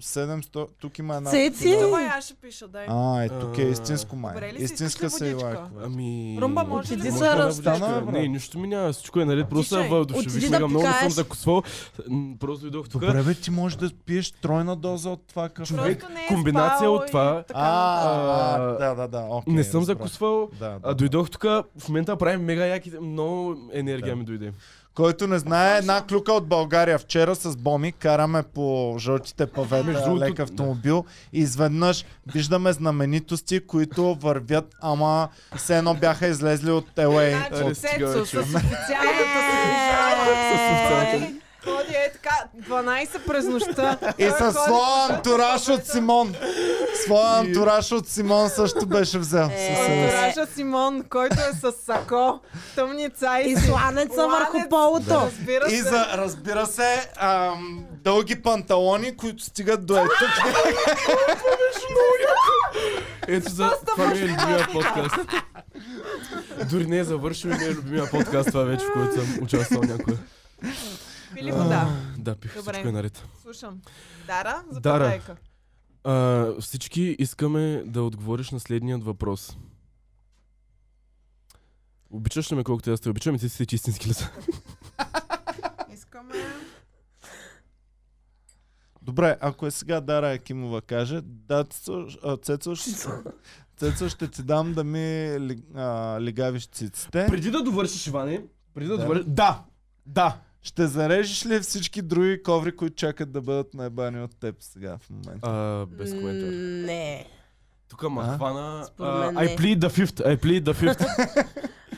[SPEAKER 2] 700, тук има една...
[SPEAKER 4] Цици?
[SPEAKER 3] Това я ще пиша, дай.
[SPEAKER 2] А, е, тук е
[SPEAKER 1] А.
[SPEAKER 2] истинско май.
[SPEAKER 3] Добре ли си,
[SPEAKER 2] Истинска
[SPEAKER 3] искаш ли
[SPEAKER 2] се
[SPEAKER 1] е,
[SPEAKER 2] и
[SPEAKER 3] водичка?
[SPEAKER 2] лайк.
[SPEAKER 1] Ами...
[SPEAKER 3] Румба, може
[SPEAKER 4] ли
[SPEAKER 1] Отиди
[SPEAKER 4] да
[SPEAKER 1] се
[SPEAKER 4] се
[SPEAKER 1] на
[SPEAKER 2] разстана,
[SPEAKER 1] водичка,
[SPEAKER 2] бе?
[SPEAKER 1] Не, нищо ми няма, всичко е наред, просто
[SPEAKER 3] Тичай.
[SPEAKER 1] се въодушевих.
[SPEAKER 4] Отиди да
[SPEAKER 1] Мега много съм
[SPEAKER 4] пикаеш.
[SPEAKER 1] закусвал. М, Просто дойдох тук.
[SPEAKER 2] Добре, бе, ти можеш да пиеш тройна доза от това кафе.
[SPEAKER 1] човек,
[SPEAKER 3] Просто не е
[SPEAKER 1] комбинация
[SPEAKER 3] спал
[SPEAKER 1] от това.
[SPEAKER 3] и така
[SPEAKER 2] А,
[SPEAKER 3] нататък.
[SPEAKER 2] а,
[SPEAKER 1] А,
[SPEAKER 2] да, да, да, окей.
[SPEAKER 1] Не съм
[SPEAKER 2] Е, разбрах.
[SPEAKER 1] закусвал.
[SPEAKER 2] Да,
[SPEAKER 1] А
[SPEAKER 2] да.
[SPEAKER 1] дойдох тук, в момента правим мега яки, много енергия
[SPEAKER 2] Да.
[SPEAKER 1] ми дойде.
[SPEAKER 2] Който не знае, една клюка от България. Вчера с Боми караме по жълтите
[SPEAKER 1] Между
[SPEAKER 2] павета
[SPEAKER 1] другото,
[SPEAKER 2] лек автомобил и изведнъж виждаме знаменитости, които вървят, ама все едно бяха излезли от LA.
[SPEAKER 3] Значи
[SPEAKER 1] От-
[SPEAKER 3] Цецо с
[SPEAKER 1] Цигара, че-
[SPEAKER 3] официалната си
[SPEAKER 4] Е,
[SPEAKER 3] вижда.
[SPEAKER 1] С официалната.
[SPEAKER 3] Ходи е така, 12 през нощта.
[SPEAKER 2] И
[SPEAKER 3] Той
[SPEAKER 2] със
[SPEAKER 3] ходи-
[SPEAKER 2] своя антураж от Симон. Своя антураж от Симон също беше взел.
[SPEAKER 4] Е.
[SPEAKER 2] Със себе си.
[SPEAKER 3] Антуража Симон, който е с сако, тъмница и
[SPEAKER 4] Е, И
[SPEAKER 2] Е,
[SPEAKER 4] сланеца върху
[SPEAKER 3] Ланец.
[SPEAKER 4] полото.
[SPEAKER 3] Разбира се.
[SPEAKER 2] И за, разбира се, ам, дълги панталони, които стигат до ето.
[SPEAKER 1] Ето за това ми е любимия подкаст. Дори не е завършил и не е любимия подкаст това вече, в който съм участвал някой.
[SPEAKER 4] Е,
[SPEAKER 3] Пили вода.
[SPEAKER 1] Да, пих,
[SPEAKER 3] Добре.
[SPEAKER 1] всичко е наред.
[SPEAKER 3] Слушам. Дара, за
[SPEAKER 1] Дара.
[SPEAKER 3] пътека.
[SPEAKER 1] А, всички искаме да отговориш на следният въпрос. Обичаш ли ме колкото аз те обичам и ти си истински лица?
[SPEAKER 3] Искаме...
[SPEAKER 2] Добре, ако е сега Дара Акимова каже, да, Цецо, а, Цецо, ще, Цецо ще ти дам да ми ли- а, лигавиш циците.
[SPEAKER 1] Преди да довършиш, Иване, преди да,
[SPEAKER 2] Да.
[SPEAKER 1] довършиш... Да! Да!
[SPEAKER 2] Ще зарежеш ли всички други коври, които чакат да бъдат наебани от теб сега в момента?
[SPEAKER 1] А, без коментар.
[SPEAKER 4] М, Не.
[SPEAKER 1] Тук ма
[SPEAKER 2] А?
[SPEAKER 1] хвана...
[SPEAKER 4] Според
[SPEAKER 1] а,
[SPEAKER 4] мен
[SPEAKER 1] I
[SPEAKER 4] не.
[SPEAKER 1] plead the fifth, I plead the fifth.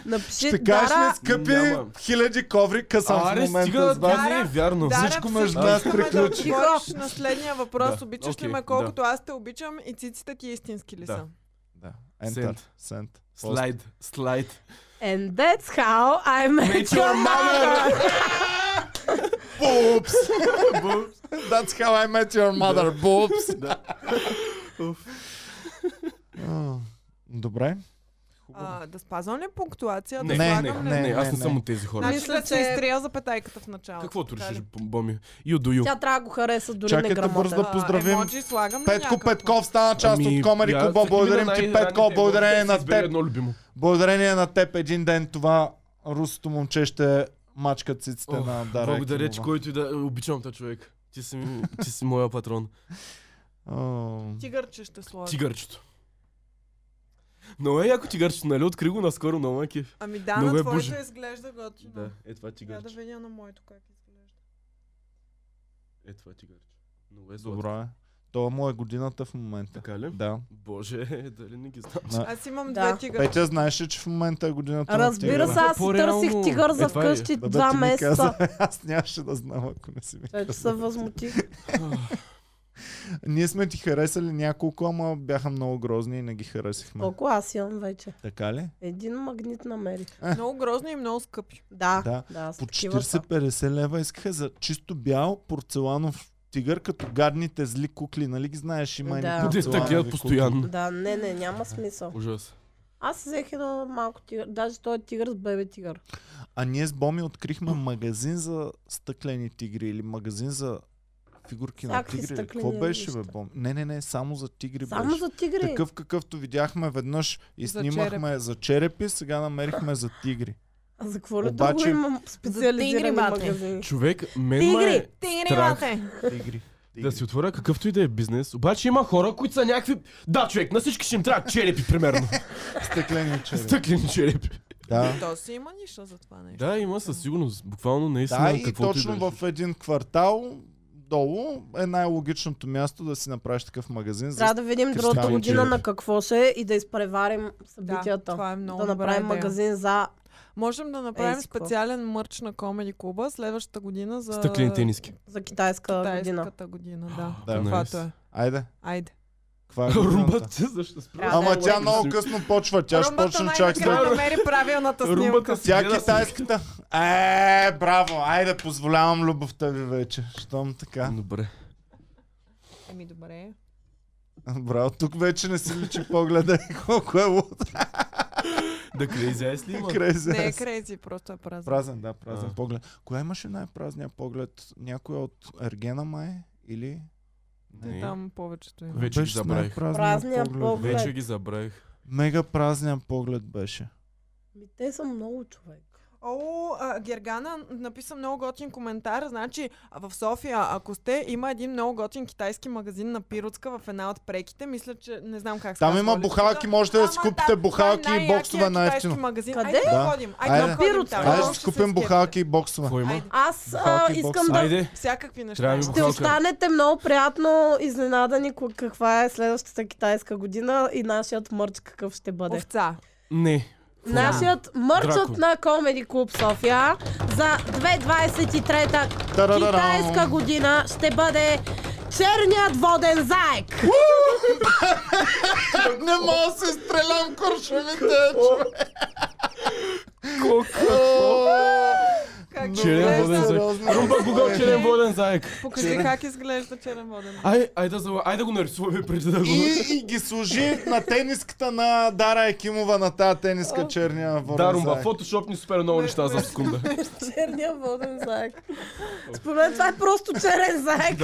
[SPEAKER 4] Напиши
[SPEAKER 2] Ще кажеш ли,
[SPEAKER 4] Дара,
[SPEAKER 2] скъпи,
[SPEAKER 1] Няма.
[SPEAKER 2] хиляди коври, късам в
[SPEAKER 1] Аре,
[SPEAKER 2] момента
[SPEAKER 1] стига
[SPEAKER 2] с
[SPEAKER 1] да
[SPEAKER 2] вас.
[SPEAKER 1] не е вярно.
[SPEAKER 3] Дара,
[SPEAKER 2] Всичко между
[SPEAKER 3] всъщност
[SPEAKER 2] нас
[SPEAKER 3] искаме
[SPEAKER 2] приключи.
[SPEAKER 3] Да отговориш на следния въпрос.
[SPEAKER 1] Да,
[SPEAKER 3] Обичаш ли
[SPEAKER 1] окей,
[SPEAKER 3] ме
[SPEAKER 1] да.
[SPEAKER 3] колкото аз те обичам и циците ти истински ли
[SPEAKER 1] Да.
[SPEAKER 3] са?
[SPEAKER 2] Да, enter,
[SPEAKER 1] Send.
[SPEAKER 2] send.
[SPEAKER 1] Слайд, слайд.
[SPEAKER 4] and that's how I
[SPEAKER 2] Ами,
[SPEAKER 4] met your mother.
[SPEAKER 2] Boobs! That's how I met your mother, boobs! А, Добре.
[SPEAKER 3] А, да спазвам ли пунктуация?
[SPEAKER 1] Не,
[SPEAKER 3] да
[SPEAKER 1] не, не,
[SPEAKER 3] слагам ли-
[SPEAKER 1] не, не, аз не
[SPEAKER 2] не,
[SPEAKER 1] съм
[SPEAKER 2] не.
[SPEAKER 1] от тези хора.
[SPEAKER 3] Значи
[SPEAKER 4] Мисля,
[SPEAKER 3] да се
[SPEAKER 4] че-
[SPEAKER 3] изтрия за петайката в началото.
[SPEAKER 1] Каквото
[SPEAKER 3] Така ли?
[SPEAKER 1] решиш, бомби. You do you.
[SPEAKER 4] Тя трябва да го хареса дори
[SPEAKER 2] Чакайте, бързо
[SPEAKER 4] неграмота.
[SPEAKER 2] да- поздравим
[SPEAKER 3] А, емоджи слагам ли
[SPEAKER 2] Петко
[SPEAKER 3] някакво?
[SPEAKER 2] Петков стана част
[SPEAKER 1] Ами,
[SPEAKER 2] от Комери
[SPEAKER 1] я-
[SPEAKER 2] Куба.
[SPEAKER 1] всеки
[SPEAKER 2] Благодарим
[SPEAKER 1] мина
[SPEAKER 2] ти,
[SPEAKER 1] най-ранните
[SPEAKER 2] Петко. Благодарение
[SPEAKER 1] години си
[SPEAKER 2] на
[SPEAKER 1] избере
[SPEAKER 2] теб.
[SPEAKER 1] едно любимо.
[SPEAKER 2] Благодарение на теб един ден това русото момче ще мачка циците
[SPEAKER 1] Ох,
[SPEAKER 2] на Дара
[SPEAKER 1] Благодаря, че
[SPEAKER 2] Екимова.
[SPEAKER 1] който и да... е Обичам този човек. Ти си, ми- ти си моя патрон.
[SPEAKER 2] О,
[SPEAKER 3] Тигърче ще сложа.
[SPEAKER 1] Тигърчето. Много е яко тигърчето, нали? Откри го наскоро на Макив.
[SPEAKER 3] Ами да,
[SPEAKER 1] Много
[SPEAKER 3] на
[SPEAKER 1] е
[SPEAKER 3] твоето
[SPEAKER 1] бужи.
[SPEAKER 3] изглежда готино.
[SPEAKER 1] Да, е това
[SPEAKER 3] Трябва да
[SPEAKER 1] тигърче.
[SPEAKER 3] видя на моето как изглежда.
[SPEAKER 1] Е това тигърче. Много е сладко.
[SPEAKER 2] добро е. Това му е годината в момента.
[SPEAKER 1] Така ли?
[SPEAKER 2] Да.
[SPEAKER 1] Боже, дали не ги знам.
[SPEAKER 2] На-
[SPEAKER 3] Аз имам
[SPEAKER 4] Да.
[SPEAKER 3] две тигърче.
[SPEAKER 2] Петя, знаеш ли, че в момента е годината на
[SPEAKER 4] Разбира
[SPEAKER 2] тигъра?
[SPEAKER 4] се, аз си
[SPEAKER 1] По-реално-
[SPEAKER 4] търсих тигър
[SPEAKER 1] Е,
[SPEAKER 4] за
[SPEAKER 1] това е.
[SPEAKER 4] вкъщи
[SPEAKER 2] Бе,
[SPEAKER 4] два
[SPEAKER 2] ти ми
[SPEAKER 4] месеца.
[SPEAKER 2] каза, аз нямаше да знам, ако не си ми
[SPEAKER 4] Вече
[SPEAKER 2] каза.
[SPEAKER 4] се възмутих.
[SPEAKER 2] Ние сме ти харесали няколко, ама бяха много грозни и не ги харесахме.
[SPEAKER 4] Колко аз имам вече?
[SPEAKER 2] Така ли?
[SPEAKER 4] Един магнит намерих.
[SPEAKER 3] Много грозни и много скъпи.
[SPEAKER 4] Да,
[SPEAKER 2] Да.
[SPEAKER 4] да, да с
[SPEAKER 2] По
[SPEAKER 4] такива са.
[SPEAKER 2] 40-50 лева искаха за чисто бял порцеланов тигър, като гадните зли кукли. Нали ги знаеш, има
[SPEAKER 4] Да.
[SPEAKER 2] да.
[SPEAKER 1] Те се гледат постоянно.
[SPEAKER 4] Да, не, не, няма смисъл.
[SPEAKER 1] е Ужас.
[SPEAKER 4] Аз си взех едно малко тигър, даже той е тигър с бебе тигър.
[SPEAKER 2] А ние с Боми открихме магазин за стъклени тигри или магазин за фигурки на
[SPEAKER 4] Всякакви
[SPEAKER 2] тигри.
[SPEAKER 4] стъклени
[SPEAKER 2] Какво беше, бе,
[SPEAKER 4] неща.
[SPEAKER 2] Боми? Не, не, не, само за тигри
[SPEAKER 4] Само
[SPEAKER 2] беше.
[SPEAKER 4] за тигри.
[SPEAKER 2] Такъв какъвто видяхме веднъж и
[SPEAKER 3] За
[SPEAKER 2] снимахме за черепи, сега намерихме за тигри.
[SPEAKER 4] А за какво ли
[SPEAKER 2] Обаче-
[SPEAKER 4] друго имам специализирани
[SPEAKER 3] тигри, бате.
[SPEAKER 4] магазини?
[SPEAKER 1] Човек, мен ма е...
[SPEAKER 3] Тигри,
[SPEAKER 1] Страх.
[SPEAKER 3] мате!
[SPEAKER 2] Тигри.
[SPEAKER 1] Да си отворя какъвто и да е бизнес. Обаче има хора, които са някакви... Да, човек, на всички ще им трябва черепи, примерно.
[SPEAKER 2] Стъклени черепи.
[SPEAKER 1] Стъклени черепи.
[SPEAKER 2] Да.
[SPEAKER 3] То си има ниша за това нещо.
[SPEAKER 1] Да, има със сигурност. Буквално наистина
[SPEAKER 2] Да, и
[SPEAKER 1] каквото
[SPEAKER 2] точно
[SPEAKER 1] и да е.
[SPEAKER 2] в един квартал долу е най-логичното място да си направиш такъв магазин. За...
[SPEAKER 4] Трябва да видим
[SPEAKER 2] Кристални
[SPEAKER 4] другата година
[SPEAKER 1] черепи.
[SPEAKER 4] на какво ще е и да изпреварим
[SPEAKER 3] Да,
[SPEAKER 4] събитията.
[SPEAKER 3] това е много
[SPEAKER 4] да
[SPEAKER 3] добра
[SPEAKER 4] направим
[SPEAKER 3] идея.
[SPEAKER 4] магазин за...
[SPEAKER 3] Можем да направим
[SPEAKER 4] Ей, си какво.
[SPEAKER 3] специален мърч на Комеди Клуба следващата година за
[SPEAKER 1] Стъклени тениски.
[SPEAKER 4] за китайска година.
[SPEAKER 3] китайската година. Да,
[SPEAKER 2] Да.
[SPEAKER 3] каквато
[SPEAKER 1] Nice.
[SPEAKER 3] е.
[SPEAKER 2] Айде,
[SPEAKER 3] Айде.
[SPEAKER 2] каква е
[SPEAKER 1] Румбата
[SPEAKER 2] годината?
[SPEAKER 1] ти защо спря?
[SPEAKER 4] Трябва да е
[SPEAKER 2] Ама тя
[SPEAKER 4] логично.
[SPEAKER 2] много късно почва, тя ще
[SPEAKER 3] Румбата
[SPEAKER 2] почне чак
[SPEAKER 3] най-накрая
[SPEAKER 2] след.
[SPEAKER 3] намери правилната снимка.
[SPEAKER 1] Румбата си
[SPEAKER 2] Тя
[SPEAKER 1] гледа
[SPEAKER 2] китайската. Е, браво, айде, позволявам любовта ви вече. Щом така.
[SPEAKER 1] снимка. Добре.
[SPEAKER 3] Еми добре.
[SPEAKER 2] Браво, тук вече не си личи погледа и колко е луд.
[SPEAKER 1] Да крейзи айс ли има?
[SPEAKER 2] Крейзи.
[SPEAKER 3] Не е
[SPEAKER 2] аз.
[SPEAKER 3] крейзи, просто е празен.
[SPEAKER 2] Празен, да, празен
[SPEAKER 1] А.
[SPEAKER 2] поглед. Коя имаше най-празния поглед? Някой от Ергена май? Или?
[SPEAKER 1] Не.
[SPEAKER 3] Там повечето има.
[SPEAKER 1] Вече ги
[SPEAKER 2] Беше с
[SPEAKER 1] забравих.
[SPEAKER 2] най-празния
[SPEAKER 4] Празния поглед.
[SPEAKER 1] Вече ги забравих.
[SPEAKER 2] Мега празния поглед беше.
[SPEAKER 4] Ми, те са много човек.
[SPEAKER 3] О, а, Гергана написа много готин коментар. Значи, а, в София, ако сте, има един много готин китайски магазин на Пиротска в една от преките. Мисля, че не знам как се
[SPEAKER 2] Там
[SPEAKER 3] казва
[SPEAKER 2] има
[SPEAKER 3] улицата.
[SPEAKER 2] бухалки, можете да си
[SPEAKER 3] Ама
[SPEAKER 2] купите бухалки
[SPEAKER 3] това е
[SPEAKER 2] и боксове
[SPEAKER 3] най-якият китайски
[SPEAKER 2] най-ефтино.
[SPEAKER 3] магазин.
[SPEAKER 4] Къде?
[SPEAKER 3] Айде
[SPEAKER 2] Да.
[SPEAKER 3] да ходим. Айде да
[SPEAKER 2] Айде.
[SPEAKER 3] ходим там.
[SPEAKER 2] Айде
[SPEAKER 4] Айде Ама
[SPEAKER 2] ще
[SPEAKER 3] Много
[SPEAKER 2] си
[SPEAKER 3] ще се
[SPEAKER 2] купим
[SPEAKER 3] скепте.
[SPEAKER 2] бухалки и боксове.
[SPEAKER 1] Какво има?
[SPEAKER 3] Айде.
[SPEAKER 4] Аз а,
[SPEAKER 2] Бухалки и
[SPEAKER 4] искам
[SPEAKER 2] бокси.
[SPEAKER 4] да...
[SPEAKER 1] Айде.
[SPEAKER 3] Всякакви неща.
[SPEAKER 1] Трябва ми
[SPEAKER 3] има.
[SPEAKER 4] Ще
[SPEAKER 1] Бухалка.
[SPEAKER 4] останете много приятно изненадани ко- каква е следващата китайска година и нашият мърч какъв ще бъде.
[SPEAKER 3] Овца.
[SPEAKER 1] Не.
[SPEAKER 4] нашият мърчът
[SPEAKER 1] Драко.
[SPEAKER 4] на Комеди Клуб София за 2023
[SPEAKER 2] Та-да-да-дам.
[SPEAKER 3] е
[SPEAKER 4] китайска година ще бъде Черният воден заек.
[SPEAKER 2] Не мога да се стрелям куршумите, човек.
[SPEAKER 3] Как
[SPEAKER 1] Черен
[SPEAKER 3] изглежда?
[SPEAKER 1] воден заек.
[SPEAKER 2] Сериозно.
[SPEAKER 1] Румба Google черен воден заек.
[SPEAKER 3] Покажи как изглежда черен воден.
[SPEAKER 1] Ай, ай да, зала- ай да го нарисуваме преди да го...
[SPEAKER 2] И, и ги служи на тениската на Дара Екимова, на тази тениска черния
[SPEAKER 1] Да,
[SPEAKER 2] воден
[SPEAKER 1] Румба,
[SPEAKER 2] заек.
[SPEAKER 1] фотошоп ни супер много неща за секунда.
[SPEAKER 4] Черният воден заек. Според мен това е просто черен заек,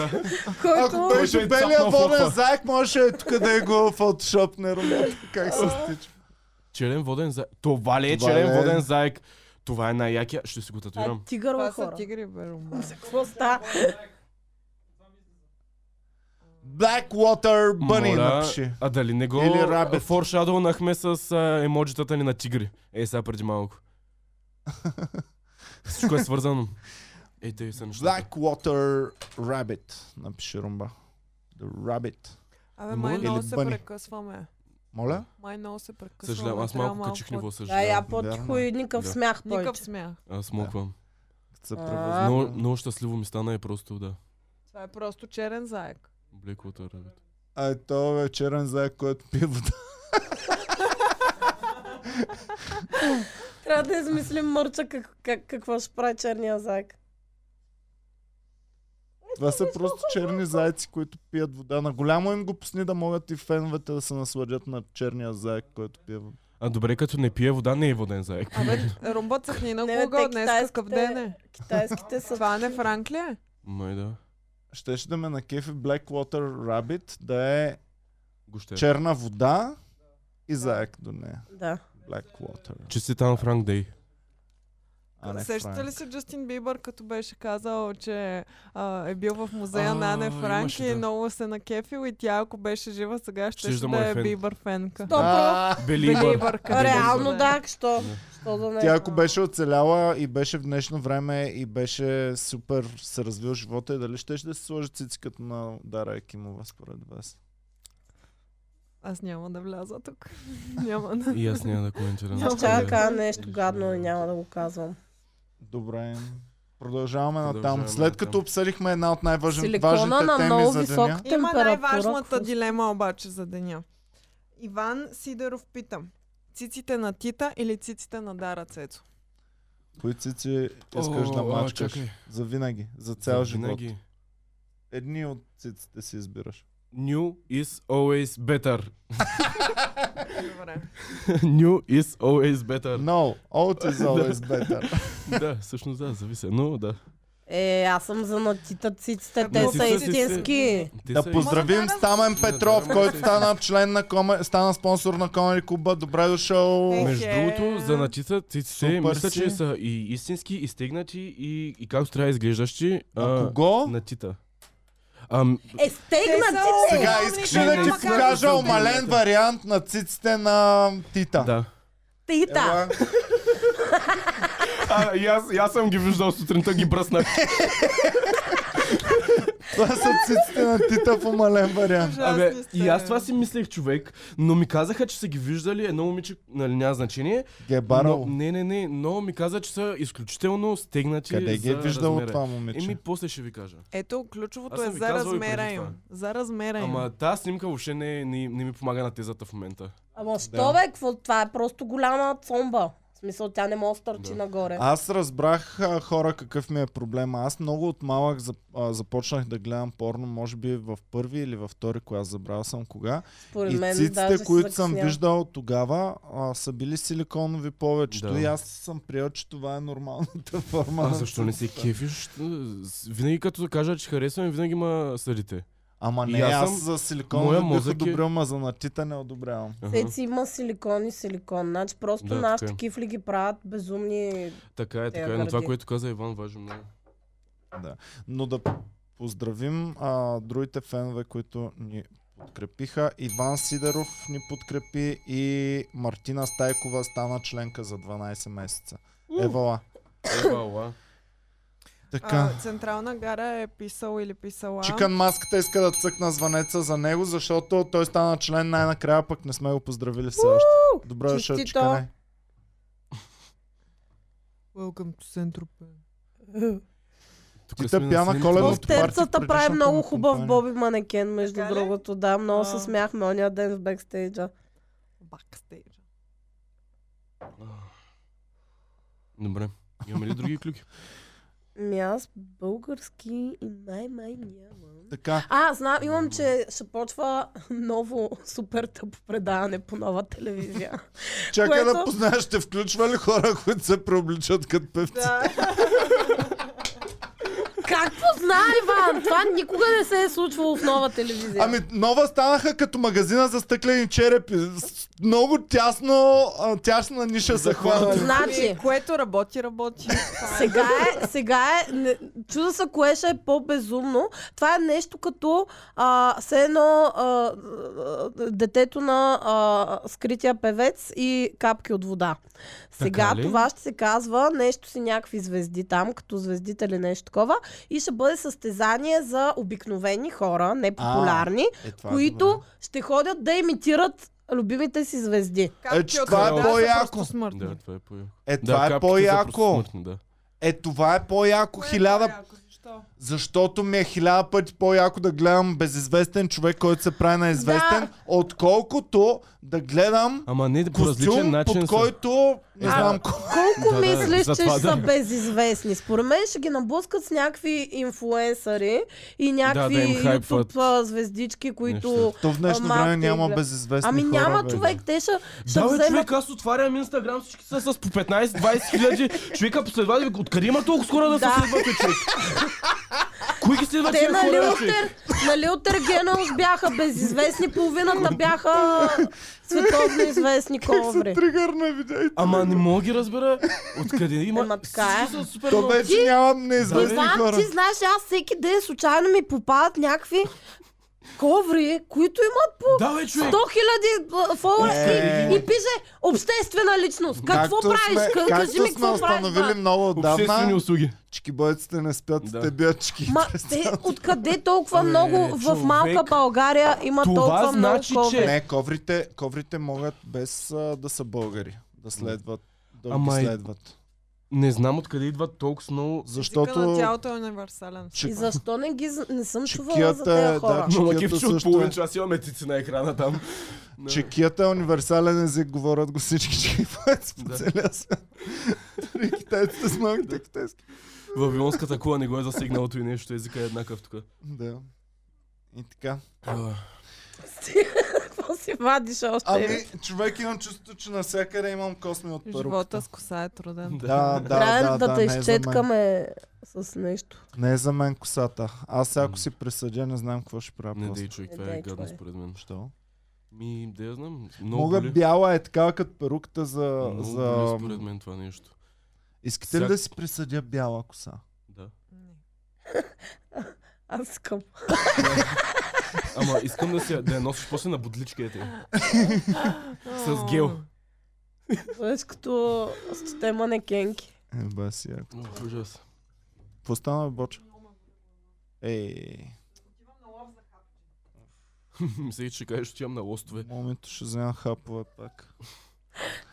[SPEAKER 2] Ако
[SPEAKER 4] който...
[SPEAKER 1] Който е
[SPEAKER 2] беше белия
[SPEAKER 1] цапнал
[SPEAKER 2] воден
[SPEAKER 1] фотва.
[SPEAKER 2] заек, можеше е тук да е го фотошопне, Румба. Как се стича?
[SPEAKER 1] Черен воден заек. Това ли е
[SPEAKER 2] Това
[SPEAKER 1] черен
[SPEAKER 2] е.
[SPEAKER 1] воден заек? Това е най-якия. Ще си го
[SPEAKER 4] Това е
[SPEAKER 1] татуирам.
[SPEAKER 4] тигър
[SPEAKER 3] Това
[SPEAKER 4] бе,
[SPEAKER 3] са
[SPEAKER 4] хора.
[SPEAKER 3] тигри, бе, Рума.
[SPEAKER 4] Какво става?
[SPEAKER 2] Blackwater Bunny
[SPEAKER 1] Моля,
[SPEAKER 2] напиши.
[SPEAKER 1] А дали не го
[SPEAKER 2] Или rabbit.
[SPEAKER 1] форшадълнахме с а, емоджитата ни на тигри? Е, сега преди малко. Всичко е свързано. Ей, те са нещата.
[SPEAKER 2] Blackwater Rabbit напиши Румба. The Rabbit.
[SPEAKER 3] Абе,
[SPEAKER 1] Моля?
[SPEAKER 3] май много
[SPEAKER 2] Или
[SPEAKER 3] се
[SPEAKER 2] бъни.
[SPEAKER 3] прекъсваме.
[SPEAKER 2] Моля?
[SPEAKER 3] Май много се прекъсваме.
[SPEAKER 1] Съжалявам, аз
[SPEAKER 3] Трябва
[SPEAKER 1] малко качих ниво,
[SPEAKER 4] Да, я
[SPEAKER 1] съжалявам.
[SPEAKER 4] по-тихо
[SPEAKER 2] Вярно е.
[SPEAKER 4] и никакъв
[SPEAKER 1] Да.
[SPEAKER 4] смях
[SPEAKER 3] Никакъв
[SPEAKER 4] повече.
[SPEAKER 3] смях.
[SPEAKER 1] Аз смоквам.
[SPEAKER 2] Като се
[SPEAKER 4] А.
[SPEAKER 2] превъзна.
[SPEAKER 1] Много, много щастливо ми стана и просто да.
[SPEAKER 3] Това е просто черен заек.
[SPEAKER 1] Блеклото рабит.
[SPEAKER 2] А е то бе, черен заек, който пие вода.
[SPEAKER 4] Трябва да измислим мърча как, как, какво ще прави черния заек.
[SPEAKER 2] Това са просто черни зайци, които пият вода. На голямо им го пусни да могат и феновете да се насладят на черния заек, който пие вода.
[SPEAKER 1] А добре, като не пие вода, не е воден заек.
[SPEAKER 3] Абе, румба цъхни на
[SPEAKER 4] Не, бе, те
[SPEAKER 3] Google, днес какъв
[SPEAKER 4] китайските-
[SPEAKER 3] ден е?
[SPEAKER 4] Китайските са...
[SPEAKER 3] Това не Франк ли е?
[SPEAKER 1] Май да.
[SPEAKER 2] Щеше да ме накефи Blackwater Rabbit да е
[SPEAKER 1] Го ще. е.
[SPEAKER 2] черна вода и заек до нея.
[SPEAKER 4] Да.
[SPEAKER 2] Blackwater.
[SPEAKER 1] Честитан Франк Дей.
[SPEAKER 2] А не е.
[SPEAKER 1] е
[SPEAKER 3] Сещате ли
[SPEAKER 2] Франк.
[SPEAKER 3] се Джастин Бибър, като беше казал, че а, е бил в музея на
[SPEAKER 1] А,
[SPEAKER 3] Ане Франк
[SPEAKER 1] имаше,
[SPEAKER 3] и е
[SPEAKER 1] да.
[SPEAKER 3] много се накефил и тя, ако беше жива сега, ще,
[SPEAKER 1] Щеше да му
[SPEAKER 3] да
[SPEAKER 1] е
[SPEAKER 3] е
[SPEAKER 1] фен.
[SPEAKER 3] Бибър фенка.
[SPEAKER 4] Добро.
[SPEAKER 2] А,
[SPEAKER 1] Белибър.
[SPEAKER 3] Бибърка.
[SPEAKER 4] Реално да, що? Що да не.
[SPEAKER 2] Тя ако беше оцеляла и беше в днешно време и беше супер се развил живота, и дали щеше да се сложи цициката на Дара Екимова според вас?
[SPEAKER 3] Аз няма да вляза тук. няма да.
[SPEAKER 1] И аз няма да коментирам.
[SPEAKER 4] Аз ще да кажа нещо гадно и няма да го казвам.
[SPEAKER 2] Добре. Продължаваме натам.
[SPEAKER 1] Продължаваме
[SPEAKER 2] След като
[SPEAKER 1] натам.
[SPEAKER 2] обсъдихме една от най-важните
[SPEAKER 4] Силикона на
[SPEAKER 2] теми за
[SPEAKER 4] много
[SPEAKER 2] деня.
[SPEAKER 4] висока
[SPEAKER 3] Има
[SPEAKER 4] температура.
[SPEAKER 3] най-важната
[SPEAKER 4] Какво-
[SPEAKER 3] дилема обаче за деня. Иван Сидеров пита. Циците на Тита или циците на Дара Цецо?
[SPEAKER 2] Кои цици искаш да
[SPEAKER 1] О, а,
[SPEAKER 2] мачкаш?
[SPEAKER 1] чакай.
[SPEAKER 2] За винаги. За цял живот.
[SPEAKER 1] Винаги.
[SPEAKER 2] Едни от циците си избираш.
[SPEAKER 1] New is always better.
[SPEAKER 3] Добре.
[SPEAKER 1] New is always better.
[SPEAKER 2] No, old is always better.
[SPEAKER 1] да, всъщност да, зависи. Но да.
[SPEAKER 4] Е, аз съм за натита циците,
[SPEAKER 3] Ама
[SPEAKER 4] те
[SPEAKER 1] циците
[SPEAKER 4] са
[SPEAKER 1] си-
[SPEAKER 4] истински.
[SPEAKER 1] Те
[SPEAKER 2] да
[SPEAKER 1] са-
[SPEAKER 2] поздравим
[SPEAKER 3] Ама,
[SPEAKER 2] Стамен Петров,
[SPEAKER 1] да,
[SPEAKER 2] който
[SPEAKER 1] да.
[SPEAKER 2] стана член на коме... стана спонсор на Комери Куба. Добре дошъл.
[SPEAKER 3] Е,
[SPEAKER 1] Между
[SPEAKER 3] Е.
[SPEAKER 1] другото, за начита циците,
[SPEAKER 2] Супер
[SPEAKER 1] мисля,
[SPEAKER 2] си.
[SPEAKER 1] че са и истински, и стегнати, и, и както трябва изглеждащи.
[SPEAKER 2] А кого?
[SPEAKER 1] На тита. Ам,
[SPEAKER 4] Е, стегнатите!
[SPEAKER 2] Сега
[SPEAKER 3] Помните,
[SPEAKER 2] искаш ли да
[SPEAKER 1] няма
[SPEAKER 2] ти
[SPEAKER 1] как да
[SPEAKER 2] покажа
[SPEAKER 1] се
[SPEAKER 2] омален
[SPEAKER 1] обидите.
[SPEAKER 2] вариант на циците на Тита?
[SPEAKER 1] да.
[SPEAKER 4] Тита!
[SPEAKER 2] Ела.
[SPEAKER 1] А, и аз, и аз съм ги виждал сутринта, ги бръснах.
[SPEAKER 2] Това са циците на Тита в омален вариант.
[SPEAKER 1] Абе,
[SPEAKER 3] Ужасни сте.
[SPEAKER 1] и аз това си мислех, човек, но ми казаха, че са ги виждали едно момиче, нали няма значение.
[SPEAKER 2] Гебарал.
[SPEAKER 1] Но, не, не, не, но ми каза, че са изключително стегнати
[SPEAKER 2] Къде ги е
[SPEAKER 1] за
[SPEAKER 2] виждало
[SPEAKER 1] размера.
[SPEAKER 2] това момиче?
[SPEAKER 1] Еми, после ще ви кажа.
[SPEAKER 3] Ето,
[SPEAKER 1] Аз
[SPEAKER 3] ключовото
[SPEAKER 1] съм
[SPEAKER 3] е
[SPEAKER 1] ви
[SPEAKER 3] за
[SPEAKER 1] казвал и
[SPEAKER 3] размера
[SPEAKER 1] преди това.
[SPEAKER 3] им. За размера им.
[SPEAKER 1] Ама тази снимка въобще не, не, не ми помага на тезата в момента.
[SPEAKER 4] Ама що бе, какво? Това е просто голяма цомба. В смисъл, тя не може да стърчи
[SPEAKER 1] Да.
[SPEAKER 4] нагоре.
[SPEAKER 2] Аз разбрах а, хора какъв ми е проблема. Аз много от малък за- а, започнах да гледам порно, може би в първи или във втори клас, забравял съм кога.
[SPEAKER 4] Според
[SPEAKER 2] и
[SPEAKER 4] мен, даже
[SPEAKER 2] циците,
[SPEAKER 4] се
[SPEAKER 2] които съм
[SPEAKER 4] закъснявам.
[SPEAKER 2] виждал тогава, а, са били силиконови повечето.
[SPEAKER 1] Да.
[SPEAKER 2] И аз съм приел, че това е нормалната форма.
[SPEAKER 1] А
[SPEAKER 2] на
[SPEAKER 1] защо не се
[SPEAKER 2] цицата.
[SPEAKER 1] кефиш? С- Винаги като кажа, че харесвам, винаги ма съдите.
[SPEAKER 2] Ама
[SPEAKER 1] И
[SPEAKER 2] не,
[SPEAKER 1] аз
[SPEAKER 2] аз,
[SPEAKER 1] съм-
[SPEAKER 2] за
[SPEAKER 1] моя
[SPEAKER 2] силиконови бих
[SPEAKER 1] мозък е-
[SPEAKER 2] одобрил, ма за натита не одобрявам.
[SPEAKER 1] Аха.
[SPEAKER 4] Цеци има силикон и силикон. Значи просто
[SPEAKER 1] Да,
[SPEAKER 4] нашите
[SPEAKER 1] така е.
[SPEAKER 4] кифли ги правят безумни.
[SPEAKER 1] Така е,
[SPEAKER 4] Те я
[SPEAKER 1] така е. Но това,
[SPEAKER 4] гърди.
[SPEAKER 1] което каза Иван, важи много.
[SPEAKER 2] Но да поздравим а, другите фенове, които ни подкрепиха. Иван Сидеров ни подкрепи и Мартина Стайкова стана членка за 12 месеца. Евала.
[SPEAKER 1] Е, Евала.
[SPEAKER 2] Така.
[SPEAKER 3] А, Централна гара е писал или писала.
[SPEAKER 2] Чикан маската иска да цъкна звънеца за него, защото той стана член най-накрая, пък не сме го поздравили все още. Добре дошъл,
[SPEAKER 4] Честито.
[SPEAKER 2] Чикане.
[SPEAKER 3] Welcome to Сентропе.
[SPEAKER 1] Тук
[SPEAKER 2] Ти
[SPEAKER 1] сме на
[SPEAKER 2] пяна
[SPEAKER 1] снимка.
[SPEAKER 2] коледно
[SPEAKER 4] В
[SPEAKER 2] Първото парти
[SPEAKER 4] терцата
[SPEAKER 2] в
[SPEAKER 4] прави
[SPEAKER 2] предишната
[SPEAKER 4] много
[SPEAKER 2] му
[SPEAKER 4] хубав
[SPEAKER 2] компания.
[SPEAKER 4] Боби манекен, между
[SPEAKER 3] Така ли?
[SPEAKER 4] другото. Да, много се
[SPEAKER 3] А.
[SPEAKER 4] смяхме ония ден в бекстейджа.
[SPEAKER 3] Бакстейджа.
[SPEAKER 1] Добре. Имаме ли други клюки?
[SPEAKER 4] Ми Ами аз български и май-май нямам.
[SPEAKER 2] Така,
[SPEAKER 4] А, знам, имам, че ще почва ново супер тъпо предаване по нова телевизия.
[SPEAKER 2] чакай да
[SPEAKER 4] Което-
[SPEAKER 2] познаеш, ще включва ли хора, които се преобличат като певци?
[SPEAKER 4] как позна, Иван? Това никога не се е случвало в нова телевизия.
[SPEAKER 2] Ами, нова станаха като магазина за стъклени черепи. С- Много тясно, а, тясна ниша са хванали.
[SPEAKER 4] Значи,
[SPEAKER 3] Ами, което работи, работи. Това е.
[SPEAKER 4] сега е, сега е, не, чуда се кое ще е по-безумно. Това е нещо като а, все едно а, а, детето на а, скрития певец и капки от вода. Сега
[SPEAKER 1] Така ли?
[SPEAKER 4] това ще се казва нещо си някакви звезди там, като звездите или нещо такова. И ще бъде състезание за обикновени хора, непопулярни,
[SPEAKER 2] Е, това е
[SPEAKER 4] които
[SPEAKER 2] добре.
[SPEAKER 4] ще ходят да имитират любимите си звезди.
[SPEAKER 2] Е, че това
[SPEAKER 1] е
[SPEAKER 2] по-яко.
[SPEAKER 1] Да, това е по-яко.
[SPEAKER 2] Е,
[SPEAKER 1] Да,
[SPEAKER 2] това е
[SPEAKER 1] капките са
[SPEAKER 2] по-яко.
[SPEAKER 1] просто смъртни, Да.
[SPEAKER 2] Е, това е по-яко. Хиляда
[SPEAKER 3] Защо?
[SPEAKER 2] Защото ми е хиляда пъти по-яко да гледам безизвестен човек, който се прави на известен,
[SPEAKER 4] Да.
[SPEAKER 2] отколкото да гледам
[SPEAKER 1] Ама не по различен
[SPEAKER 2] костюм,
[SPEAKER 1] начин.
[SPEAKER 2] под
[SPEAKER 1] са.
[SPEAKER 2] който не
[SPEAKER 4] А,
[SPEAKER 2] знам кой.
[SPEAKER 4] Колко
[SPEAKER 1] Да,
[SPEAKER 4] да,
[SPEAKER 1] да,
[SPEAKER 4] мислиш,
[SPEAKER 1] за
[SPEAKER 4] че
[SPEAKER 1] това
[SPEAKER 4] ще
[SPEAKER 1] да.
[SPEAKER 4] са безизвестни? Според мен ще ги наблъскат с някакви инфлуенсъри и някакви
[SPEAKER 1] да им хайпват.
[SPEAKER 4] YouTube а, звездички, които...
[SPEAKER 1] Нещо.
[SPEAKER 2] То в днешно
[SPEAKER 4] малко
[SPEAKER 2] време няма
[SPEAKER 4] игра.
[SPEAKER 2] безизвестни
[SPEAKER 4] Ами
[SPEAKER 2] хора,
[SPEAKER 4] няма
[SPEAKER 2] бе.
[SPEAKER 4] човек, те ще, ще
[SPEAKER 1] Да, бе,
[SPEAKER 4] вземат...
[SPEAKER 1] човек, аз отварям Инстаграм, всички са с по 15-20 хиляди човека последователи. Вика, Откъде има толкова хора да се
[SPEAKER 4] Да.
[SPEAKER 1] следват, бе, човек? Кои ги следват
[SPEAKER 4] Те
[SPEAKER 1] тия
[SPEAKER 4] на
[SPEAKER 1] хора, бе, човек?
[SPEAKER 4] Лилтер, на Лилтер Генос бяха безизвестни, половината бяха световно известни коври.
[SPEAKER 2] Тригърна, видяй.
[SPEAKER 1] Ама не мога ги разбера. Откъде има...
[SPEAKER 4] Ема така е.
[SPEAKER 1] Всички са супер
[SPEAKER 2] То
[SPEAKER 1] много.
[SPEAKER 2] вече няма неизвестни
[SPEAKER 4] Иван,
[SPEAKER 2] хора.
[SPEAKER 4] ти знаеш, аз всеки ден случайно ми попадат някакви коври, които имат по
[SPEAKER 1] Да, бе,
[SPEAKER 4] 100
[SPEAKER 1] човек.
[SPEAKER 4] хиляди
[SPEAKER 2] Е.
[SPEAKER 4] фолуари и пише обществена личност. Какво
[SPEAKER 2] Както
[SPEAKER 4] правиш?
[SPEAKER 2] сме-
[SPEAKER 4] Ка-
[SPEAKER 2] както
[SPEAKER 4] Кажи
[SPEAKER 2] сме
[SPEAKER 4] ми какво правиш.
[SPEAKER 2] установили
[SPEAKER 4] брат?
[SPEAKER 2] много
[SPEAKER 1] Обществени
[SPEAKER 2] отдавна,
[SPEAKER 1] услуги.
[SPEAKER 2] чикибойците не спят,
[SPEAKER 1] Да.
[SPEAKER 2] те бият чики.
[SPEAKER 4] Ма, те, откъде толкова
[SPEAKER 1] Абе,
[SPEAKER 4] много в
[SPEAKER 1] Е, човек,
[SPEAKER 4] малка България има
[SPEAKER 1] това
[SPEAKER 4] толкова
[SPEAKER 1] значи,
[SPEAKER 4] много
[SPEAKER 1] че-
[SPEAKER 4] коври?
[SPEAKER 2] Не, коврите, коврите могат без а, да са българи, да следват. Да ги
[SPEAKER 1] Ама и-
[SPEAKER 2] следват.
[SPEAKER 1] Не знам откъде идват толкова много...
[SPEAKER 3] Защото... на
[SPEAKER 2] Защото
[SPEAKER 3] тялото е универсален.
[SPEAKER 2] чик-
[SPEAKER 4] И защо не ги... з- Не съм чувала за
[SPEAKER 2] Чекията е,
[SPEAKER 4] тези
[SPEAKER 2] да,
[SPEAKER 4] хора.
[SPEAKER 2] че-
[SPEAKER 1] Но
[SPEAKER 2] Чекията
[SPEAKER 1] макив, че от
[SPEAKER 2] също е.
[SPEAKER 1] половин час има метици на екрана там.
[SPEAKER 2] Чекият е универсален език, говорят го всички чекипайци по
[SPEAKER 1] Да.
[SPEAKER 2] целия свят. Дори китайците с малките китайски.
[SPEAKER 1] Вавилонската кула не го е засегналото и нещо, езика е еднакъв тук.
[SPEAKER 2] Да. И така.
[SPEAKER 4] Какво си вадиш още?
[SPEAKER 2] Ами, човек имам чувството, че навсякъде имам косми от
[SPEAKER 3] Живота
[SPEAKER 2] първата.
[SPEAKER 3] с коса е труден.
[SPEAKER 2] Да, да,
[SPEAKER 4] Трябва
[SPEAKER 2] да,
[SPEAKER 4] да
[SPEAKER 2] да,
[SPEAKER 4] те
[SPEAKER 2] не е за мен.
[SPEAKER 4] изчеткаме с нещо.
[SPEAKER 2] Не е за мен косата. Аз сега, ако си присъдя, не знам какво ще правя
[SPEAKER 1] Не
[SPEAKER 2] после.
[SPEAKER 1] дей човек,
[SPEAKER 4] Не
[SPEAKER 1] това е
[SPEAKER 4] дей,
[SPEAKER 1] гадно
[SPEAKER 4] човек.
[SPEAKER 1] според мен.
[SPEAKER 2] Що?
[SPEAKER 1] Ми, да я знам. Много
[SPEAKER 2] Мога
[SPEAKER 1] боли.
[SPEAKER 2] бяла е такава като перуката за...
[SPEAKER 1] Много
[SPEAKER 2] за...
[SPEAKER 1] боли според мен това нещо.
[SPEAKER 2] Искате ли
[SPEAKER 1] Всяк-
[SPEAKER 2] да си присъдя бяла коса?
[SPEAKER 1] Да.
[SPEAKER 4] Аз искам.
[SPEAKER 1] Ама искам да, си, да я носиш после на бодличка ете. С гел.
[SPEAKER 4] Тоест като стоте манекенки.
[SPEAKER 2] Е, ба си, яко.
[SPEAKER 1] О, Ужас.
[SPEAKER 2] Какво стана, бе, Бочо? Ей,
[SPEAKER 1] Мислех, че кажеш, че имам на лостове.
[SPEAKER 2] момито ще взема хапове пак.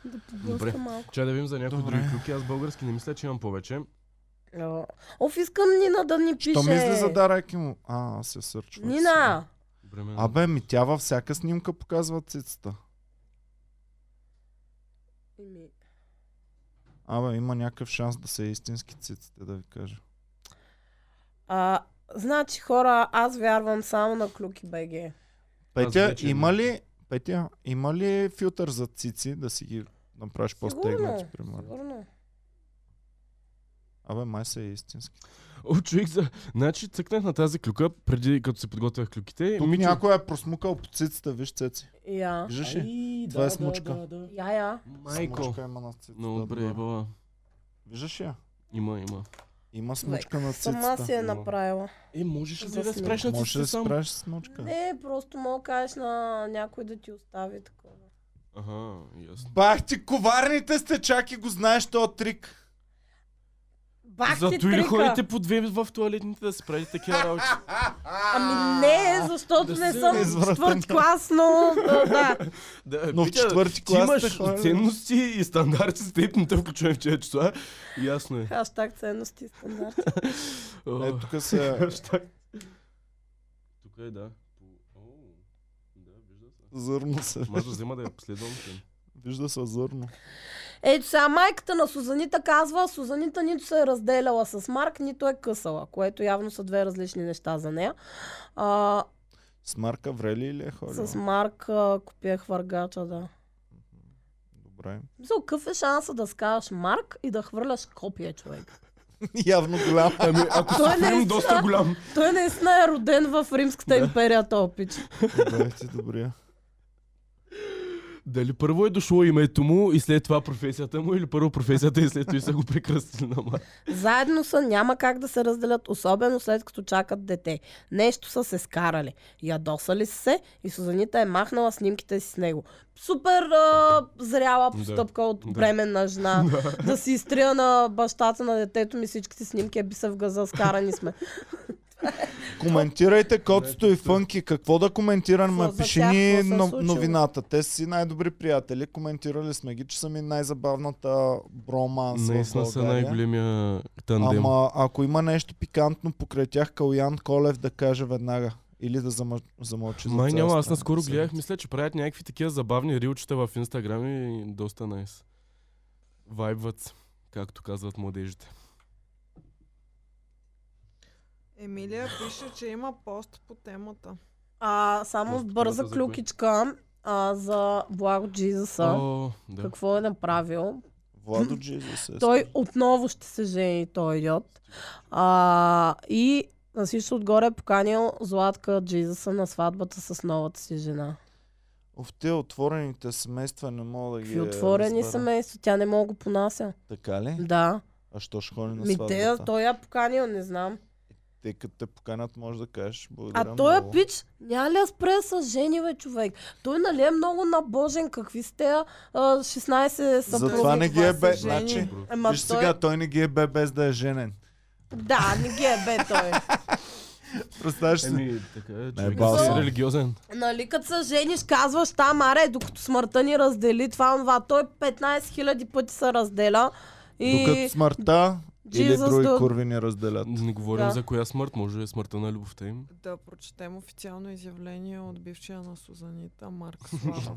[SPEAKER 4] Да
[SPEAKER 1] Добре.
[SPEAKER 4] поблъска малко.
[SPEAKER 1] Чай да видим за някои
[SPEAKER 2] Добре.
[SPEAKER 1] други клюки. Аз български не мисля, че имам повече.
[SPEAKER 4] О, Оф, искам Нина да ни пише.
[SPEAKER 2] То ми излиза да раки му. А, аз се сърчва.
[SPEAKER 4] Нина!
[SPEAKER 1] Бреме.
[SPEAKER 2] Абе, ми тя във всяка снимка показва цицата.
[SPEAKER 4] Еми,
[SPEAKER 2] Абе, има някакъв шанс да са истински циците, да ви кажа.
[SPEAKER 4] А, значи хора, аз вярвам само на Клюки БГ.
[SPEAKER 1] Аз
[SPEAKER 2] Петя,
[SPEAKER 1] вече
[SPEAKER 2] има
[SPEAKER 1] не.
[SPEAKER 2] ли, Петя, има ли филтър за цици да си ги направиш по-стегнати,
[SPEAKER 4] Сигурно, е,
[SPEAKER 2] примерно?
[SPEAKER 4] сигурно.
[SPEAKER 2] Абе, май са и истински.
[SPEAKER 1] О, човек, за... значи цъкнах на тази клюка, преди като се подготвях клюките.
[SPEAKER 2] Тук
[SPEAKER 1] Мичо-
[SPEAKER 2] някой е просмукал по цицата, виж цеци.
[SPEAKER 4] Я.
[SPEAKER 2] Виждаш ли?
[SPEAKER 1] Ай,
[SPEAKER 2] Това е смучка.
[SPEAKER 4] Я, я.
[SPEAKER 1] Майко.
[SPEAKER 2] Смучка има на цицата.
[SPEAKER 1] Много добре,
[SPEAKER 2] отгоре.
[SPEAKER 1] баба.
[SPEAKER 2] Виждаш я?
[SPEAKER 1] Има, има.
[SPEAKER 2] Има
[SPEAKER 4] Човек,
[SPEAKER 2] смучка на
[SPEAKER 4] Сама си
[SPEAKER 2] цицата.
[SPEAKER 4] е направила.
[SPEAKER 1] Е, можеш ли
[SPEAKER 4] За
[SPEAKER 1] да
[SPEAKER 4] снимка.
[SPEAKER 1] спреш на
[SPEAKER 2] Може да
[SPEAKER 1] циците
[SPEAKER 2] си
[SPEAKER 1] само?
[SPEAKER 2] правиш смучка.
[SPEAKER 4] Не, просто мога да кажеш на някой да ти остави такова.
[SPEAKER 1] Аха, ясно.
[SPEAKER 2] Бах ти, коварните сте, чак и го знаеш този трик.
[SPEAKER 4] Бах ти
[SPEAKER 1] Зато и
[SPEAKER 4] трика.
[SPEAKER 1] ходите по две в туалетните да си правите такива работи.
[SPEAKER 4] Ами не, защото
[SPEAKER 1] Да
[SPEAKER 4] не
[SPEAKER 1] си
[SPEAKER 4] съм
[SPEAKER 2] извратен.
[SPEAKER 4] четвърткосно. а, Да.
[SPEAKER 1] Да,
[SPEAKER 2] Но в
[SPEAKER 1] Витя,
[SPEAKER 2] четвърти
[SPEAKER 1] ти
[SPEAKER 2] клас сте
[SPEAKER 1] имаш
[SPEAKER 2] хора.
[SPEAKER 1] ценности и стандарти с теб, не те включваме в 4 часа. Ясно е.
[SPEAKER 4] Хаштаг ценности и стандарти.
[SPEAKER 1] О,
[SPEAKER 2] Е, тук се...
[SPEAKER 1] Hashtag. Тук е, да. По- О, да, вижда се.
[SPEAKER 2] Зърно се.
[SPEAKER 1] Може да взема да я последвам. Кен.
[SPEAKER 2] Вижда се зърно.
[SPEAKER 4] Ето Е, сега майката на Сузанита казва, Сузанита нито се е разделяла с Марк, нито е късала, което явно са две различни неща за нея. А,
[SPEAKER 2] С Марка Врели ли е ходила?
[SPEAKER 4] с Марк а, купия хвъргача, да.
[SPEAKER 2] Добре.
[SPEAKER 4] Мисъл, какъв е шанса да скажеш Марк и да хвърляш копия, човек?
[SPEAKER 2] Явно голям.
[SPEAKER 1] Ами, ако
[SPEAKER 4] Той
[SPEAKER 2] е
[SPEAKER 1] си филм
[SPEAKER 4] наистина-
[SPEAKER 1] доста голям.
[SPEAKER 4] Той наистина е роден в Римската
[SPEAKER 1] Да.
[SPEAKER 4] империя, този пич.
[SPEAKER 2] Добре, ти добрия.
[SPEAKER 1] Дали първо е дошло името му и след това професията му, или първо професията и след това са го прекръстили на Марк?
[SPEAKER 4] Заедно са, няма как да се разделят, особено след като чакат дете. Нещо са се скарали. Ядосали са се и Сузанита е махнала снимките си с него. Супер а, зряла постъпка от
[SPEAKER 1] да.
[SPEAKER 4] бременна жена. да си изтрия на бащата на детето ми всичките снимки, би са в газа, скарани сме.
[SPEAKER 2] Коментирайте Котсто и Фънки. Какво да коментираме?
[SPEAKER 4] Какво за
[SPEAKER 2] Пиши
[SPEAKER 4] тях,
[SPEAKER 2] ни
[SPEAKER 4] какво се е
[SPEAKER 2] но-
[SPEAKER 4] случило?
[SPEAKER 2] новината. Те са си най-добри приятели. Коментирали сме ги, че са ми най-забавната броманса в
[SPEAKER 1] Наистина са
[SPEAKER 2] България.
[SPEAKER 1] най-големия тандем.
[SPEAKER 2] Ама ако има нещо пикантно покрай тях, Калян Колев да каже веднага. Или да зама- замълчи. за
[SPEAKER 1] Май
[SPEAKER 2] цяла
[SPEAKER 1] няма, аз
[SPEAKER 2] страна.
[SPEAKER 1] наскоро
[SPEAKER 2] Сега.
[SPEAKER 1] гледах, мисля, че правят някакви такива забавни рилчета в Инстаграм и доста найс. Вайбват, се, както казват младежите.
[SPEAKER 3] Емилия пише, че има пост по темата.
[SPEAKER 4] А, само с
[SPEAKER 1] Просто
[SPEAKER 4] бърза
[SPEAKER 1] темата за кое?
[SPEAKER 4] клюкичка а, за Благо Джизуса.
[SPEAKER 1] О, да.
[SPEAKER 4] Какво е направил?
[SPEAKER 2] Владо Джизус е.
[SPEAKER 4] Той отново ще се жени, той идиот. А, и на всичко отгоре е поканил Златка Джизъса на сватбата с новата си жена.
[SPEAKER 2] Е, Оф, те отворените семейства не мога да ги
[SPEAKER 4] И отворени
[SPEAKER 2] разбера.
[SPEAKER 4] семейство, тя не мога го понася.
[SPEAKER 2] Така ли?
[SPEAKER 4] Да.
[SPEAKER 2] А що ще ходи на
[SPEAKER 4] Ми те,
[SPEAKER 2] сватбата?
[SPEAKER 4] той я поканил, не знам.
[SPEAKER 2] Те като те поканят, може да кажеш благодаря
[SPEAKER 4] А той е
[SPEAKER 2] много.
[SPEAKER 4] пич, няма ли да спре да се жени, бе, човек? Той нали е много набожен, какви сте а, 16 съпруги.
[SPEAKER 2] Затова не ги е
[SPEAKER 3] Това
[SPEAKER 2] бе.
[SPEAKER 3] са жени.
[SPEAKER 2] Значи,
[SPEAKER 4] Ема
[SPEAKER 2] виж
[SPEAKER 4] той...
[SPEAKER 2] сега, той не ги е бе без да е женен.
[SPEAKER 4] Да, не ги е бе той.
[SPEAKER 2] Представяш си?
[SPEAKER 1] Еми, така е, човек
[SPEAKER 2] бал
[SPEAKER 1] е
[SPEAKER 4] съм.
[SPEAKER 1] религиозен.
[SPEAKER 4] Нали, като се жениш, казваш там, аре, докато смъртта ни раздели това, това. Той 15 000 пъти се разделя. И...
[SPEAKER 2] Докато смъртта или
[SPEAKER 4] Jesus
[SPEAKER 2] други
[SPEAKER 4] do-
[SPEAKER 2] курви ни разделят.
[SPEAKER 1] Не говорим
[SPEAKER 4] Да.
[SPEAKER 1] за коя смърт, може да е смъртта на любовта им.
[SPEAKER 3] да прочетем официално изявление от бившия на Сузанита Марк Славов.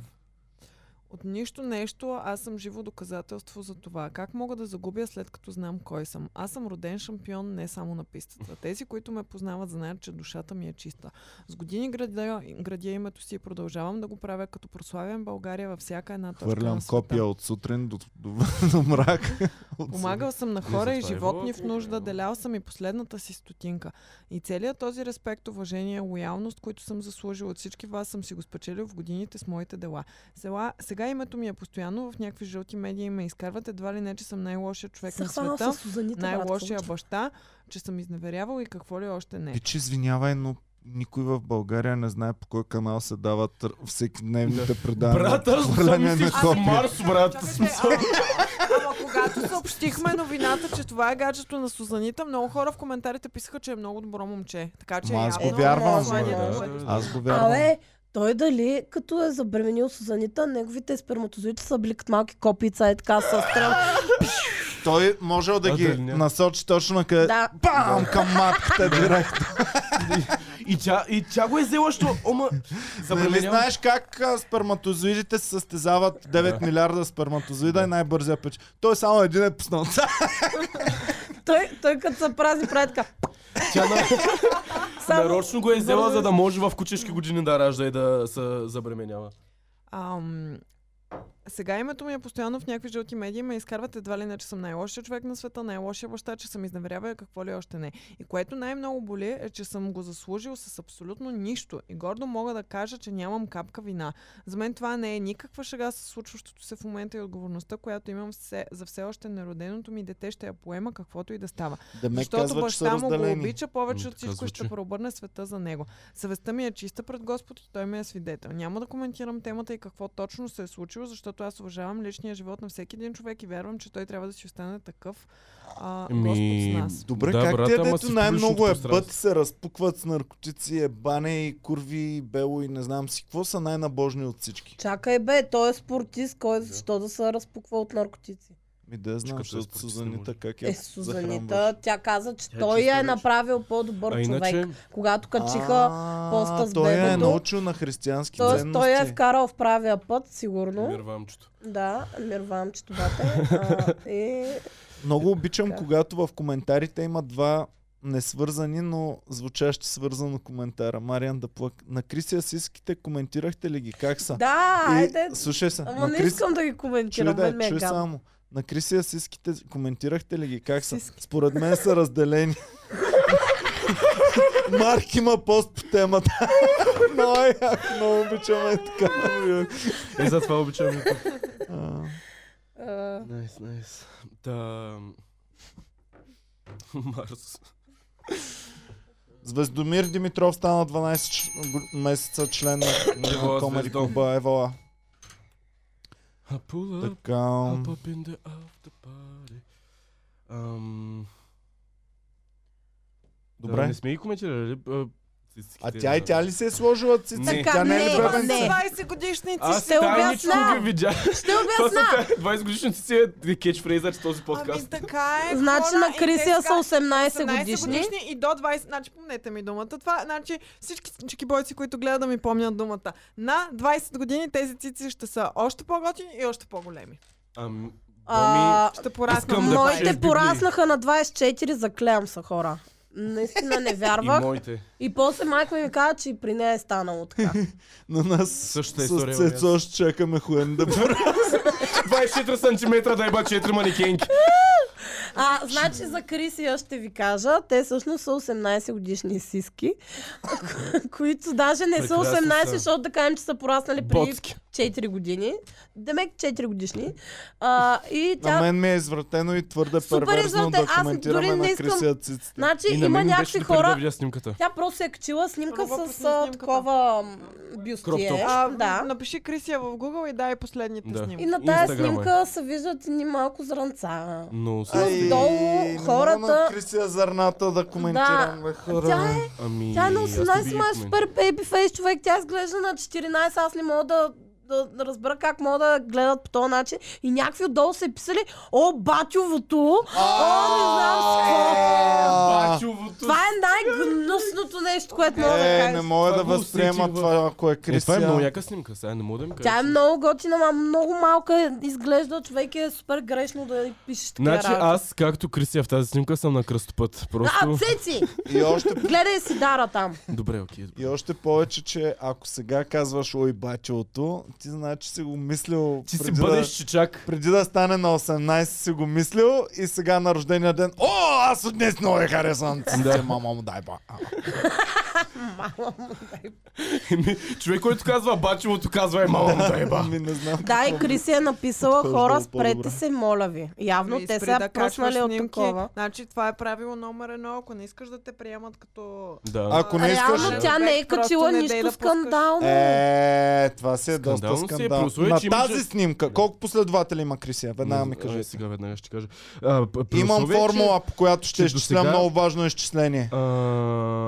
[SPEAKER 3] От нищо нещо, аз съм живо доказателство за това. Как мога да загубя след като знам кой съм? Аз съм роден шампион не само на пистата. Тези, които ме познават, знаят, че душата ми е чиста. С години градя, градя името си и продължавам да го правя, като прославям България във всяка една точка на
[SPEAKER 2] Хвърлям
[SPEAKER 3] света.
[SPEAKER 2] копия от сутрин до, до, до мрак. От
[SPEAKER 3] Помагал съм на
[SPEAKER 1] Влиза
[SPEAKER 3] хора и
[SPEAKER 1] това е
[SPEAKER 3] животни в
[SPEAKER 1] вълко,
[SPEAKER 3] нужда,
[SPEAKER 1] примерно.
[SPEAKER 3] делял съм и последната си стотинка. И целият този респект, уважение, лоялност, които съм заслужил от всички вас, съм си го спечелил в годините с моите дела. Села, сега името ми е постоянно в някакви жълти медии и ме изкарват едва ли не, че съм най-лошият човек
[SPEAKER 4] се
[SPEAKER 3] на
[SPEAKER 4] хванал
[SPEAKER 3] света,
[SPEAKER 4] с Сузанита, брат,
[SPEAKER 3] най-лошия
[SPEAKER 4] какво
[SPEAKER 3] баща, че съм изневерявал и какво ли още не.
[SPEAKER 2] Пичи, извинявай, но никой в България не знае по кой канал се дават р- всекидневните предавания.
[SPEAKER 1] Брат, аз съм
[SPEAKER 2] Хвърляне на
[SPEAKER 1] си с
[SPEAKER 2] копия.
[SPEAKER 1] Марс, брат.
[SPEAKER 3] Чакайте, а, ама когато съобщихме новината, че това е гаджето на Сузанита, много хора в коментарите писаха, че е много добро момче. Така че
[SPEAKER 2] Ма, аз
[SPEAKER 3] явно
[SPEAKER 2] го вярвам,
[SPEAKER 3] посланието
[SPEAKER 1] бе,
[SPEAKER 3] му е
[SPEAKER 1] да.
[SPEAKER 2] Аз го вярвам.
[SPEAKER 4] Абе, той дали, като е забременил Сузанита, неговите сперматозоиди са били като малки копица, е така с стрел.
[SPEAKER 2] Той можел да
[SPEAKER 1] А,
[SPEAKER 2] ги
[SPEAKER 1] дали не?
[SPEAKER 2] насочи точно на къде...
[SPEAKER 4] Да.
[SPEAKER 2] Бам! Към матката директно.
[SPEAKER 1] И тя, и тя го е взела, що... Ома...
[SPEAKER 2] Нали
[SPEAKER 1] Забременял.
[SPEAKER 2] знаеш как а, сперматозоидите се състезават 9
[SPEAKER 1] Да.
[SPEAKER 2] милиарда сперматозоида и най-бързия печ. Той само един е пуснал.
[SPEAKER 4] Той, той като се прази, прави така.
[SPEAKER 1] Тя на...
[SPEAKER 4] Само...
[SPEAKER 1] нарочно го е взела, за да може в кучешки години да ражда и да се забременява.
[SPEAKER 3] Ам... Сега името ми е постоянно в някакви жълти медии, ме изкарват едва ли не, че съм най-лошия човек на света, най-лошия баща, че съм изневерявал и какво ли още не. И което най-много боли е, че съм го заслужил с абсолютно нищо. И гордо мога да кажа, че нямам капка вина. За мен това не е никаква шега с случващото се в момента и отговорността, която имам все, за все още нероденото ми дете, ще я поема каквото и да става.
[SPEAKER 2] Да ме
[SPEAKER 3] Защото
[SPEAKER 2] казва, че са
[SPEAKER 3] баща му го
[SPEAKER 2] разделени.
[SPEAKER 3] обича повече
[SPEAKER 1] М,
[SPEAKER 3] от
[SPEAKER 1] така
[SPEAKER 3] всичко и ще
[SPEAKER 1] звучи.
[SPEAKER 3] преобърне света за него. Съвестта ми е чиста пред Господ и той ми е свидетел. Няма да коментирам темата и какво точно се е случило, защото защото аз уважавам личния живот на всеки един човек и вярвам, че той трябва да си остане такъв а,
[SPEAKER 1] Ми,
[SPEAKER 3] Господ с нас.
[SPEAKER 2] Добре,
[SPEAKER 1] Да,
[SPEAKER 2] да, как
[SPEAKER 1] брат,
[SPEAKER 2] брат, те,
[SPEAKER 1] ама
[SPEAKER 2] дето
[SPEAKER 1] си в
[SPEAKER 2] най-много е
[SPEAKER 1] публичното
[SPEAKER 2] бъд, се разпукват с наркотици, е бане и курви, и бело и не знам си какво, са най-набожни от всички.
[SPEAKER 4] Чакай бе, той е спортист, кой защо да се разпуква от наркотици?
[SPEAKER 2] Ми да знам,
[SPEAKER 1] Чакай, е
[SPEAKER 2] защото
[SPEAKER 1] спортист не
[SPEAKER 2] Сузанита
[SPEAKER 1] може.
[SPEAKER 2] как я
[SPEAKER 4] Е, Сузанита, тя каза, че
[SPEAKER 6] Тя
[SPEAKER 4] той
[SPEAKER 6] чиста
[SPEAKER 4] я е
[SPEAKER 6] реч.
[SPEAKER 4] направил по-добър
[SPEAKER 1] А
[SPEAKER 4] човек.
[SPEAKER 1] иначе,
[SPEAKER 4] Когато качиха, поста с
[SPEAKER 2] Той я е
[SPEAKER 4] бебето.
[SPEAKER 2] научил на християнски
[SPEAKER 4] т.е.
[SPEAKER 2] ценности.
[SPEAKER 4] той я е вкарал в правия път, сигурно.
[SPEAKER 1] мирвамчето.
[SPEAKER 4] Да, мирвамче бате. А, И
[SPEAKER 2] Много обичам,
[SPEAKER 4] Е, Така.
[SPEAKER 2] когато в коментарите има два несвързани, но звучащи свързано коментара. Мариан да плък. На Крисия сиските коментирахте ли ги? Как са?
[SPEAKER 4] Да,
[SPEAKER 2] и...
[SPEAKER 4] айде.
[SPEAKER 2] Слушай се.
[SPEAKER 4] Ама
[SPEAKER 2] на
[SPEAKER 4] не
[SPEAKER 2] Крис...
[SPEAKER 4] искам да ги
[SPEAKER 2] Чуй,
[SPEAKER 4] коментирам,
[SPEAKER 2] да,
[SPEAKER 4] мен ми е
[SPEAKER 2] чуй
[SPEAKER 4] гадно.
[SPEAKER 2] само. На Крисия сиските коментирахте ли ги? Как са?
[SPEAKER 3] Сиски.
[SPEAKER 2] Според мен са разделени. Марк има пост по темата. Но е, яко, много обичаме така.
[SPEAKER 1] Е, затова обичам. YouTube.
[SPEAKER 2] А,
[SPEAKER 4] А,
[SPEAKER 1] Найс, найс. Та... Марс.
[SPEAKER 2] Звездомир Димитров стана 12 ч... г- месеца член на, на
[SPEAKER 1] Ево,
[SPEAKER 2] Комери
[SPEAKER 1] звездо.
[SPEAKER 2] Клуба. Евола.
[SPEAKER 1] I pull up,
[SPEAKER 2] Така.
[SPEAKER 1] up up in the after party. Ам, Да,
[SPEAKER 2] Добре.
[SPEAKER 1] не сме ги коментирали. а, цицките
[SPEAKER 2] А тя и
[SPEAKER 1] на-
[SPEAKER 2] тя ли се е сложила цици?
[SPEAKER 1] Не.
[SPEAKER 2] Тя не е
[SPEAKER 4] Така,
[SPEAKER 2] ли
[SPEAKER 4] не,
[SPEAKER 2] бебенце?
[SPEAKER 4] не.
[SPEAKER 3] 20 годишници
[SPEAKER 1] Аз
[SPEAKER 4] ще
[SPEAKER 1] тайничко
[SPEAKER 4] обясна.
[SPEAKER 1] ги видях.
[SPEAKER 4] Ще
[SPEAKER 1] Това са
[SPEAKER 4] обясна.
[SPEAKER 1] 20 годишници си е кетчфрейза, че този
[SPEAKER 3] Ами
[SPEAKER 1] подкаст.
[SPEAKER 3] така е.
[SPEAKER 4] Значи
[SPEAKER 3] хора,
[SPEAKER 4] на Крисия
[SPEAKER 3] и те
[SPEAKER 4] са
[SPEAKER 3] ска-
[SPEAKER 4] 18
[SPEAKER 3] 18
[SPEAKER 4] годишни.
[SPEAKER 3] и до 20. Значи помнете ми думата. Това, значи всички чики бойци, които гледат да ми помнят думата. На 20 години тези цици ще са още по-готини и още по-големи.
[SPEAKER 1] Ами, Боми,
[SPEAKER 4] А,
[SPEAKER 3] Ще пораснат.
[SPEAKER 1] Искам да
[SPEAKER 3] на
[SPEAKER 1] кажа-
[SPEAKER 3] 20.
[SPEAKER 1] пишеш
[SPEAKER 4] Моите
[SPEAKER 1] библии.
[SPEAKER 4] пораснаха на 24, заклеям са хора. Наистина не
[SPEAKER 1] и
[SPEAKER 4] вярвах.
[SPEAKER 1] моите.
[SPEAKER 4] И после майка ми каза, че и при нея е станало така.
[SPEAKER 2] На нас
[SPEAKER 1] Същата
[SPEAKER 2] с
[SPEAKER 1] история,
[SPEAKER 2] Цецо ще чакаме хуен да бъде.
[SPEAKER 1] 24 см да еба 4 манекенки.
[SPEAKER 4] А, значи за Крисия ще ви кажа, те всъщност са 18 годишни сиски, които даже не са
[SPEAKER 1] Прекрасно
[SPEAKER 4] 18,
[SPEAKER 1] са.
[SPEAKER 4] защото да кажем, че са пораснали преди
[SPEAKER 1] Боцки.
[SPEAKER 4] 4 години. Демек 4 годишни. А, и
[SPEAKER 2] На
[SPEAKER 4] тя
[SPEAKER 2] мен ми е извратено и твърде
[SPEAKER 4] Супер
[SPEAKER 2] перверзно да
[SPEAKER 4] извратен. Аз
[SPEAKER 2] коментираме
[SPEAKER 4] дори не
[SPEAKER 2] на
[SPEAKER 4] искам-
[SPEAKER 2] Крисия циците.
[SPEAKER 4] Значи
[SPEAKER 1] И на
[SPEAKER 4] има
[SPEAKER 1] мен ми беше
[SPEAKER 4] някакви
[SPEAKER 1] допреди да
[SPEAKER 4] хора.
[SPEAKER 1] видя снимката.
[SPEAKER 4] Тя просто е качила снимка
[SPEAKER 3] Първо пусни
[SPEAKER 4] с а,
[SPEAKER 3] снимката.
[SPEAKER 4] такова м,
[SPEAKER 1] Кроп
[SPEAKER 4] бюстие.
[SPEAKER 1] топ.
[SPEAKER 3] А,
[SPEAKER 4] да.
[SPEAKER 3] Напиши Крисия в Google и дай последните
[SPEAKER 1] Да.
[SPEAKER 4] И
[SPEAKER 3] снимки.
[SPEAKER 4] на тая
[SPEAKER 1] Инстаграм е.
[SPEAKER 4] снимка се виждат ни малко зранца.
[SPEAKER 1] Но с-
[SPEAKER 4] Ай, долу
[SPEAKER 2] не мога
[SPEAKER 4] хората-
[SPEAKER 2] на Крисия зърната да коментирам, бе, хора.
[SPEAKER 4] Тя е,
[SPEAKER 1] ами...
[SPEAKER 4] тя е на
[SPEAKER 1] аз не
[SPEAKER 4] 18,
[SPEAKER 1] би
[SPEAKER 4] ма е
[SPEAKER 1] ги
[SPEAKER 4] супер бейби фейс човек. Тя изглежда на 14, аз не мога да, да, да разбера как мога да гледат по този начин. И някакви отдолу са писали, о, батювото, о, не знам с какво.
[SPEAKER 2] Е, А,
[SPEAKER 1] Бачовото
[SPEAKER 4] Това е най-гнусното нещо, което мога да
[SPEAKER 2] Е, не
[SPEAKER 4] кажа.
[SPEAKER 2] мога
[SPEAKER 1] Това
[SPEAKER 2] да
[SPEAKER 1] го
[SPEAKER 2] възприема
[SPEAKER 1] усетих в-
[SPEAKER 2] това, ако е
[SPEAKER 1] Е, това е много
[SPEAKER 2] Крисия.
[SPEAKER 1] яка снимка, сега не мога да им кажа.
[SPEAKER 4] Тя е много готина, ма много малка е, изглежда, човек е супер грешно да й пишеш такива
[SPEAKER 1] Значи
[SPEAKER 4] работи.
[SPEAKER 1] аз, както Крисия в тази снимка, съм на кръстопът.
[SPEAKER 4] А,
[SPEAKER 1] Просто...
[SPEAKER 4] Цеци!
[SPEAKER 2] И още
[SPEAKER 4] Гледай си дара там.
[SPEAKER 1] Добре, окей. добре.
[SPEAKER 2] И още повече, че ако сега казваш ой бачилото, ти значи си го мислил
[SPEAKER 1] Ти си
[SPEAKER 2] преди
[SPEAKER 1] бъдеш
[SPEAKER 2] Да,
[SPEAKER 1] чичак.
[SPEAKER 2] преди да стане на 18 си го мислил и сега на рождения ден О, аз от днес много я харесвам. Да. Мама му дай ба. А,
[SPEAKER 1] Еми, Човек, който казва бачилото, казва е мама му да еба.
[SPEAKER 2] Ми Ами, не знам.
[SPEAKER 4] Да, и Криси е написала
[SPEAKER 2] Подхождало
[SPEAKER 4] хора,
[SPEAKER 2] по-добре.
[SPEAKER 4] спрете се, моля ви. Явно
[SPEAKER 3] Ами,
[SPEAKER 4] те
[SPEAKER 3] спри
[SPEAKER 4] са
[SPEAKER 3] да
[SPEAKER 4] да
[SPEAKER 3] качваш
[SPEAKER 4] пръснали от
[SPEAKER 3] снимки.
[SPEAKER 4] такова.
[SPEAKER 3] Значи това е правило номер едно, ако не искаш да те приемат като...
[SPEAKER 1] Да.
[SPEAKER 2] Ако не искаш...
[SPEAKER 4] Реално
[SPEAKER 3] да-
[SPEAKER 4] тя не е
[SPEAKER 3] Човек, просто
[SPEAKER 4] качила
[SPEAKER 3] не дей да
[SPEAKER 4] нищо
[SPEAKER 3] пускаш.
[SPEAKER 4] скандално.
[SPEAKER 2] Е, това си е доста
[SPEAKER 1] Скандално си е,
[SPEAKER 2] скандал.
[SPEAKER 1] при условие,
[SPEAKER 2] на
[SPEAKER 1] че има
[SPEAKER 2] тази
[SPEAKER 1] жест-
[SPEAKER 2] снимка, колко последователи има Крисия? Веднага ми
[SPEAKER 1] Не, а,
[SPEAKER 2] кажи.
[SPEAKER 1] Е, Сега веднага ще кажа. А, п- при
[SPEAKER 2] Имам
[SPEAKER 1] условие, че-
[SPEAKER 2] формула, по която ще
[SPEAKER 1] че
[SPEAKER 2] изчисля
[SPEAKER 1] досега-
[SPEAKER 2] много важно изчисление.
[SPEAKER 1] А,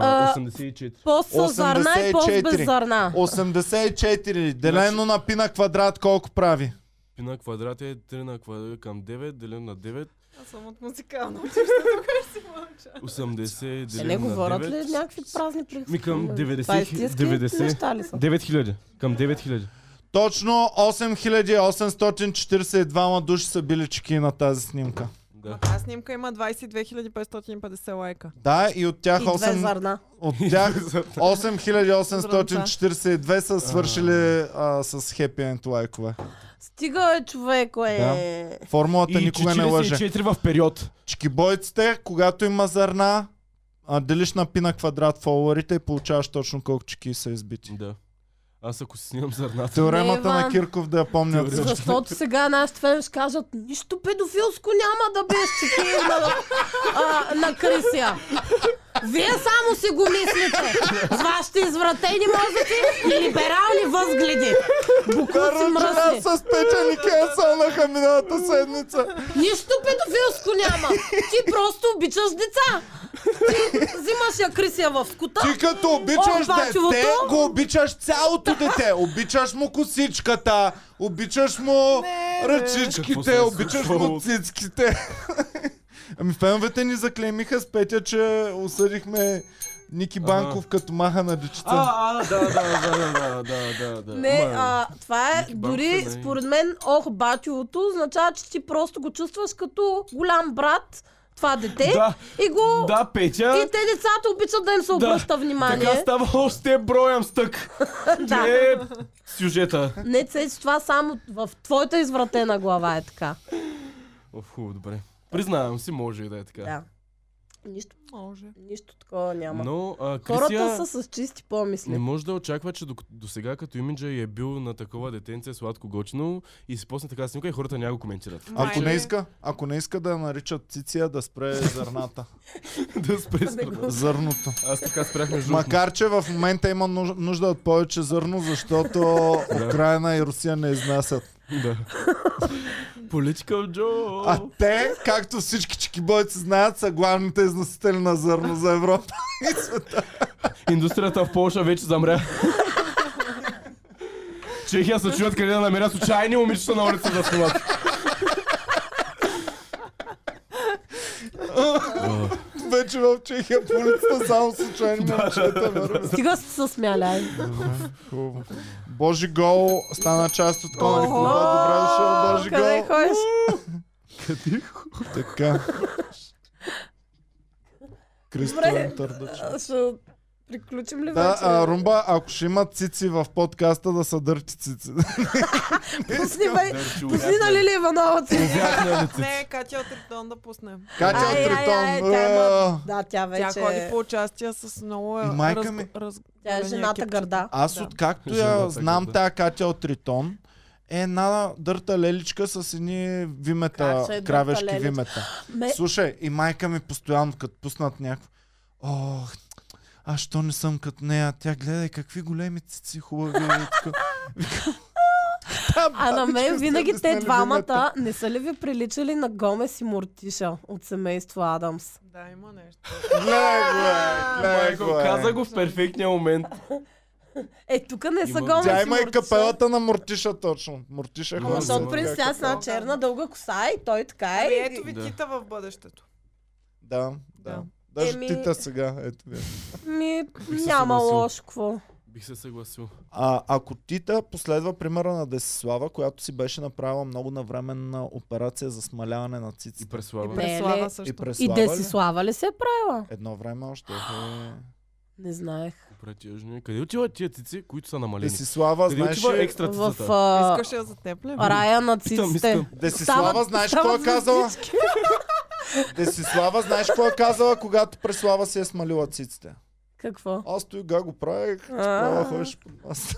[SPEAKER 4] А,
[SPEAKER 1] 84.
[SPEAKER 4] Пост с зърна и пост
[SPEAKER 2] 84.
[SPEAKER 4] без зърна.
[SPEAKER 2] 84 делено
[SPEAKER 1] Значи-
[SPEAKER 2] на пи на квадрат колко прави?
[SPEAKER 1] Пи на квадрат е 3 на квадрат към 9, делен на 9.
[SPEAKER 3] Аз съм от музикално училище, тук си мълча.
[SPEAKER 1] 80
[SPEAKER 4] Е,
[SPEAKER 1] делен
[SPEAKER 4] не
[SPEAKER 1] на
[SPEAKER 4] говорят ли
[SPEAKER 1] 9.
[SPEAKER 4] някакви празни
[SPEAKER 1] Ми към 90,
[SPEAKER 4] Това е истински
[SPEAKER 1] 90.
[SPEAKER 4] неща ли са?
[SPEAKER 1] 9000. Към 9000.
[SPEAKER 2] Точно 8842 души са били чеки на тази снимка.
[SPEAKER 1] Да.
[SPEAKER 3] Тази снимка има 22 550 лайка.
[SPEAKER 2] Да, и от тях,
[SPEAKER 4] И две
[SPEAKER 2] 8,
[SPEAKER 4] зърна.
[SPEAKER 2] от тях 8842 са свършили а, с хепи енд лайкове.
[SPEAKER 4] Стига е човек, е.
[SPEAKER 2] Формулата
[SPEAKER 1] И
[SPEAKER 2] никога не лъже.
[SPEAKER 1] 44 в период.
[SPEAKER 2] Чекибойците, когато има зърна, а, делиш на пи на квадрат фолуарите и получаваш точно колко чеки са избити.
[SPEAKER 1] Да. Аз ако си снимам зърната,
[SPEAKER 2] Теоремата на
[SPEAKER 4] Иван.
[SPEAKER 2] Кирков да я помнят
[SPEAKER 1] Теорема.
[SPEAKER 2] всички.
[SPEAKER 4] Защото сега нашите фен ще кажат, е нищо педофилско няма да биеш чеки на, а, на Крисия. Вие само си го мислите. С вашите извратени мозъци и либерални възгледи. Букуци
[SPEAKER 2] Каруджера
[SPEAKER 4] мръсни.
[SPEAKER 2] с печени кенсълнаха миналата седмица.
[SPEAKER 4] Нищо педофилско няма. Ти просто обичаш деца. Ти взимаш я крисия в скута.
[SPEAKER 2] Ти като обичаш
[SPEAKER 4] О, бачовото.
[SPEAKER 2] дете, го обичаш цялото дете. Обичаш му косичката, обичаш му
[SPEAKER 3] Не, бе.
[SPEAKER 1] Какво
[SPEAKER 2] ръчичките,
[SPEAKER 1] се е
[SPEAKER 2] обичаш му
[SPEAKER 1] случвало?
[SPEAKER 2] цицките. Ами феновете ни заклеймиха с петя, че осъдихме Ники Банков като маха на дечица.
[SPEAKER 1] А, а, да, да, да, да, да, да, да.
[SPEAKER 4] Не,
[SPEAKER 1] Ма,
[SPEAKER 4] а, това е
[SPEAKER 1] Ники Банков е
[SPEAKER 4] дори
[SPEAKER 1] най-
[SPEAKER 4] според мен ох батилото, означава, че ти просто го чувстваш като голям брат, това дете,
[SPEAKER 1] Да.
[SPEAKER 4] и го...
[SPEAKER 1] Да, Петя.
[SPEAKER 4] И те децата обичат да им се обръща внимание.
[SPEAKER 1] Така става още броям стък.
[SPEAKER 4] Да.
[SPEAKER 1] Е, сюжета.
[SPEAKER 4] Не, Цецо, това само в твоята извратена глава е така.
[SPEAKER 1] Оф, хубаво, добре. Признавам си, може и да е така.
[SPEAKER 4] Да. Нищо,
[SPEAKER 3] Може.
[SPEAKER 4] нищо такова няма.
[SPEAKER 1] Но а,
[SPEAKER 4] Хората
[SPEAKER 1] Крисия
[SPEAKER 4] са с чисти
[SPEAKER 1] не
[SPEAKER 4] помисли.
[SPEAKER 1] може да очаква, че до, до сега като имиджа е бил на такова детенце сладко гочно и си пусне така снимка и хората няма го коментират.
[SPEAKER 2] Ако не
[SPEAKER 3] Майде.
[SPEAKER 2] иска, ако не иска да я наричат Циция, да спре зърната.
[SPEAKER 1] да спре с
[SPEAKER 4] Да го-
[SPEAKER 2] Зърното.
[SPEAKER 1] Аз така спрях между другото.
[SPEAKER 2] Макар, че в момента има нуж- нужда от повече зърно, защото Украина и Русия не изнасят.
[SPEAKER 1] Да. Political Joe.
[SPEAKER 2] А те, както всички чекибойци знаят, са главните износители на зърно за Европа.
[SPEAKER 1] Индустрията в Польша вече замря. Чехия се чуват къде да намерят случайни момичета на улица да снимат.
[SPEAKER 2] Вече в Чехия по улицата само случайни момчета върват.
[SPEAKER 4] Стига се с мяляй.
[SPEAKER 2] Хубаво. Божи гол стана част от Комери
[SPEAKER 3] Охо,
[SPEAKER 2] Клуба. Добре дошъл, Божи
[SPEAKER 4] Къде
[SPEAKER 2] гол.
[SPEAKER 4] ходиш?
[SPEAKER 2] Така. Кристиан
[SPEAKER 4] Добре.
[SPEAKER 2] Търдач.
[SPEAKER 4] А, Ще приключим ли
[SPEAKER 2] Да,
[SPEAKER 4] вече?
[SPEAKER 2] а, Румба, ако ще има цици в подкаста, да са дърти цици.
[SPEAKER 4] Пусни,
[SPEAKER 2] е
[SPEAKER 4] бе, пусни нали ли Иванова
[SPEAKER 2] значи
[SPEAKER 4] ци?
[SPEAKER 3] Не, Катя от Ритон да пуснем.
[SPEAKER 2] Катя
[SPEAKER 4] Ай, ай, ай,
[SPEAKER 2] Тритон. Е,
[SPEAKER 4] тя
[SPEAKER 2] а,
[SPEAKER 4] има- Да, тя
[SPEAKER 3] Тя
[SPEAKER 4] вече... е-
[SPEAKER 3] ходи по участия с много
[SPEAKER 2] И
[SPEAKER 3] раз...
[SPEAKER 2] майка ми.
[SPEAKER 3] раз...
[SPEAKER 4] Тя е жената гърда.
[SPEAKER 2] Аз
[SPEAKER 3] Да.
[SPEAKER 2] откакто я
[SPEAKER 1] Жената,
[SPEAKER 2] знам
[SPEAKER 1] да.
[SPEAKER 2] тая Катя от Тритон, е една дърта леличка с едни вимета,
[SPEAKER 4] Как ще е дърта
[SPEAKER 2] кравешки
[SPEAKER 4] леличка?
[SPEAKER 2] вимета.
[SPEAKER 4] Ме...
[SPEAKER 2] Слушай, и майка ми постоянно, като пуснат някакво... Ох, а що не съм като нея? Тя гледай какви големи цици хубави. и така. Викам, «Та,
[SPEAKER 4] А на
[SPEAKER 2] бабичка,
[SPEAKER 4] мен
[SPEAKER 2] сте
[SPEAKER 4] винаги те
[SPEAKER 2] обяснили вимета».
[SPEAKER 4] двамата не са ли ви приличали на Гомес и Мортиша от семейство Адамс?
[SPEAKER 3] Да, има нещо.
[SPEAKER 2] Гледай го, е, гледай
[SPEAKER 1] Майко,
[SPEAKER 2] го. е.
[SPEAKER 1] каза го в перфектния момент.
[SPEAKER 4] Е, тук не са
[SPEAKER 1] Има-
[SPEAKER 4] Гомес
[SPEAKER 2] Тя
[SPEAKER 4] и
[SPEAKER 2] има и
[SPEAKER 4] Мортиша.
[SPEAKER 2] капелата на Мортиша точно. Мортиша е
[SPEAKER 1] Ама
[SPEAKER 4] Ама
[SPEAKER 2] хора с
[SPEAKER 4] защото
[SPEAKER 1] Гомес.
[SPEAKER 4] през
[SPEAKER 2] капела.
[SPEAKER 4] тя с една черна дълга коса и той така е.
[SPEAKER 3] Ами ето ви
[SPEAKER 1] Да.
[SPEAKER 3] Тита в бъдещето.
[SPEAKER 2] Да, да.
[SPEAKER 3] Да.
[SPEAKER 2] Даже
[SPEAKER 4] Еми-
[SPEAKER 2] Тита сега, ето ви.
[SPEAKER 4] Ми,
[SPEAKER 1] Ви се
[SPEAKER 4] няма
[SPEAKER 1] съгласил.
[SPEAKER 4] лошо какво.
[SPEAKER 1] Бих се съгласил.
[SPEAKER 2] А, ако Тита последва примера на Десислава, която си беше направила много навременна операция за смаляване на
[SPEAKER 1] И
[SPEAKER 2] циците.
[SPEAKER 1] преслава.
[SPEAKER 4] Бе.
[SPEAKER 3] Преслава
[SPEAKER 4] Леле.
[SPEAKER 2] И
[SPEAKER 3] също.
[SPEAKER 4] И
[SPEAKER 2] преслава ли?
[SPEAKER 4] Десислава ли се е правила?
[SPEAKER 2] Едно време още. Е...
[SPEAKER 4] Не знаех.
[SPEAKER 1] Претежни. Къде отиват тия цици, които са намалени?
[SPEAKER 2] Десислава,
[SPEAKER 1] Къде
[SPEAKER 2] Е, знаеш
[SPEAKER 1] отива
[SPEAKER 2] ли...
[SPEAKER 1] екстра
[SPEAKER 4] В
[SPEAKER 1] цицата?
[SPEAKER 4] а,
[SPEAKER 3] Искаш я за теб ли?
[SPEAKER 4] рая на
[SPEAKER 1] Питам,
[SPEAKER 4] циците.
[SPEAKER 1] искам.
[SPEAKER 2] Десислава,
[SPEAKER 4] Стават-
[SPEAKER 2] знаеш
[SPEAKER 4] стават
[SPEAKER 2] какво е казала?
[SPEAKER 4] звездички.
[SPEAKER 2] Десислава, знаеш какво е казала, когато Преслава си е смалила циците?
[SPEAKER 4] Какво?
[SPEAKER 2] Аз той га го правих,
[SPEAKER 4] А.
[SPEAKER 2] Преслава ходиш при нас.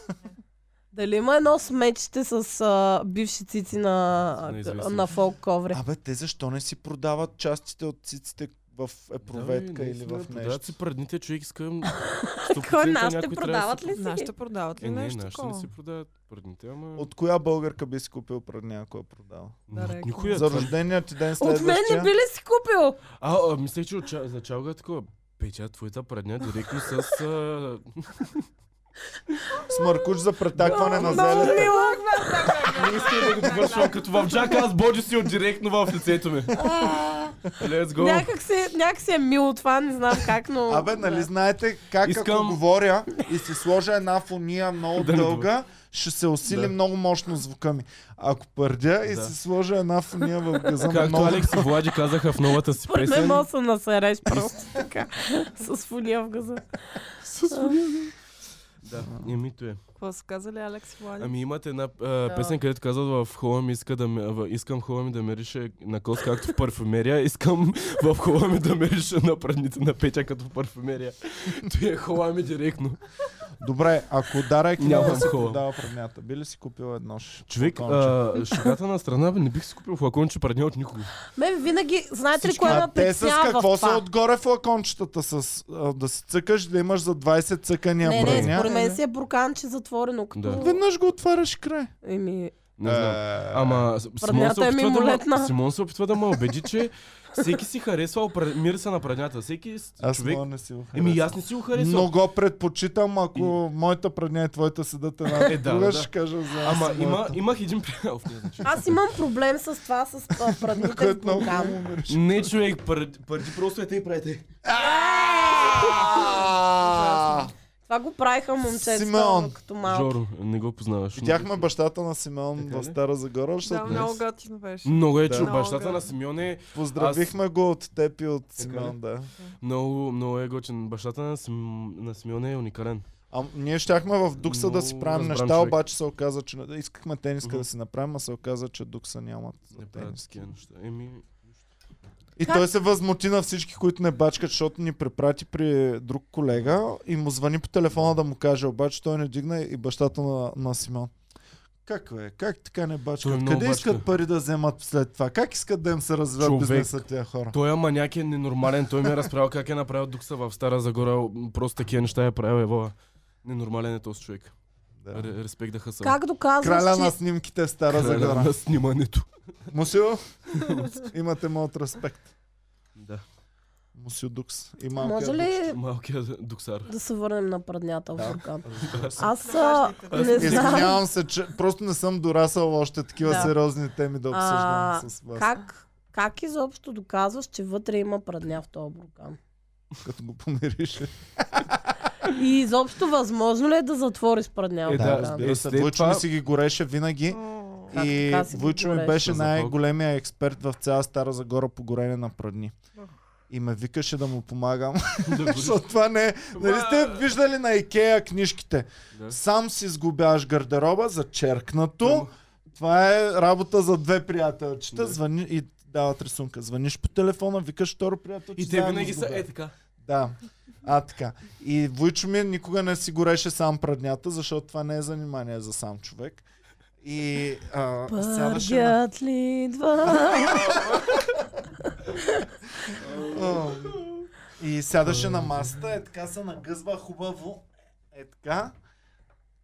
[SPEAKER 4] Дали има едно смечите с а, бивши цици на,
[SPEAKER 1] С
[SPEAKER 4] а,
[SPEAKER 1] неизвестни.
[SPEAKER 4] на фолк коври?
[SPEAKER 2] Абе, те защо не си продават частите от циците в епроветка
[SPEAKER 1] Да, бе,
[SPEAKER 2] или
[SPEAKER 1] наистина,
[SPEAKER 2] в
[SPEAKER 1] Продават
[SPEAKER 2] нещо?
[SPEAKER 1] си предните човек, искам...
[SPEAKER 4] Кой е нашите продават ли си?
[SPEAKER 3] Нашите продават ли
[SPEAKER 1] Е, не,
[SPEAKER 3] нещо
[SPEAKER 1] нашите не
[SPEAKER 3] такова?
[SPEAKER 1] си продават предните, ама...
[SPEAKER 2] От коя българка би си купил пред е някоя продава?
[SPEAKER 1] М,
[SPEAKER 3] Да, реклама.
[SPEAKER 1] Никоя.
[SPEAKER 2] За
[SPEAKER 1] това-
[SPEAKER 2] рождения ти ден
[SPEAKER 4] От мен не
[SPEAKER 2] следващия.
[SPEAKER 4] би ли си купил?
[SPEAKER 1] А, а мислех, че отча- начало го е такова. Петя, твоята предня директно с... А...
[SPEAKER 2] С маркуш за претакване на
[SPEAKER 4] Много
[SPEAKER 2] зелета.
[SPEAKER 4] мило.
[SPEAKER 1] Не искам да го довършвам, като в джака, аз боджи си от директно в лицето ми. Let's go.
[SPEAKER 4] Някак си, някак си е мило това, не знам как, но...
[SPEAKER 2] Абе, нали знаете как ако
[SPEAKER 1] Искам-
[SPEAKER 2] говоря и си сложа една фония много
[SPEAKER 1] Да не
[SPEAKER 2] дълга, ще се усили
[SPEAKER 1] Да.
[SPEAKER 2] много мощно звука ми. Ако пърдя и
[SPEAKER 1] Да.
[SPEAKER 2] си сложа една фония в газа на
[SPEAKER 1] Както
[SPEAKER 2] много...
[SPEAKER 1] Алекс и Влади казаха в новата си
[SPEAKER 4] Според мен
[SPEAKER 1] песен.
[SPEAKER 4] мога да се насереш просто така. С фуния в газа.
[SPEAKER 1] Да, емито е.
[SPEAKER 3] Какво са казали Алекс и Влади?
[SPEAKER 1] Ами имат една а, песен, където казват в хола ми иска да, ме- в- искам хола ми да мирише на кос както в парфюмерия, искам в хола ми да мирише на прадните на Петя като в парфюмерия. Той е хола ми директно.
[SPEAKER 2] Добре, ако Дарек
[SPEAKER 1] Няма
[SPEAKER 2] да си
[SPEAKER 1] такова.
[SPEAKER 2] подава предмята, би ли си купила едно ш-
[SPEAKER 1] Човек,
[SPEAKER 2] флаконче?
[SPEAKER 1] а, шегата на страна, бе, не бих си купил флаконче предня от никого.
[SPEAKER 4] Мен винаги, знаете ли, кое
[SPEAKER 2] А
[SPEAKER 4] ме
[SPEAKER 2] те с
[SPEAKER 4] притеснява в
[SPEAKER 2] какво са
[SPEAKER 4] това?
[SPEAKER 2] отгоре флакончетата? С, а, да си цъкаш, да имаш за 20 цъкания
[SPEAKER 4] Не, не,
[SPEAKER 2] броня.
[SPEAKER 4] според мен си е бурканче затворено, като...
[SPEAKER 1] Да.
[SPEAKER 2] Веднъж го отваряш край. Е,
[SPEAKER 4] Еми,
[SPEAKER 1] Не знам. Ама с- Симон
[SPEAKER 4] Праднята
[SPEAKER 1] се,
[SPEAKER 4] е
[SPEAKER 1] опитва да ма,
[SPEAKER 4] мимолетна.
[SPEAKER 1] Симон се опитва да ме убеди, че всеки си харесва опре- мириса на праднята. Всеки с-
[SPEAKER 2] Аз
[SPEAKER 1] човек...
[SPEAKER 2] мога не си го
[SPEAKER 1] Еми, и
[SPEAKER 2] харесвам.
[SPEAKER 1] аз не си го харесвам.
[SPEAKER 2] Но го предпочитам, ако моята предня и твоята седат една
[SPEAKER 1] Е, да,
[SPEAKER 2] друга,
[SPEAKER 1] да,
[SPEAKER 2] ще
[SPEAKER 1] да.
[SPEAKER 2] кажа за
[SPEAKER 1] Ама
[SPEAKER 2] моята,
[SPEAKER 1] има, имах един приятел. в значи. този случай.
[SPEAKER 4] Аз имам проблем с това, с а, прадните в
[SPEAKER 2] Което е много
[SPEAKER 4] буркан.
[SPEAKER 2] ме мириш.
[SPEAKER 1] Не, човек, парди, парди просто е те и правите.
[SPEAKER 2] А!
[SPEAKER 4] Това го правиха момчетата,
[SPEAKER 2] Симеон.
[SPEAKER 4] като малко.
[SPEAKER 1] Жоро, не го познаваш.
[SPEAKER 2] Видяхме бащата на Симеон
[SPEAKER 1] Така
[SPEAKER 2] в
[SPEAKER 1] ли?
[SPEAKER 2] Стара Загора,
[SPEAKER 3] Да,
[SPEAKER 2] защото
[SPEAKER 3] много готино беше.
[SPEAKER 1] Много е
[SPEAKER 2] Да.
[SPEAKER 1] чу.
[SPEAKER 3] Много
[SPEAKER 1] Бащата
[SPEAKER 3] гадно.
[SPEAKER 1] на Симеон е
[SPEAKER 2] поздравихме го от теб и от Симеон,
[SPEAKER 1] ли?
[SPEAKER 2] да.
[SPEAKER 1] много, много е готин. Бащата на, Сим... на Симеон е уникален.
[SPEAKER 2] А ние щяхме в Дукса да си
[SPEAKER 1] Много
[SPEAKER 2] правим
[SPEAKER 1] разбран
[SPEAKER 2] неща,
[SPEAKER 1] човек.
[SPEAKER 2] обаче се оказа, че не- искахме тениска
[SPEAKER 1] Мгм.
[SPEAKER 2] да си направим, а се оказа, че Дукса нямат за
[SPEAKER 1] Не правят
[SPEAKER 2] тенис.
[SPEAKER 1] такива неща. Еми,
[SPEAKER 2] И той се възмути на всички, които не бачкат, защото ни препрати при друг колега и му звъни по телефона да му каже, обаче той не дигна и бащата на, на Симеон. Как е? Как така не
[SPEAKER 1] Той
[SPEAKER 2] бачкат?
[SPEAKER 1] много
[SPEAKER 2] Къде искат
[SPEAKER 1] бачка.
[SPEAKER 2] пари да вземат след това? Как искат да им се развиват
[SPEAKER 1] Човек.
[SPEAKER 2] бизнеса тия хора?
[SPEAKER 1] той е маняк е ненормален. Той ми е разправил как е направил дукса в Стара Загора. Просто такива неща е правил Ева. Ненормален е този човек.
[SPEAKER 2] Да.
[SPEAKER 1] Ре- Респект да хаса.
[SPEAKER 4] Как доказваш,
[SPEAKER 2] Краля
[SPEAKER 4] че...
[SPEAKER 2] на снимките в Стара Загора.
[SPEAKER 1] на снимането.
[SPEAKER 2] Мусио, имате моят респект.
[SPEAKER 1] Да.
[SPEAKER 2] Мусио Дукс. И малкият
[SPEAKER 4] Може
[SPEAKER 2] Дукс.
[SPEAKER 4] ли
[SPEAKER 1] Малкият Е, дуксар.
[SPEAKER 4] да се върнем на праднята в буркан?
[SPEAKER 2] разбира се.
[SPEAKER 4] Аз а, не знам
[SPEAKER 2] Извинявам се, че просто не съм дорасъл още такива
[SPEAKER 4] Да.
[SPEAKER 2] сериозни теми да обсъждам
[SPEAKER 4] А,
[SPEAKER 2] с вас.
[SPEAKER 4] как, как изобщо доказваш, че вътре има прадня в този буркан.
[SPEAKER 2] Като го помириш.
[SPEAKER 4] И изобщо възможно ли е да затвориш прадня
[SPEAKER 1] Е,
[SPEAKER 4] в
[SPEAKER 1] да,
[SPEAKER 2] Да,
[SPEAKER 4] буркан?
[SPEAKER 2] разбира се.
[SPEAKER 1] след
[SPEAKER 2] Войчо
[SPEAKER 1] това-
[SPEAKER 2] ми си ги гореше винаги.
[SPEAKER 3] О,
[SPEAKER 4] Как
[SPEAKER 2] И
[SPEAKER 4] така си ги
[SPEAKER 2] Войчо ми
[SPEAKER 4] гореше?
[SPEAKER 2] беше
[SPEAKER 1] За Бог.
[SPEAKER 2] най-големия експерт в цяла Стара Загора по горене на прадни.
[SPEAKER 3] Ох.
[SPEAKER 2] И ме викаше да му помагам,
[SPEAKER 1] Да гориш.
[SPEAKER 2] защото това не е... Нали сте виждали на Икея книжките?
[SPEAKER 1] Да.
[SPEAKER 2] Сам си сгубяваш гардероба, зачеркнато. Това е работа за две приятелчета.
[SPEAKER 1] Да.
[SPEAKER 2] Звъни и дават рисунка. Звъниш по телефона, викаш второ приятелче.
[SPEAKER 1] И те
[SPEAKER 2] заедно
[SPEAKER 1] винаги са
[SPEAKER 2] сгубяват.
[SPEAKER 1] е така.
[SPEAKER 2] Да. А, така. И Войчо ми никога не си гореше сам праднята, защото това не е занимание за сам човек. И а, сядаше на...
[SPEAKER 4] Пъргят ли идва?
[SPEAKER 2] О, И сядаше на масата, е така се нагъзва хубаво. Е така.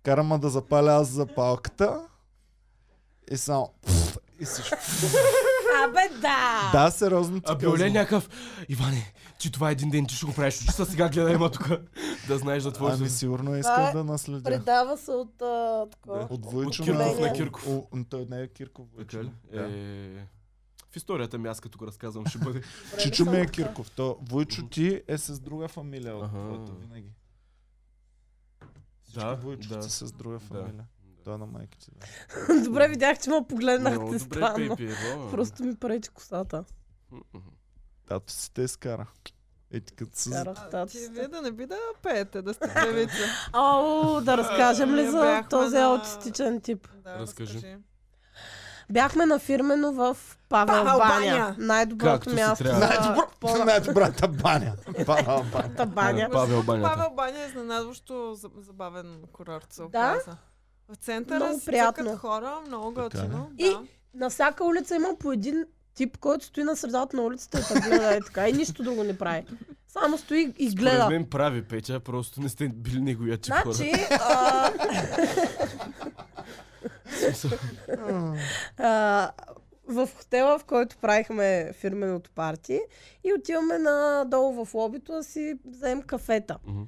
[SPEAKER 2] Карама да запаля аз запалката. И само... пф, И всичко.
[SPEAKER 4] Абе да!
[SPEAKER 2] Да, сериозно ти
[SPEAKER 1] А бил ли е
[SPEAKER 2] казвам.
[SPEAKER 1] някакъв, Иване, ти това е един ден, ти ще го правиш, че сега гледай има тук, да знаеш да твоя
[SPEAKER 2] Ами
[SPEAKER 1] си.
[SPEAKER 2] сигурно е
[SPEAKER 4] Това
[SPEAKER 2] искал
[SPEAKER 4] е
[SPEAKER 2] да наследя.
[SPEAKER 4] Предава се от а, такова.
[SPEAKER 1] Да.
[SPEAKER 2] От Войчо
[SPEAKER 1] От Кирков
[SPEAKER 4] на
[SPEAKER 2] О,
[SPEAKER 1] Кирков.
[SPEAKER 2] о, Той не е Кирков. Войчо.
[SPEAKER 1] Така ли?
[SPEAKER 2] Да.
[SPEAKER 1] Е, В историята ми аз като го разказвам ще бъде.
[SPEAKER 4] Време
[SPEAKER 2] Чичо ми
[SPEAKER 4] съм
[SPEAKER 2] е
[SPEAKER 4] така.
[SPEAKER 2] Кирков. То Войчо ти е с друга фамилия от
[SPEAKER 1] Аха.
[SPEAKER 2] твоята винаги. Всички
[SPEAKER 1] Да,
[SPEAKER 2] Войчовци
[SPEAKER 1] да.
[SPEAKER 2] са с друга фамилия. Той е на майка ти. Да.
[SPEAKER 4] Добре, видях, че ме
[SPEAKER 1] Много
[SPEAKER 4] погледнахте
[SPEAKER 1] добре,
[SPEAKER 4] странно.
[SPEAKER 1] Пепи, ево.
[SPEAKER 4] Просто ми пречи косата.
[SPEAKER 1] М-м.
[SPEAKER 2] Тато си те изкара. Е, ти като си...
[SPEAKER 4] Карах
[SPEAKER 3] а,
[SPEAKER 4] тата
[SPEAKER 3] Ти
[SPEAKER 4] си.
[SPEAKER 3] вие да не би да пеете, да сте певица.
[SPEAKER 4] Ау, да разкажем ли
[SPEAKER 3] Ние
[SPEAKER 4] за
[SPEAKER 3] бяхме
[SPEAKER 4] този
[SPEAKER 3] на-
[SPEAKER 4] аутистичен тип?
[SPEAKER 3] Да,
[SPEAKER 1] Разкажи.
[SPEAKER 4] Бяхме на фирмено в Павел
[SPEAKER 3] Павел
[SPEAKER 4] баня.
[SPEAKER 3] баня.
[SPEAKER 1] Както
[SPEAKER 4] Най-доброто
[SPEAKER 1] си
[SPEAKER 4] място
[SPEAKER 1] трябва.
[SPEAKER 4] за
[SPEAKER 2] Най-добро- Най-добрата баня. Пана баня.
[SPEAKER 4] пълната баня.
[SPEAKER 1] Павел банята.
[SPEAKER 3] Павел баня. Павел баня е изненадващо за- забавен курорт, се
[SPEAKER 4] Да?
[SPEAKER 3] оказа. В центъра
[SPEAKER 4] Много
[SPEAKER 3] си
[SPEAKER 4] приятно.
[SPEAKER 3] цъкат хора, много
[SPEAKER 2] Така е.
[SPEAKER 3] готино.
[SPEAKER 4] И-
[SPEAKER 3] Да.
[SPEAKER 4] На всяка улица има по един тип, който стои на средата на улицата и те гледа и така. И нищо друго не прави. Само стои и
[SPEAKER 1] Според
[SPEAKER 4] гледа.
[SPEAKER 1] мен прави Петя, просто не сте били неговия тип
[SPEAKER 4] Значи,
[SPEAKER 1] хора.
[SPEAKER 4] а, а, в хотела, в който правихме фирменото парти и отиваме надолу в лобито да си вземем кафета.
[SPEAKER 1] Мгм.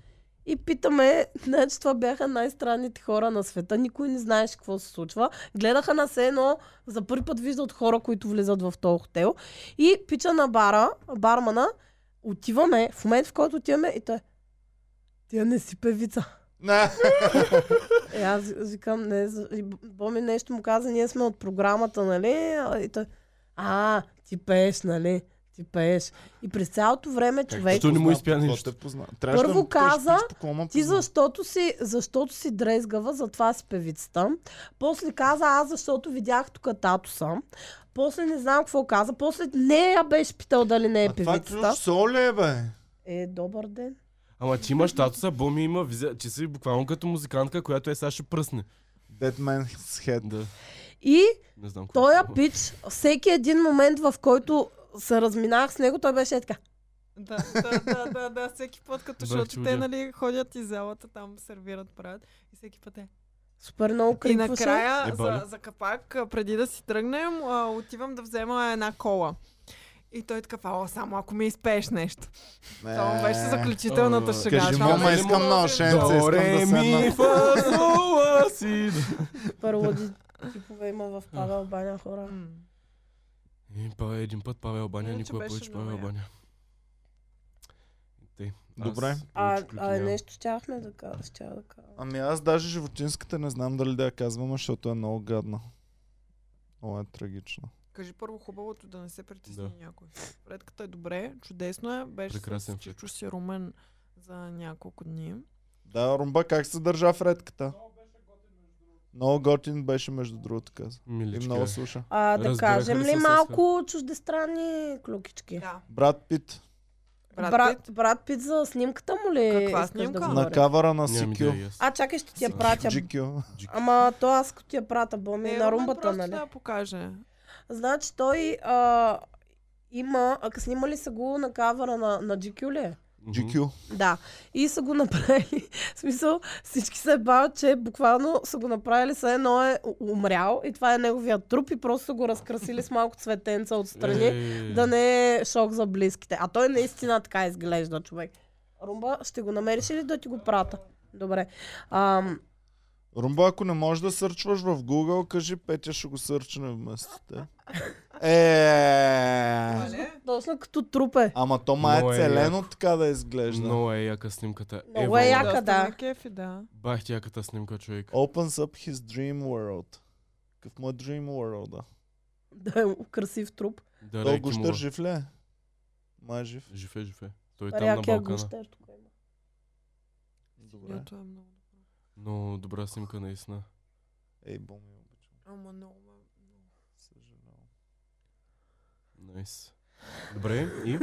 [SPEAKER 4] И питаме, значи това бяха най-странните хора на света, никой не знаеше какво се случва. Гледаха на се едно, за първи път виждат хора, които влизат в този хотел. И пича на бара, бармана, отиваме, в момент в който отиваме и той тя не си певица.
[SPEAKER 2] На.
[SPEAKER 4] Е, аз викам, не, за- и Б- Боми нещо му каза, ние сме от програмата, нали? А, И той, а, ти пееш, нали? Ти пееш. И през цялото време човек,
[SPEAKER 1] Защо не му
[SPEAKER 2] Познат,
[SPEAKER 1] изпя
[SPEAKER 2] какво
[SPEAKER 1] нищо?
[SPEAKER 2] те позна? Трябваше
[SPEAKER 4] Първо
[SPEAKER 2] да му питаш
[SPEAKER 4] каза,
[SPEAKER 2] по какво ме
[SPEAKER 4] ти
[SPEAKER 2] позна.
[SPEAKER 4] защото си, защото си дрезгава, затова си певицата. После каза, аз защото видях тук тато съм. После не знам какво каза. После не я беше питал дали не е
[SPEAKER 2] А това
[SPEAKER 4] певицата.
[SPEAKER 2] ключ сол е, бе.
[SPEAKER 4] Е, добър ден.
[SPEAKER 1] Ама ти имаш статуса, Боми има визия. Ти си буквално като музикантка, която е сега ще пръсне.
[SPEAKER 2] Dead Man's Head.
[SPEAKER 1] Да,
[SPEAKER 4] И
[SPEAKER 1] не знам какво.
[SPEAKER 4] Той
[SPEAKER 1] е.
[SPEAKER 4] пич, всеки един момент, в който се разминах с него, той беше е така.
[SPEAKER 3] Да, да, да, да, да, всеки път, като
[SPEAKER 1] Бах
[SPEAKER 3] защото те
[SPEAKER 1] чудя.
[SPEAKER 3] нали, ходят и залата, там сервират, правят и всеки път е.
[SPEAKER 4] Супер много
[SPEAKER 3] И
[SPEAKER 4] крикваше.
[SPEAKER 3] накрая,
[SPEAKER 1] Е,
[SPEAKER 3] за,
[SPEAKER 1] Боля.
[SPEAKER 3] за капак, а, преди да си тръгнем, а, отивам да взема една кола. И той така, о, само ако ми изпееш нещо.
[SPEAKER 4] Е.
[SPEAKER 3] Това му беше заключителната
[SPEAKER 1] А,
[SPEAKER 3] шега.
[SPEAKER 2] Кажи,
[SPEAKER 3] Това
[SPEAKER 2] мама,
[SPEAKER 3] беше
[SPEAKER 2] искам
[SPEAKER 3] много
[SPEAKER 2] на ошенце, искам да
[SPEAKER 1] Доре ми
[SPEAKER 2] седна.
[SPEAKER 1] фа сола си.
[SPEAKER 4] Първоди типове има в Павел Баня хора.
[SPEAKER 3] М.
[SPEAKER 1] И па един път Павел Баня,
[SPEAKER 3] Иначе
[SPEAKER 1] никога
[SPEAKER 3] беше
[SPEAKER 1] повече
[SPEAKER 3] много
[SPEAKER 1] Павел
[SPEAKER 3] яко.
[SPEAKER 1] Баня. Тъй. Аз
[SPEAKER 2] Добре.
[SPEAKER 4] А,
[SPEAKER 1] повече клюки
[SPEAKER 4] а
[SPEAKER 1] нямам.
[SPEAKER 4] нещо щяхме да кажа. Щях да кажа.
[SPEAKER 2] Ами аз даже животинската не знам дали да я казвам, защото е много гадна. О, е трагично.
[SPEAKER 3] Кажи първо хубавото, да не се притесни
[SPEAKER 1] Да.
[SPEAKER 3] някой. Предката е добре, чудесно е, беше
[SPEAKER 1] Прекрасен
[SPEAKER 3] с
[SPEAKER 1] флет.
[SPEAKER 3] Чичо си румен за няколко дни.
[SPEAKER 2] Да, Румба, как се държа в редката? Много готин беше между другото, каза. И
[SPEAKER 1] Миличка.
[SPEAKER 2] много слуша.
[SPEAKER 4] А, да
[SPEAKER 1] Разбираха
[SPEAKER 4] кажем
[SPEAKER 1] ли
[SPEAKER 4] ли
[SPEAKER 1] се с
[SPEAKER 4] малко чуждестранни клюкички?
[SPEAKER 3] Да.
[SPEAKER 2] Брат Пит,
[SPEAKER 3] Брат,
[SPEAKER 4] Е. Брат, брат Пит за снимката му ли?
[SPEAKER 3] Каква
[SPEAKER 4] искаш
[SPEAKER 3] снимка?
[SPEAKER 4] Да
[SPEAKER 3] На
[SPEAKER 2] на
[SPEAKER 4] говоря?
[SPEAKER 2] кавара на
[SPEAKER 1] Нямам идея и
[SPEAKER 2] CQ.
[SPEAKER 1] аз.
[SPEAKER 4] А, чакай, ще ти я
[SPEAKER 1] За
[SPEAKER 4] пратя.
[SPEAKER 2] GQ.
[SPEAKER 4] Ама то аз като ти я прата, боми, на румбата,
[SPEAKER 3] просто
[SPEAKER 4] нали?
[SPEAKER 3] да я покаже.
[SPEAKER 4] Значи той а, има... А, снимали са го на кавъра на, на GQ ли е?
[SPEAKER 1] Мгм.
[SPEAKER 2] GQ.
[SPEAKER 4] Да. И са го направили. В смисъл, всички се бавят, че буквално са го направили, все едно е у- умрял и това е неговия труп и просто са го разкрасили с малко цветенца отстрани,
[SPEAKER 1] Е,
[SPEAKER 4] да не е шок за близките. А той наистина така изглежда, човек. Румба, ще го намериш ли да ти го прата? Добре. Ам,
[SPEAKER 2] Румба, ако не можеш да сърчваш в Google, кажи Петя ще го сърчне вместо те. Е,
[SPEAKER 4] точно като трупе.
[SPEAKER 2] ама то май
[SPEAKER 1] Много
[SPEAKER 2] е
[SPEAKER 1] е
[SPEAKER 2] целено така да изглежда.
[SPEAKER 1] Много е яка снимката.
[SPEAKER 4] Много е
[SPEAKER 1] Ева,
[SPEAKER 4] яка, да.
[SPEAKER 3] ме Кефи, да.
[SPEAKER 1] Бах ти яката снимка, човек.
[SPEAKER 2] Opens up his dream world. Какъв му е dream world, да?
[SPEAKER 4] Да е красив труп.
[SPEAKER 1] Да,
[SPEAKER 2] Той
[SPEAKER 1] Райки
[SPEAKER 2] гущер
[SPEAKER 1] Мула.
[SPEAKER 2] жив ли е? Май е жив.
[SPEAKER 1] Жив е, жив е. Той е там на
[SPEAKER 4] Рякия
[SPEAKER 1] Балкана.
[SPEAKER 4] гущер. тук е. има.
[SPEAKER 2] Добре.
[SPEAKER 3] Синьото е много.
[SPEAKER 1] Но добра снимка, наистина.
[SPEAKER 2] Ей, боми, обичам.
[SPEAKER 3] Ама много. ме-
[SPEAKER 2] Съжалявам.
[SPEAKER 1] Найс. Добре, и?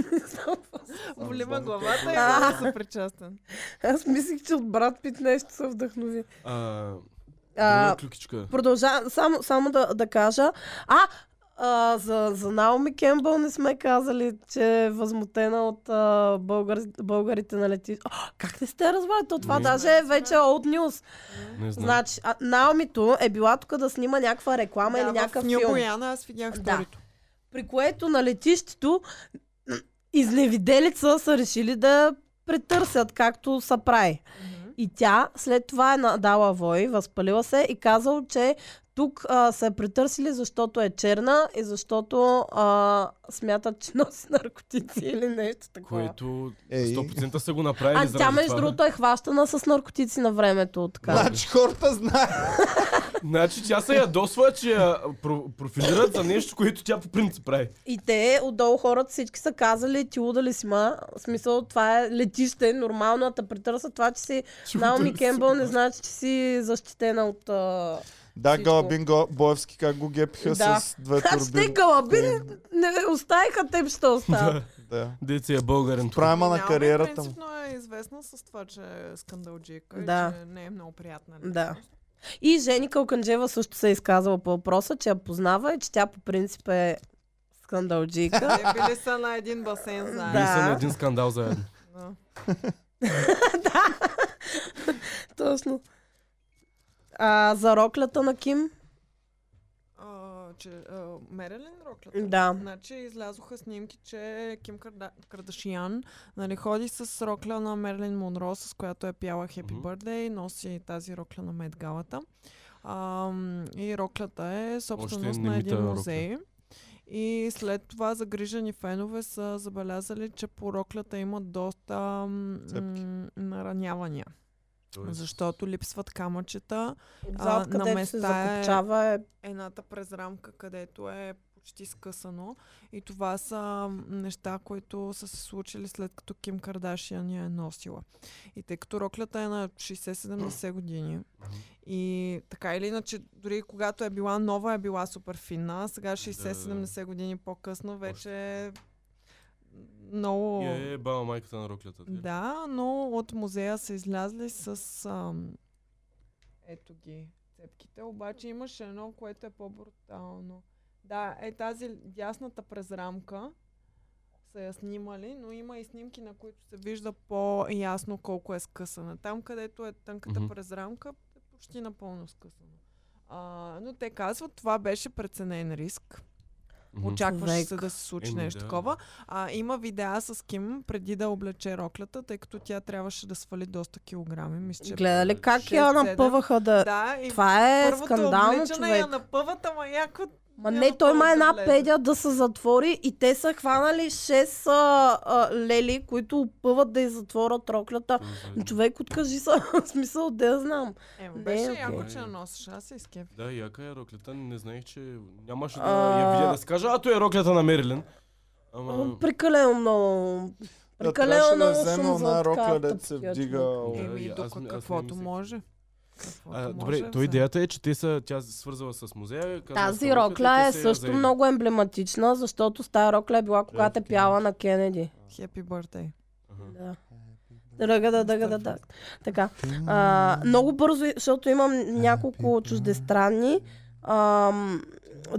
[SPEAKER 3] Боли ме
[SPEAKER 2] звънните
[SPEAKER 3] главата и
[SPEAKER 4] звънки.
[SPEAKER 3] много съм причастен.
[SPEAKER 4] Аз мислих, че от брат Пит нещо се вдъхнови.
[SPEAKER 1] А,
[SPEAKER 4] А,
[SPEAKER 1] друга клюкичка.
[SPEAKER 4] продължавам, само, само да, да кажа. А, а за, за Наоми Кембъл не сме казали, че е възмутена от а, българ, българите на летище. О, Как не сте разбрали? То това
[SPEAKER 1] Не.
[SPEAKER 4] даже е вече old news.
[SPEAKER 1] Не знам.
[SPEAKER 4] Значи, а, Наомито е била тук да снима някаква реклама
[SPEAKER 3] Да,
[SPEAKER 4] или някакъв
[SPEAKER 3] в Ню
[SPEAKER 4] филм.
[SPEAKER 3] Бояна аз видях
[SPEAKER 4] Да.
[SPEAKER 3] сторито.
[SPEAKER 4] При което на летището изневиделица са решили да претърсят, както са прави.
[SPEAKER 3] Мгм.
[SPEAKER 4] И тя след това е надала вой, възпалила се и казал, че тук а, са я претърсили, защото е черна и защото а, смятат, че носи наркотици или нещо такова.
[SPEAKER 1] Което
[SPEAKER 2] Ей.
[SPEAKER 1] 100% са го направили
[SPEAKER 4] А
[SPEAKER 1] заради
[SPEAKER 4] тя, между
[SPEAKER 1] това, бе.
[SPEAKER 4] другото, е хващана с наркотици на времето. Така.
[SPEAKER 2] Значи хората знаят.
[SPEAKER 1] Значи тя се ядосва, че я про- профилират за нещо, което тя по принцип прави.
[SPEAKER 4] И те, отдолу хората, всички са казали, ти луда ли си ма? В смисъл, това е летище, нормално да те претърсят. Това, че си Наоми Кембъл, не значи, че си защитена от... А...
[SPEAKER 2] Да,
[SPEAKER 4] Всичко.
[SPEAKER 2] Галабин Го- Боевски как го гепиха
[SPEAKER 4] Да.
[SPEAKER 2] с две
[SPEAKER 4] Как ще те
[SPEAKER 2] турби.
[SPEAKER 4] гълъбин, не оставиха те, ще остават.
[SPEAKER 2] Да.
[SPEAKER 1] Деца е българен. тук.
[SPEAKER 2] Прайма на
[SPEAKER 3] Нямаме,
[SPEAKER 2] кариерата му.
[SPEAKER 3] Принципно е известна с това, че е скандалджийка
[SPEAKER 4] Да.
[SPEAKER 3] и че не е много приятна.
[SPEAKER 4] Да. И Жени Калканджева също се е изказала по въпроса, че я познава и че тя по принцип е скандалджийка.
[SPEAKER 3] Те били са на един басейн заедно.
[SPEAKER 1] Били
[SPEAKER 4] Да.
[SPEAKER 1] са на един скандал заедно.
[SPEAKER 3] Да.
[SPEAKER 4] Точно. А, за роклята на Ким?
[SPEAKER 3] А, че, а, Мерелин роклята.
[SPEAKER 4] Да.
[SPEAKER 3] Значи излязоха снимки, че Ким Карда... Кардашиян нали, ходи с рокля на Мерлин Монро, с която е пяла Happy
[SPEAKER 1] Мгм.
[SPEAKER 3] Birthday, носи тази рокля на Мед Галата. Ам, и роклята е собственост
[SPEAKER 1] не
[SPEAKER 3] на
[SPEAKER 1] мита
[SPEAKER 3] един
[SPEAKER 1] рокля.
[SPEAKER 3] музей. И след това загрижени фенове са забелязали, че по роклята има доста м-
[SPEAKER 2] Цепки.
[SPEAKER 3] м- наранявания,
[SPEAKER 1] е-
[SPEAKER 3] защото липсват камъчета.
[SPEAKER 4] Зад
[SPEAKER 3] на
[SPEAKER 4] където се
[SPEAKER 3] места е-
[SPEAKER 4] закопчава е...
[SPEAKER 3] едната през рамка, където е почти скъсано. И това са м, неща, които са се случили след като Ким Кардашиан я е носила. И тъй като роклята е на 60-70 години и така или иначе, дори когато е била нова, е била супер финна, сега 60-70 години по-късно вече е, м, много...
[SPEAKER 1] Е, е, баба майката на роклята. ти.
[SPEAKER 3] Да, но от музея са излязли с... Ам... Ето ги цепките, обаче имаше едно, което е по-брутално. Да, е тази дясната през рамка са я снимали, но има и снимки, на които се вижда по-ясно колко е скъсана. Там, където е тънката
[SPEAKER 1] Мгм.
[SPEAKER 3] mm-hmm. през рамка, е почти напълно скъсана. А, но те казват, това беше преценен риск.
[SPEAKER 1] Мгм.
[SPEAKER 3] Очакваше се
[SPEAKER 4] Човек.
[SPEAKER 3] да се случи
[SPEAKER 1] Еми,
[SPEAKER 3] нещо
[SPEAKER 1] да.
[SPEAKER 3] такова. А, има видеа с Ким преди да облече роклята, тъй като тя трябваше да свали доста килограми. Мисля, че...
[SPEAKER 4] Гледа ли как я
[SPEAKER 3] Шест-седем.
[SPEAKER 4] напъваха да...
[SPEAKER 3] Да, и
[SPEAKER 4] Това е
[SPEAKER 3] първото
[SPEAKER 4] скандално,
[SPEAKER 3] обличане
[SPEAKER 4] човек.
[SPEAKER 3] я напъват, ама яко...
[SPEAKER 4] Ма
[SPEAKER 3] няма
[SPEAKER 4] не, той
[SPEAKER 3] да
[SPEAKER 4] има една
[SPEAKER 3] влезе.
[SPEAKER 4] педя да се затвори и те са хванали 6 а, а, лели, които опъват да й затворят роклята.
[SPEAKER 1] е
[SPEAKER 4] Човек, откажи се, в смисъл, да я знам.
[SPEAKER 3] Ема,
[SPEAKER 4] Не,
[SPEAKER 3] Е, беше
[SPEAKER 4] окей.
[SPEAKER 3] яко, че я носиш. Аз се изкеф.
[SPEAKER 1] Да, яка е роклята. Не знаех, че нямаше да
[SPEAKER 4] А.
[SPEAKER 1] я видя да си кажа, ато е роклята на Мерилен. Ама...
[SPEAKER 4] Прекалено много.
[SPEAKER 2] Да,
[SPEAKER 4] Прекалено
[SPEAKER 2] трябваше да
[SPEAKER 4] много
[SPEAKER 2] взема
[SPEAKER 4] шум за
[SPEAKER 2] една рокля,
[SPEAKER 4] така
[SPEAKER 2] дето се е
[SPEAKER 4] тъпкия
[SPEAKER 2] вдига.
[SPEAKER 4] човек.
[SPEAKER 1] Да,
[SPEAKER 3] Еми,
[SPEAKER 1] и аз
[SPEAKER 3] тук
[SPEAKER 1] ми- аз не
[SPEAKER 3] каквото
[SPEAKER 1] мислех.
[SPEAKER 3] може. Каквото
[SPEAKER 1] А,
[SPEAKER 3] може,
[SPEAKER 1] добре, то
[SPEAKER 3] взе.
[SPEAKER 1] идеята е, че те са, тя се свързала с музея. казала
[SPEAKER 4] Тази
[SPEAKER 1] с роклята и
[SPEAKER 4] рокля
[SPEAKER 1] те
[SPEAKER 4] е
[SPEAKER 1] са я
[SPEAKER 4] също
[SPEAKER 1] заели.
[SPEAKER 4] много емблематична, защото с тази рокля е била, когато е
[SPEAKER 1] Ето,
[SPEAKER 4] пяла на Кенеди.
[SPEAKER 3] Happy birthday.
[SPEAKER 1] Аха.
[SPEAKER 4] Да. Дъга, да, дъга, да, да. Така. А, много бързо, защото имам няколко чуждестранни. Ам,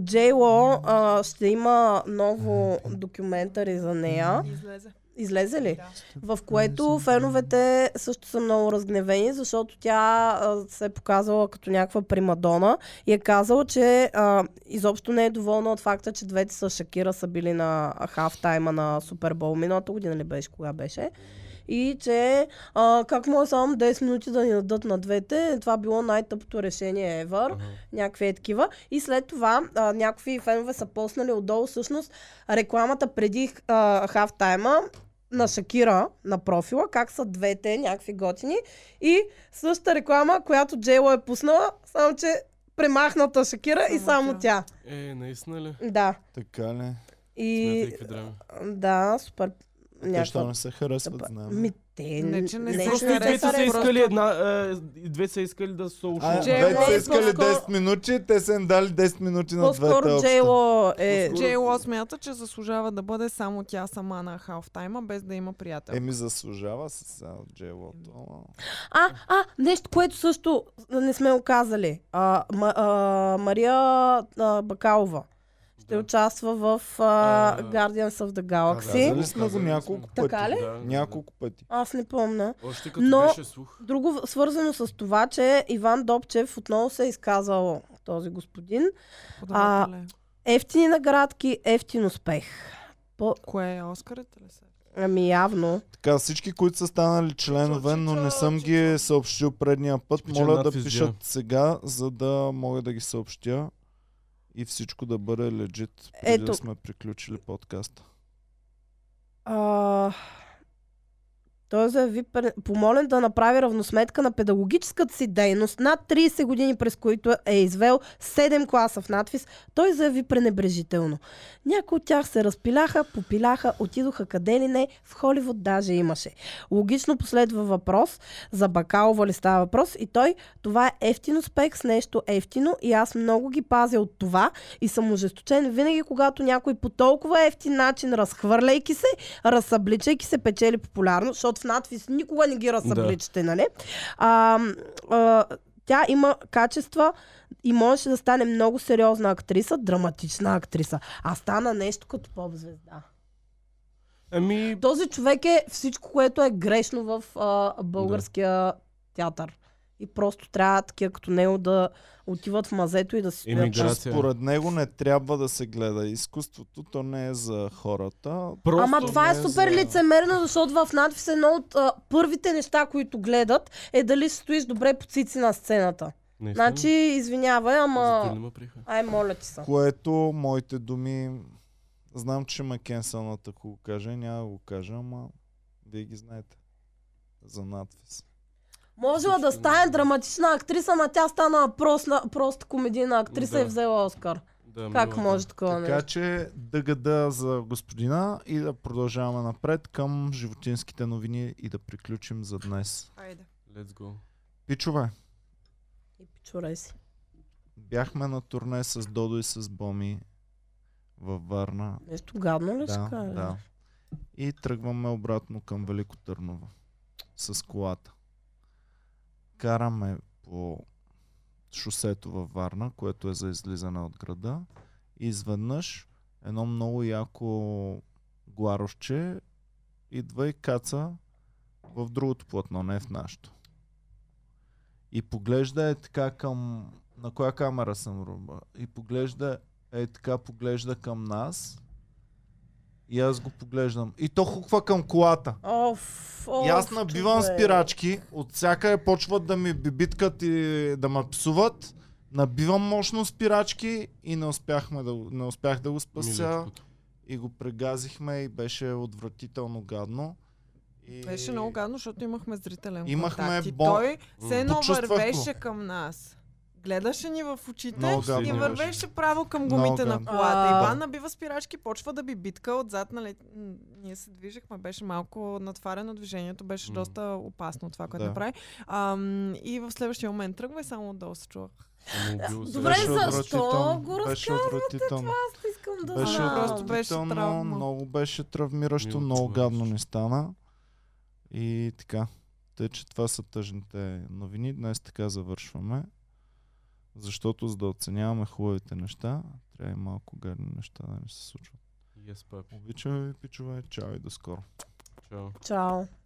[SPEAKER 4] Джей Ло а, ще има ново документари за нея.
[SPEAKER 3] Излезе.
[SPEAKER 4] Излезе ли?
[SPEAKER 3] Да.
[SPEAKER 4] В което феновете също са много разгневени, защото тя а, се е показала като някаква примадона и е казала, че а, изобщо не е доволна от факта, че двете с Шакира са били на хафтайма на Супербол миналата година ли беше, кога беше. И че а, как може само 10 минути да ни дадат на двете, това било най-тъпото решение ever
[SPEAKER 1] Аха.
[SPEAKER 4] някакви е такива. И след това а, някакви фенове са поснали отдолу всъщност рекламата преди а, хафтайма на Шакира на профила, как са двете някакви готини и същата реклама, която Джейло е пуснала, само че премахната Шакира и
[SPEAKER 3] Само
[SPEAKER 4] само тя.
[SPEAKER 3] тя.
[SPEAKER 1] Е, наистина ли?
[SPEAKER 4] Да.
[SPEAKER 2] Така ли?
[SPEAKER 4] И
[SPEAKER 1] Смятай какви драми.
[SPEAKER 4] да, супер.
[SPEAKER 2] Те ще
[SPEAKER 4] Някаква...
[SPEAKER 2] не се харесват, знам.
[SPEAKER 4] Ми, те...
[SPEAKER 3] Не, че не
[SPEAKER 1] И
[SPEAKER 3] се
[SPEAKER 1] просто
[SPEAKER 3] не
[SPEAKER 1] и двете
[SPEAKER 3] харесва,
[SPEAKER 1] са
[SPEAKER 3] просто-
[SPEAKER 1] искали една... е, И две са искали да се
[SPEAKER 2] А,
[SPEAKER 1] ушли.
[SPEAKER 4] Джей
[SPEAKER 2] двете са
[SPEAKER 4] Ло е
[SPEAKER 2] искали
[SPEAKER 4] по-скоро-
[SPEAKER 2] 10 минути, те са им дали 10 минути на двете
[SPEAKER 4] По-скоро
[SPEAKER 2] общо.
[SPEAKER 4] Джейло е...
[SPEAKER 1] По-скоро-
[SPEAKER 3] Джей Ло смята, че заслужава да бъде само тя сама на халфтайма, без да има приятел.
[SPEAKER 2] Еми заслужава се сега Джейлото. ама.
[SPEAKER 4] А, а, нещо, което също не сме оказали. А, ма, а, Мария а, Бакалова ще
[SPEAKER 1] Да.
[SPEAKER 4] участва в а,
[SPEAKER 1] А,
[SPEAKER 4] Guardians of the Galaxy.
[SPEAKER 1] Казали
[SPEAKER 2] Казали сме го
[SPEAKER 1] казали сме.
[SPEAKER 2] няколко пъти.
[SPEAKER 4] Така ли?
[SPEAKER 1] Да, да, да.
[SPEAKER 2] Няколко пъти.
[SPEAKER 4] Аз не помня.
[SPEAKER 1] Още като
[SPEAKER 4] Но-
[SPEAKER 1] беше слух.
[SPEAKER 4] Друго в- свързано с това, че Иван Добчев отново се е изказал този господин.
[SPEAKER 3] Подавателя е.
[SPEAKER 4] Ефтини наградки, ефтин успех. По,
[SPEAKER 3] Кое е Оскарите ли са?
[SPEAKER 4] ами явно.
[SPEAKER 2] Така, всички, които са станали членове, но не съм ги съобщил предния път,
[SPEAKER 1] Типичен
[SPEAKER 2] моля да
[SPEAKER 1] надпис,
[SPEAKER 2] пишат
[SPEAKER 1] да.
[SPEAKER 2] сега, за да мога да ги съобщя и всичко да бъде легит, преди
[SPEAKER 4] Ето.
[SPEAKER 2] да сме приключили подкаста.
[SPEAKER 4] А, той заяви, пре- помолен да направи равносметка на педагогическата си дейност над 30 години, през които е извел 7 класа в надфис. Той заяви пренебрежително. Някои от тях се разпиляха, попиляха, отидоха къде ли не, в Холивуд даже имаше. Логично последва въпрос за бакалова ли става въпрос и той това е ефтин успех с нещо ефтино и аз много ги пазя от това и съм ожесточен винаги, когато някой по толкова ефтин начин, разхвърляйки се, разсъбличайки се, печели популярност, защото в надвис никога не ги разсъбличате, нали? А, м, а, тя има качества и можеше да стане много сериозна актриса, драматична актриса. А стана нещо като поп-звезда.
[SPEAKER 1] Ами,
[SPEAKER 4] Този човек е всичко, което е грешно в а, българския да. театър. И просто трябва такива като него да отиват в мазето и да си стоят.
[SPEAKER 1] Имигра-
[SPEAKER 2] Че
[SPEAKER 1] Миграция.
[SPEAKER 2] според него не трябва да се гледа изкуството, то не е за хората.
[SPEAKER 1] просто...
[SPEAKER 4] Ама това е
[SPEAKER 2] не е
[SPEAKER 4] супер
[SPEAKER 2] за-
[SPEAKER 4] лицемерно, защото в надвис едно от а, първите неща, които гледат, е дали ще стоиш добре по цици на сцената.
[SPEAKER 1] Наистина.
[SPEAKER 4] Значи, извинявай,
[SPEAKER 1] Затова не
[SPEAKER 4] ама...
[SPEAKER 1] ме приеха.
[SPEAKER 4] Ай, моля ти се.
[SPEAKER 2] Което, моите думи, знам, че ме кенсълнат, ако го кажа, няма да го кажа, ама вие ги знаете. За надпис.
[SPEAKER 4] Можела да стане драматична актриса, ама тя стана просто, просто комедийна актриса
[SPEAKER 1] Да. Ами
[SPEAKER 4] и взела Оскар.
[SPEAKER 1] Да,
[SPEAKER 4] Как
[SPEAKER 1] милата.
[SPEAKER 4] може такова
[SPEAKER 2] Така
[SPEAKER 4] нещо?
[SPEAKER 2] че дъгада за господина и да продължаваме напред към животинските новини и да приключим за днес.
[SPEAKER 3] Айде.
[SPEAKER 1] Let's go.
[SPEAKER 2] Пичове,
[SPEAKER 4] И пичурай си.
[SPEAKER 2] бяхме на турне с Додо и с Боми във Варна.
[SPEAKER 4] Нещо гадно ли ще
[SPEAKER 2] Да,
[SPEAKER 4] кажа?
[SPEAKER 2] да. И тръгваме обратно към Велико Търново с колата. Караме по шосето във Варна, което е за излизане от града. И изведнъж едно много яко гларовче идва и каца в другото платно, не в нашото. И поглежда е така към... На коя камера съм, Руба? И поглежда е така, поглежда към нас. И аз го поглеждам. И то хуква към колата.
[SPEAKER 4] Оф, оф,
[SPEAKER 2] И аз набивам
[SPEAKER 4] човек.
[SPEAKER 2] спирачки, от всякъде почват да ми бибиткат и да ме псуват. Набивам мощно спирачки и не, успяхме да, го- не успях да го спася.
[SPEAKER 1] Миличкото.
[SPEAKER 2] И го прегазихме и беше отвратително гадно. И...
[SPEAKER 3] Беше много гадно, защото имахме зрителен
[SPEAKER 2] Имахме
[SPEAKER 3] контакт. И
[SPEAKER 2] бон-
[SPEAKER 3] той се едно
[SPEAKER 2] Почувствах го.
[SPEAKER 3] вървеше към нас. Гледаше ни в очите
[SPEAKER 2] Много гадно
[SPEAKER 3] и
[SPEAKER 2] беше.
[SPEAKER 3] вървеше право към
[SPEAKER 2] Много
[SPEAKER 3] гумите на
[SPEAKER 2] гадно.
[SPEAKER 3] колата.
[SPEAKER 4] А.
[SPEAKER 3] Иван набива спирачки, почва да би битка отзад. Нали? м, Ние се движихме, беше малко натварено движението, беше
[SPEAKER 1] М.
[SPEAKER 3] доста опасно това, което
[SPEAKER 2] Да.
[SPEAKER 3] направи. Ам, и в следващия момент тръгва и само отдолу се чува.
[SPEAKER 1] Ама убил се.
[SPEAKER 4] Добре,
[SPEAKER 2] Беше
[SPEAKER 4] защо
[SPEAKER 2] отвратително,
[SPEAKER 4] го
[SPEAKER 2] беше отвратително.
[SPEAKER 4] Аз искам да
[SPEAKER 2] Беше
[SPEAKER 4] знам.
[SPEAKER 3] Просто бе- беше
[SPEAKER 2] отвратително,
[SPEAKER 3] травма.
[SPEAKER 2] много беше травмиращо,
[SPEAKER 1] Мило
[SPEAKER 2] много
[SPEAKER 1] човече.
[SPEAKER 2] гадно ни стана. И така, тъй че това са тъжните новини. Днес така завършваме. Защото за да оценяваме хубавите неща, трябва и малко гадни неща да ни се случват.
[SPEAKER 1] Yes, папи.
[SPEAKER 2] Обичаме ви, пичове. Чао и до скоро.
[SPEAKER 1] Чао.
[SPEAKER 4] Чао.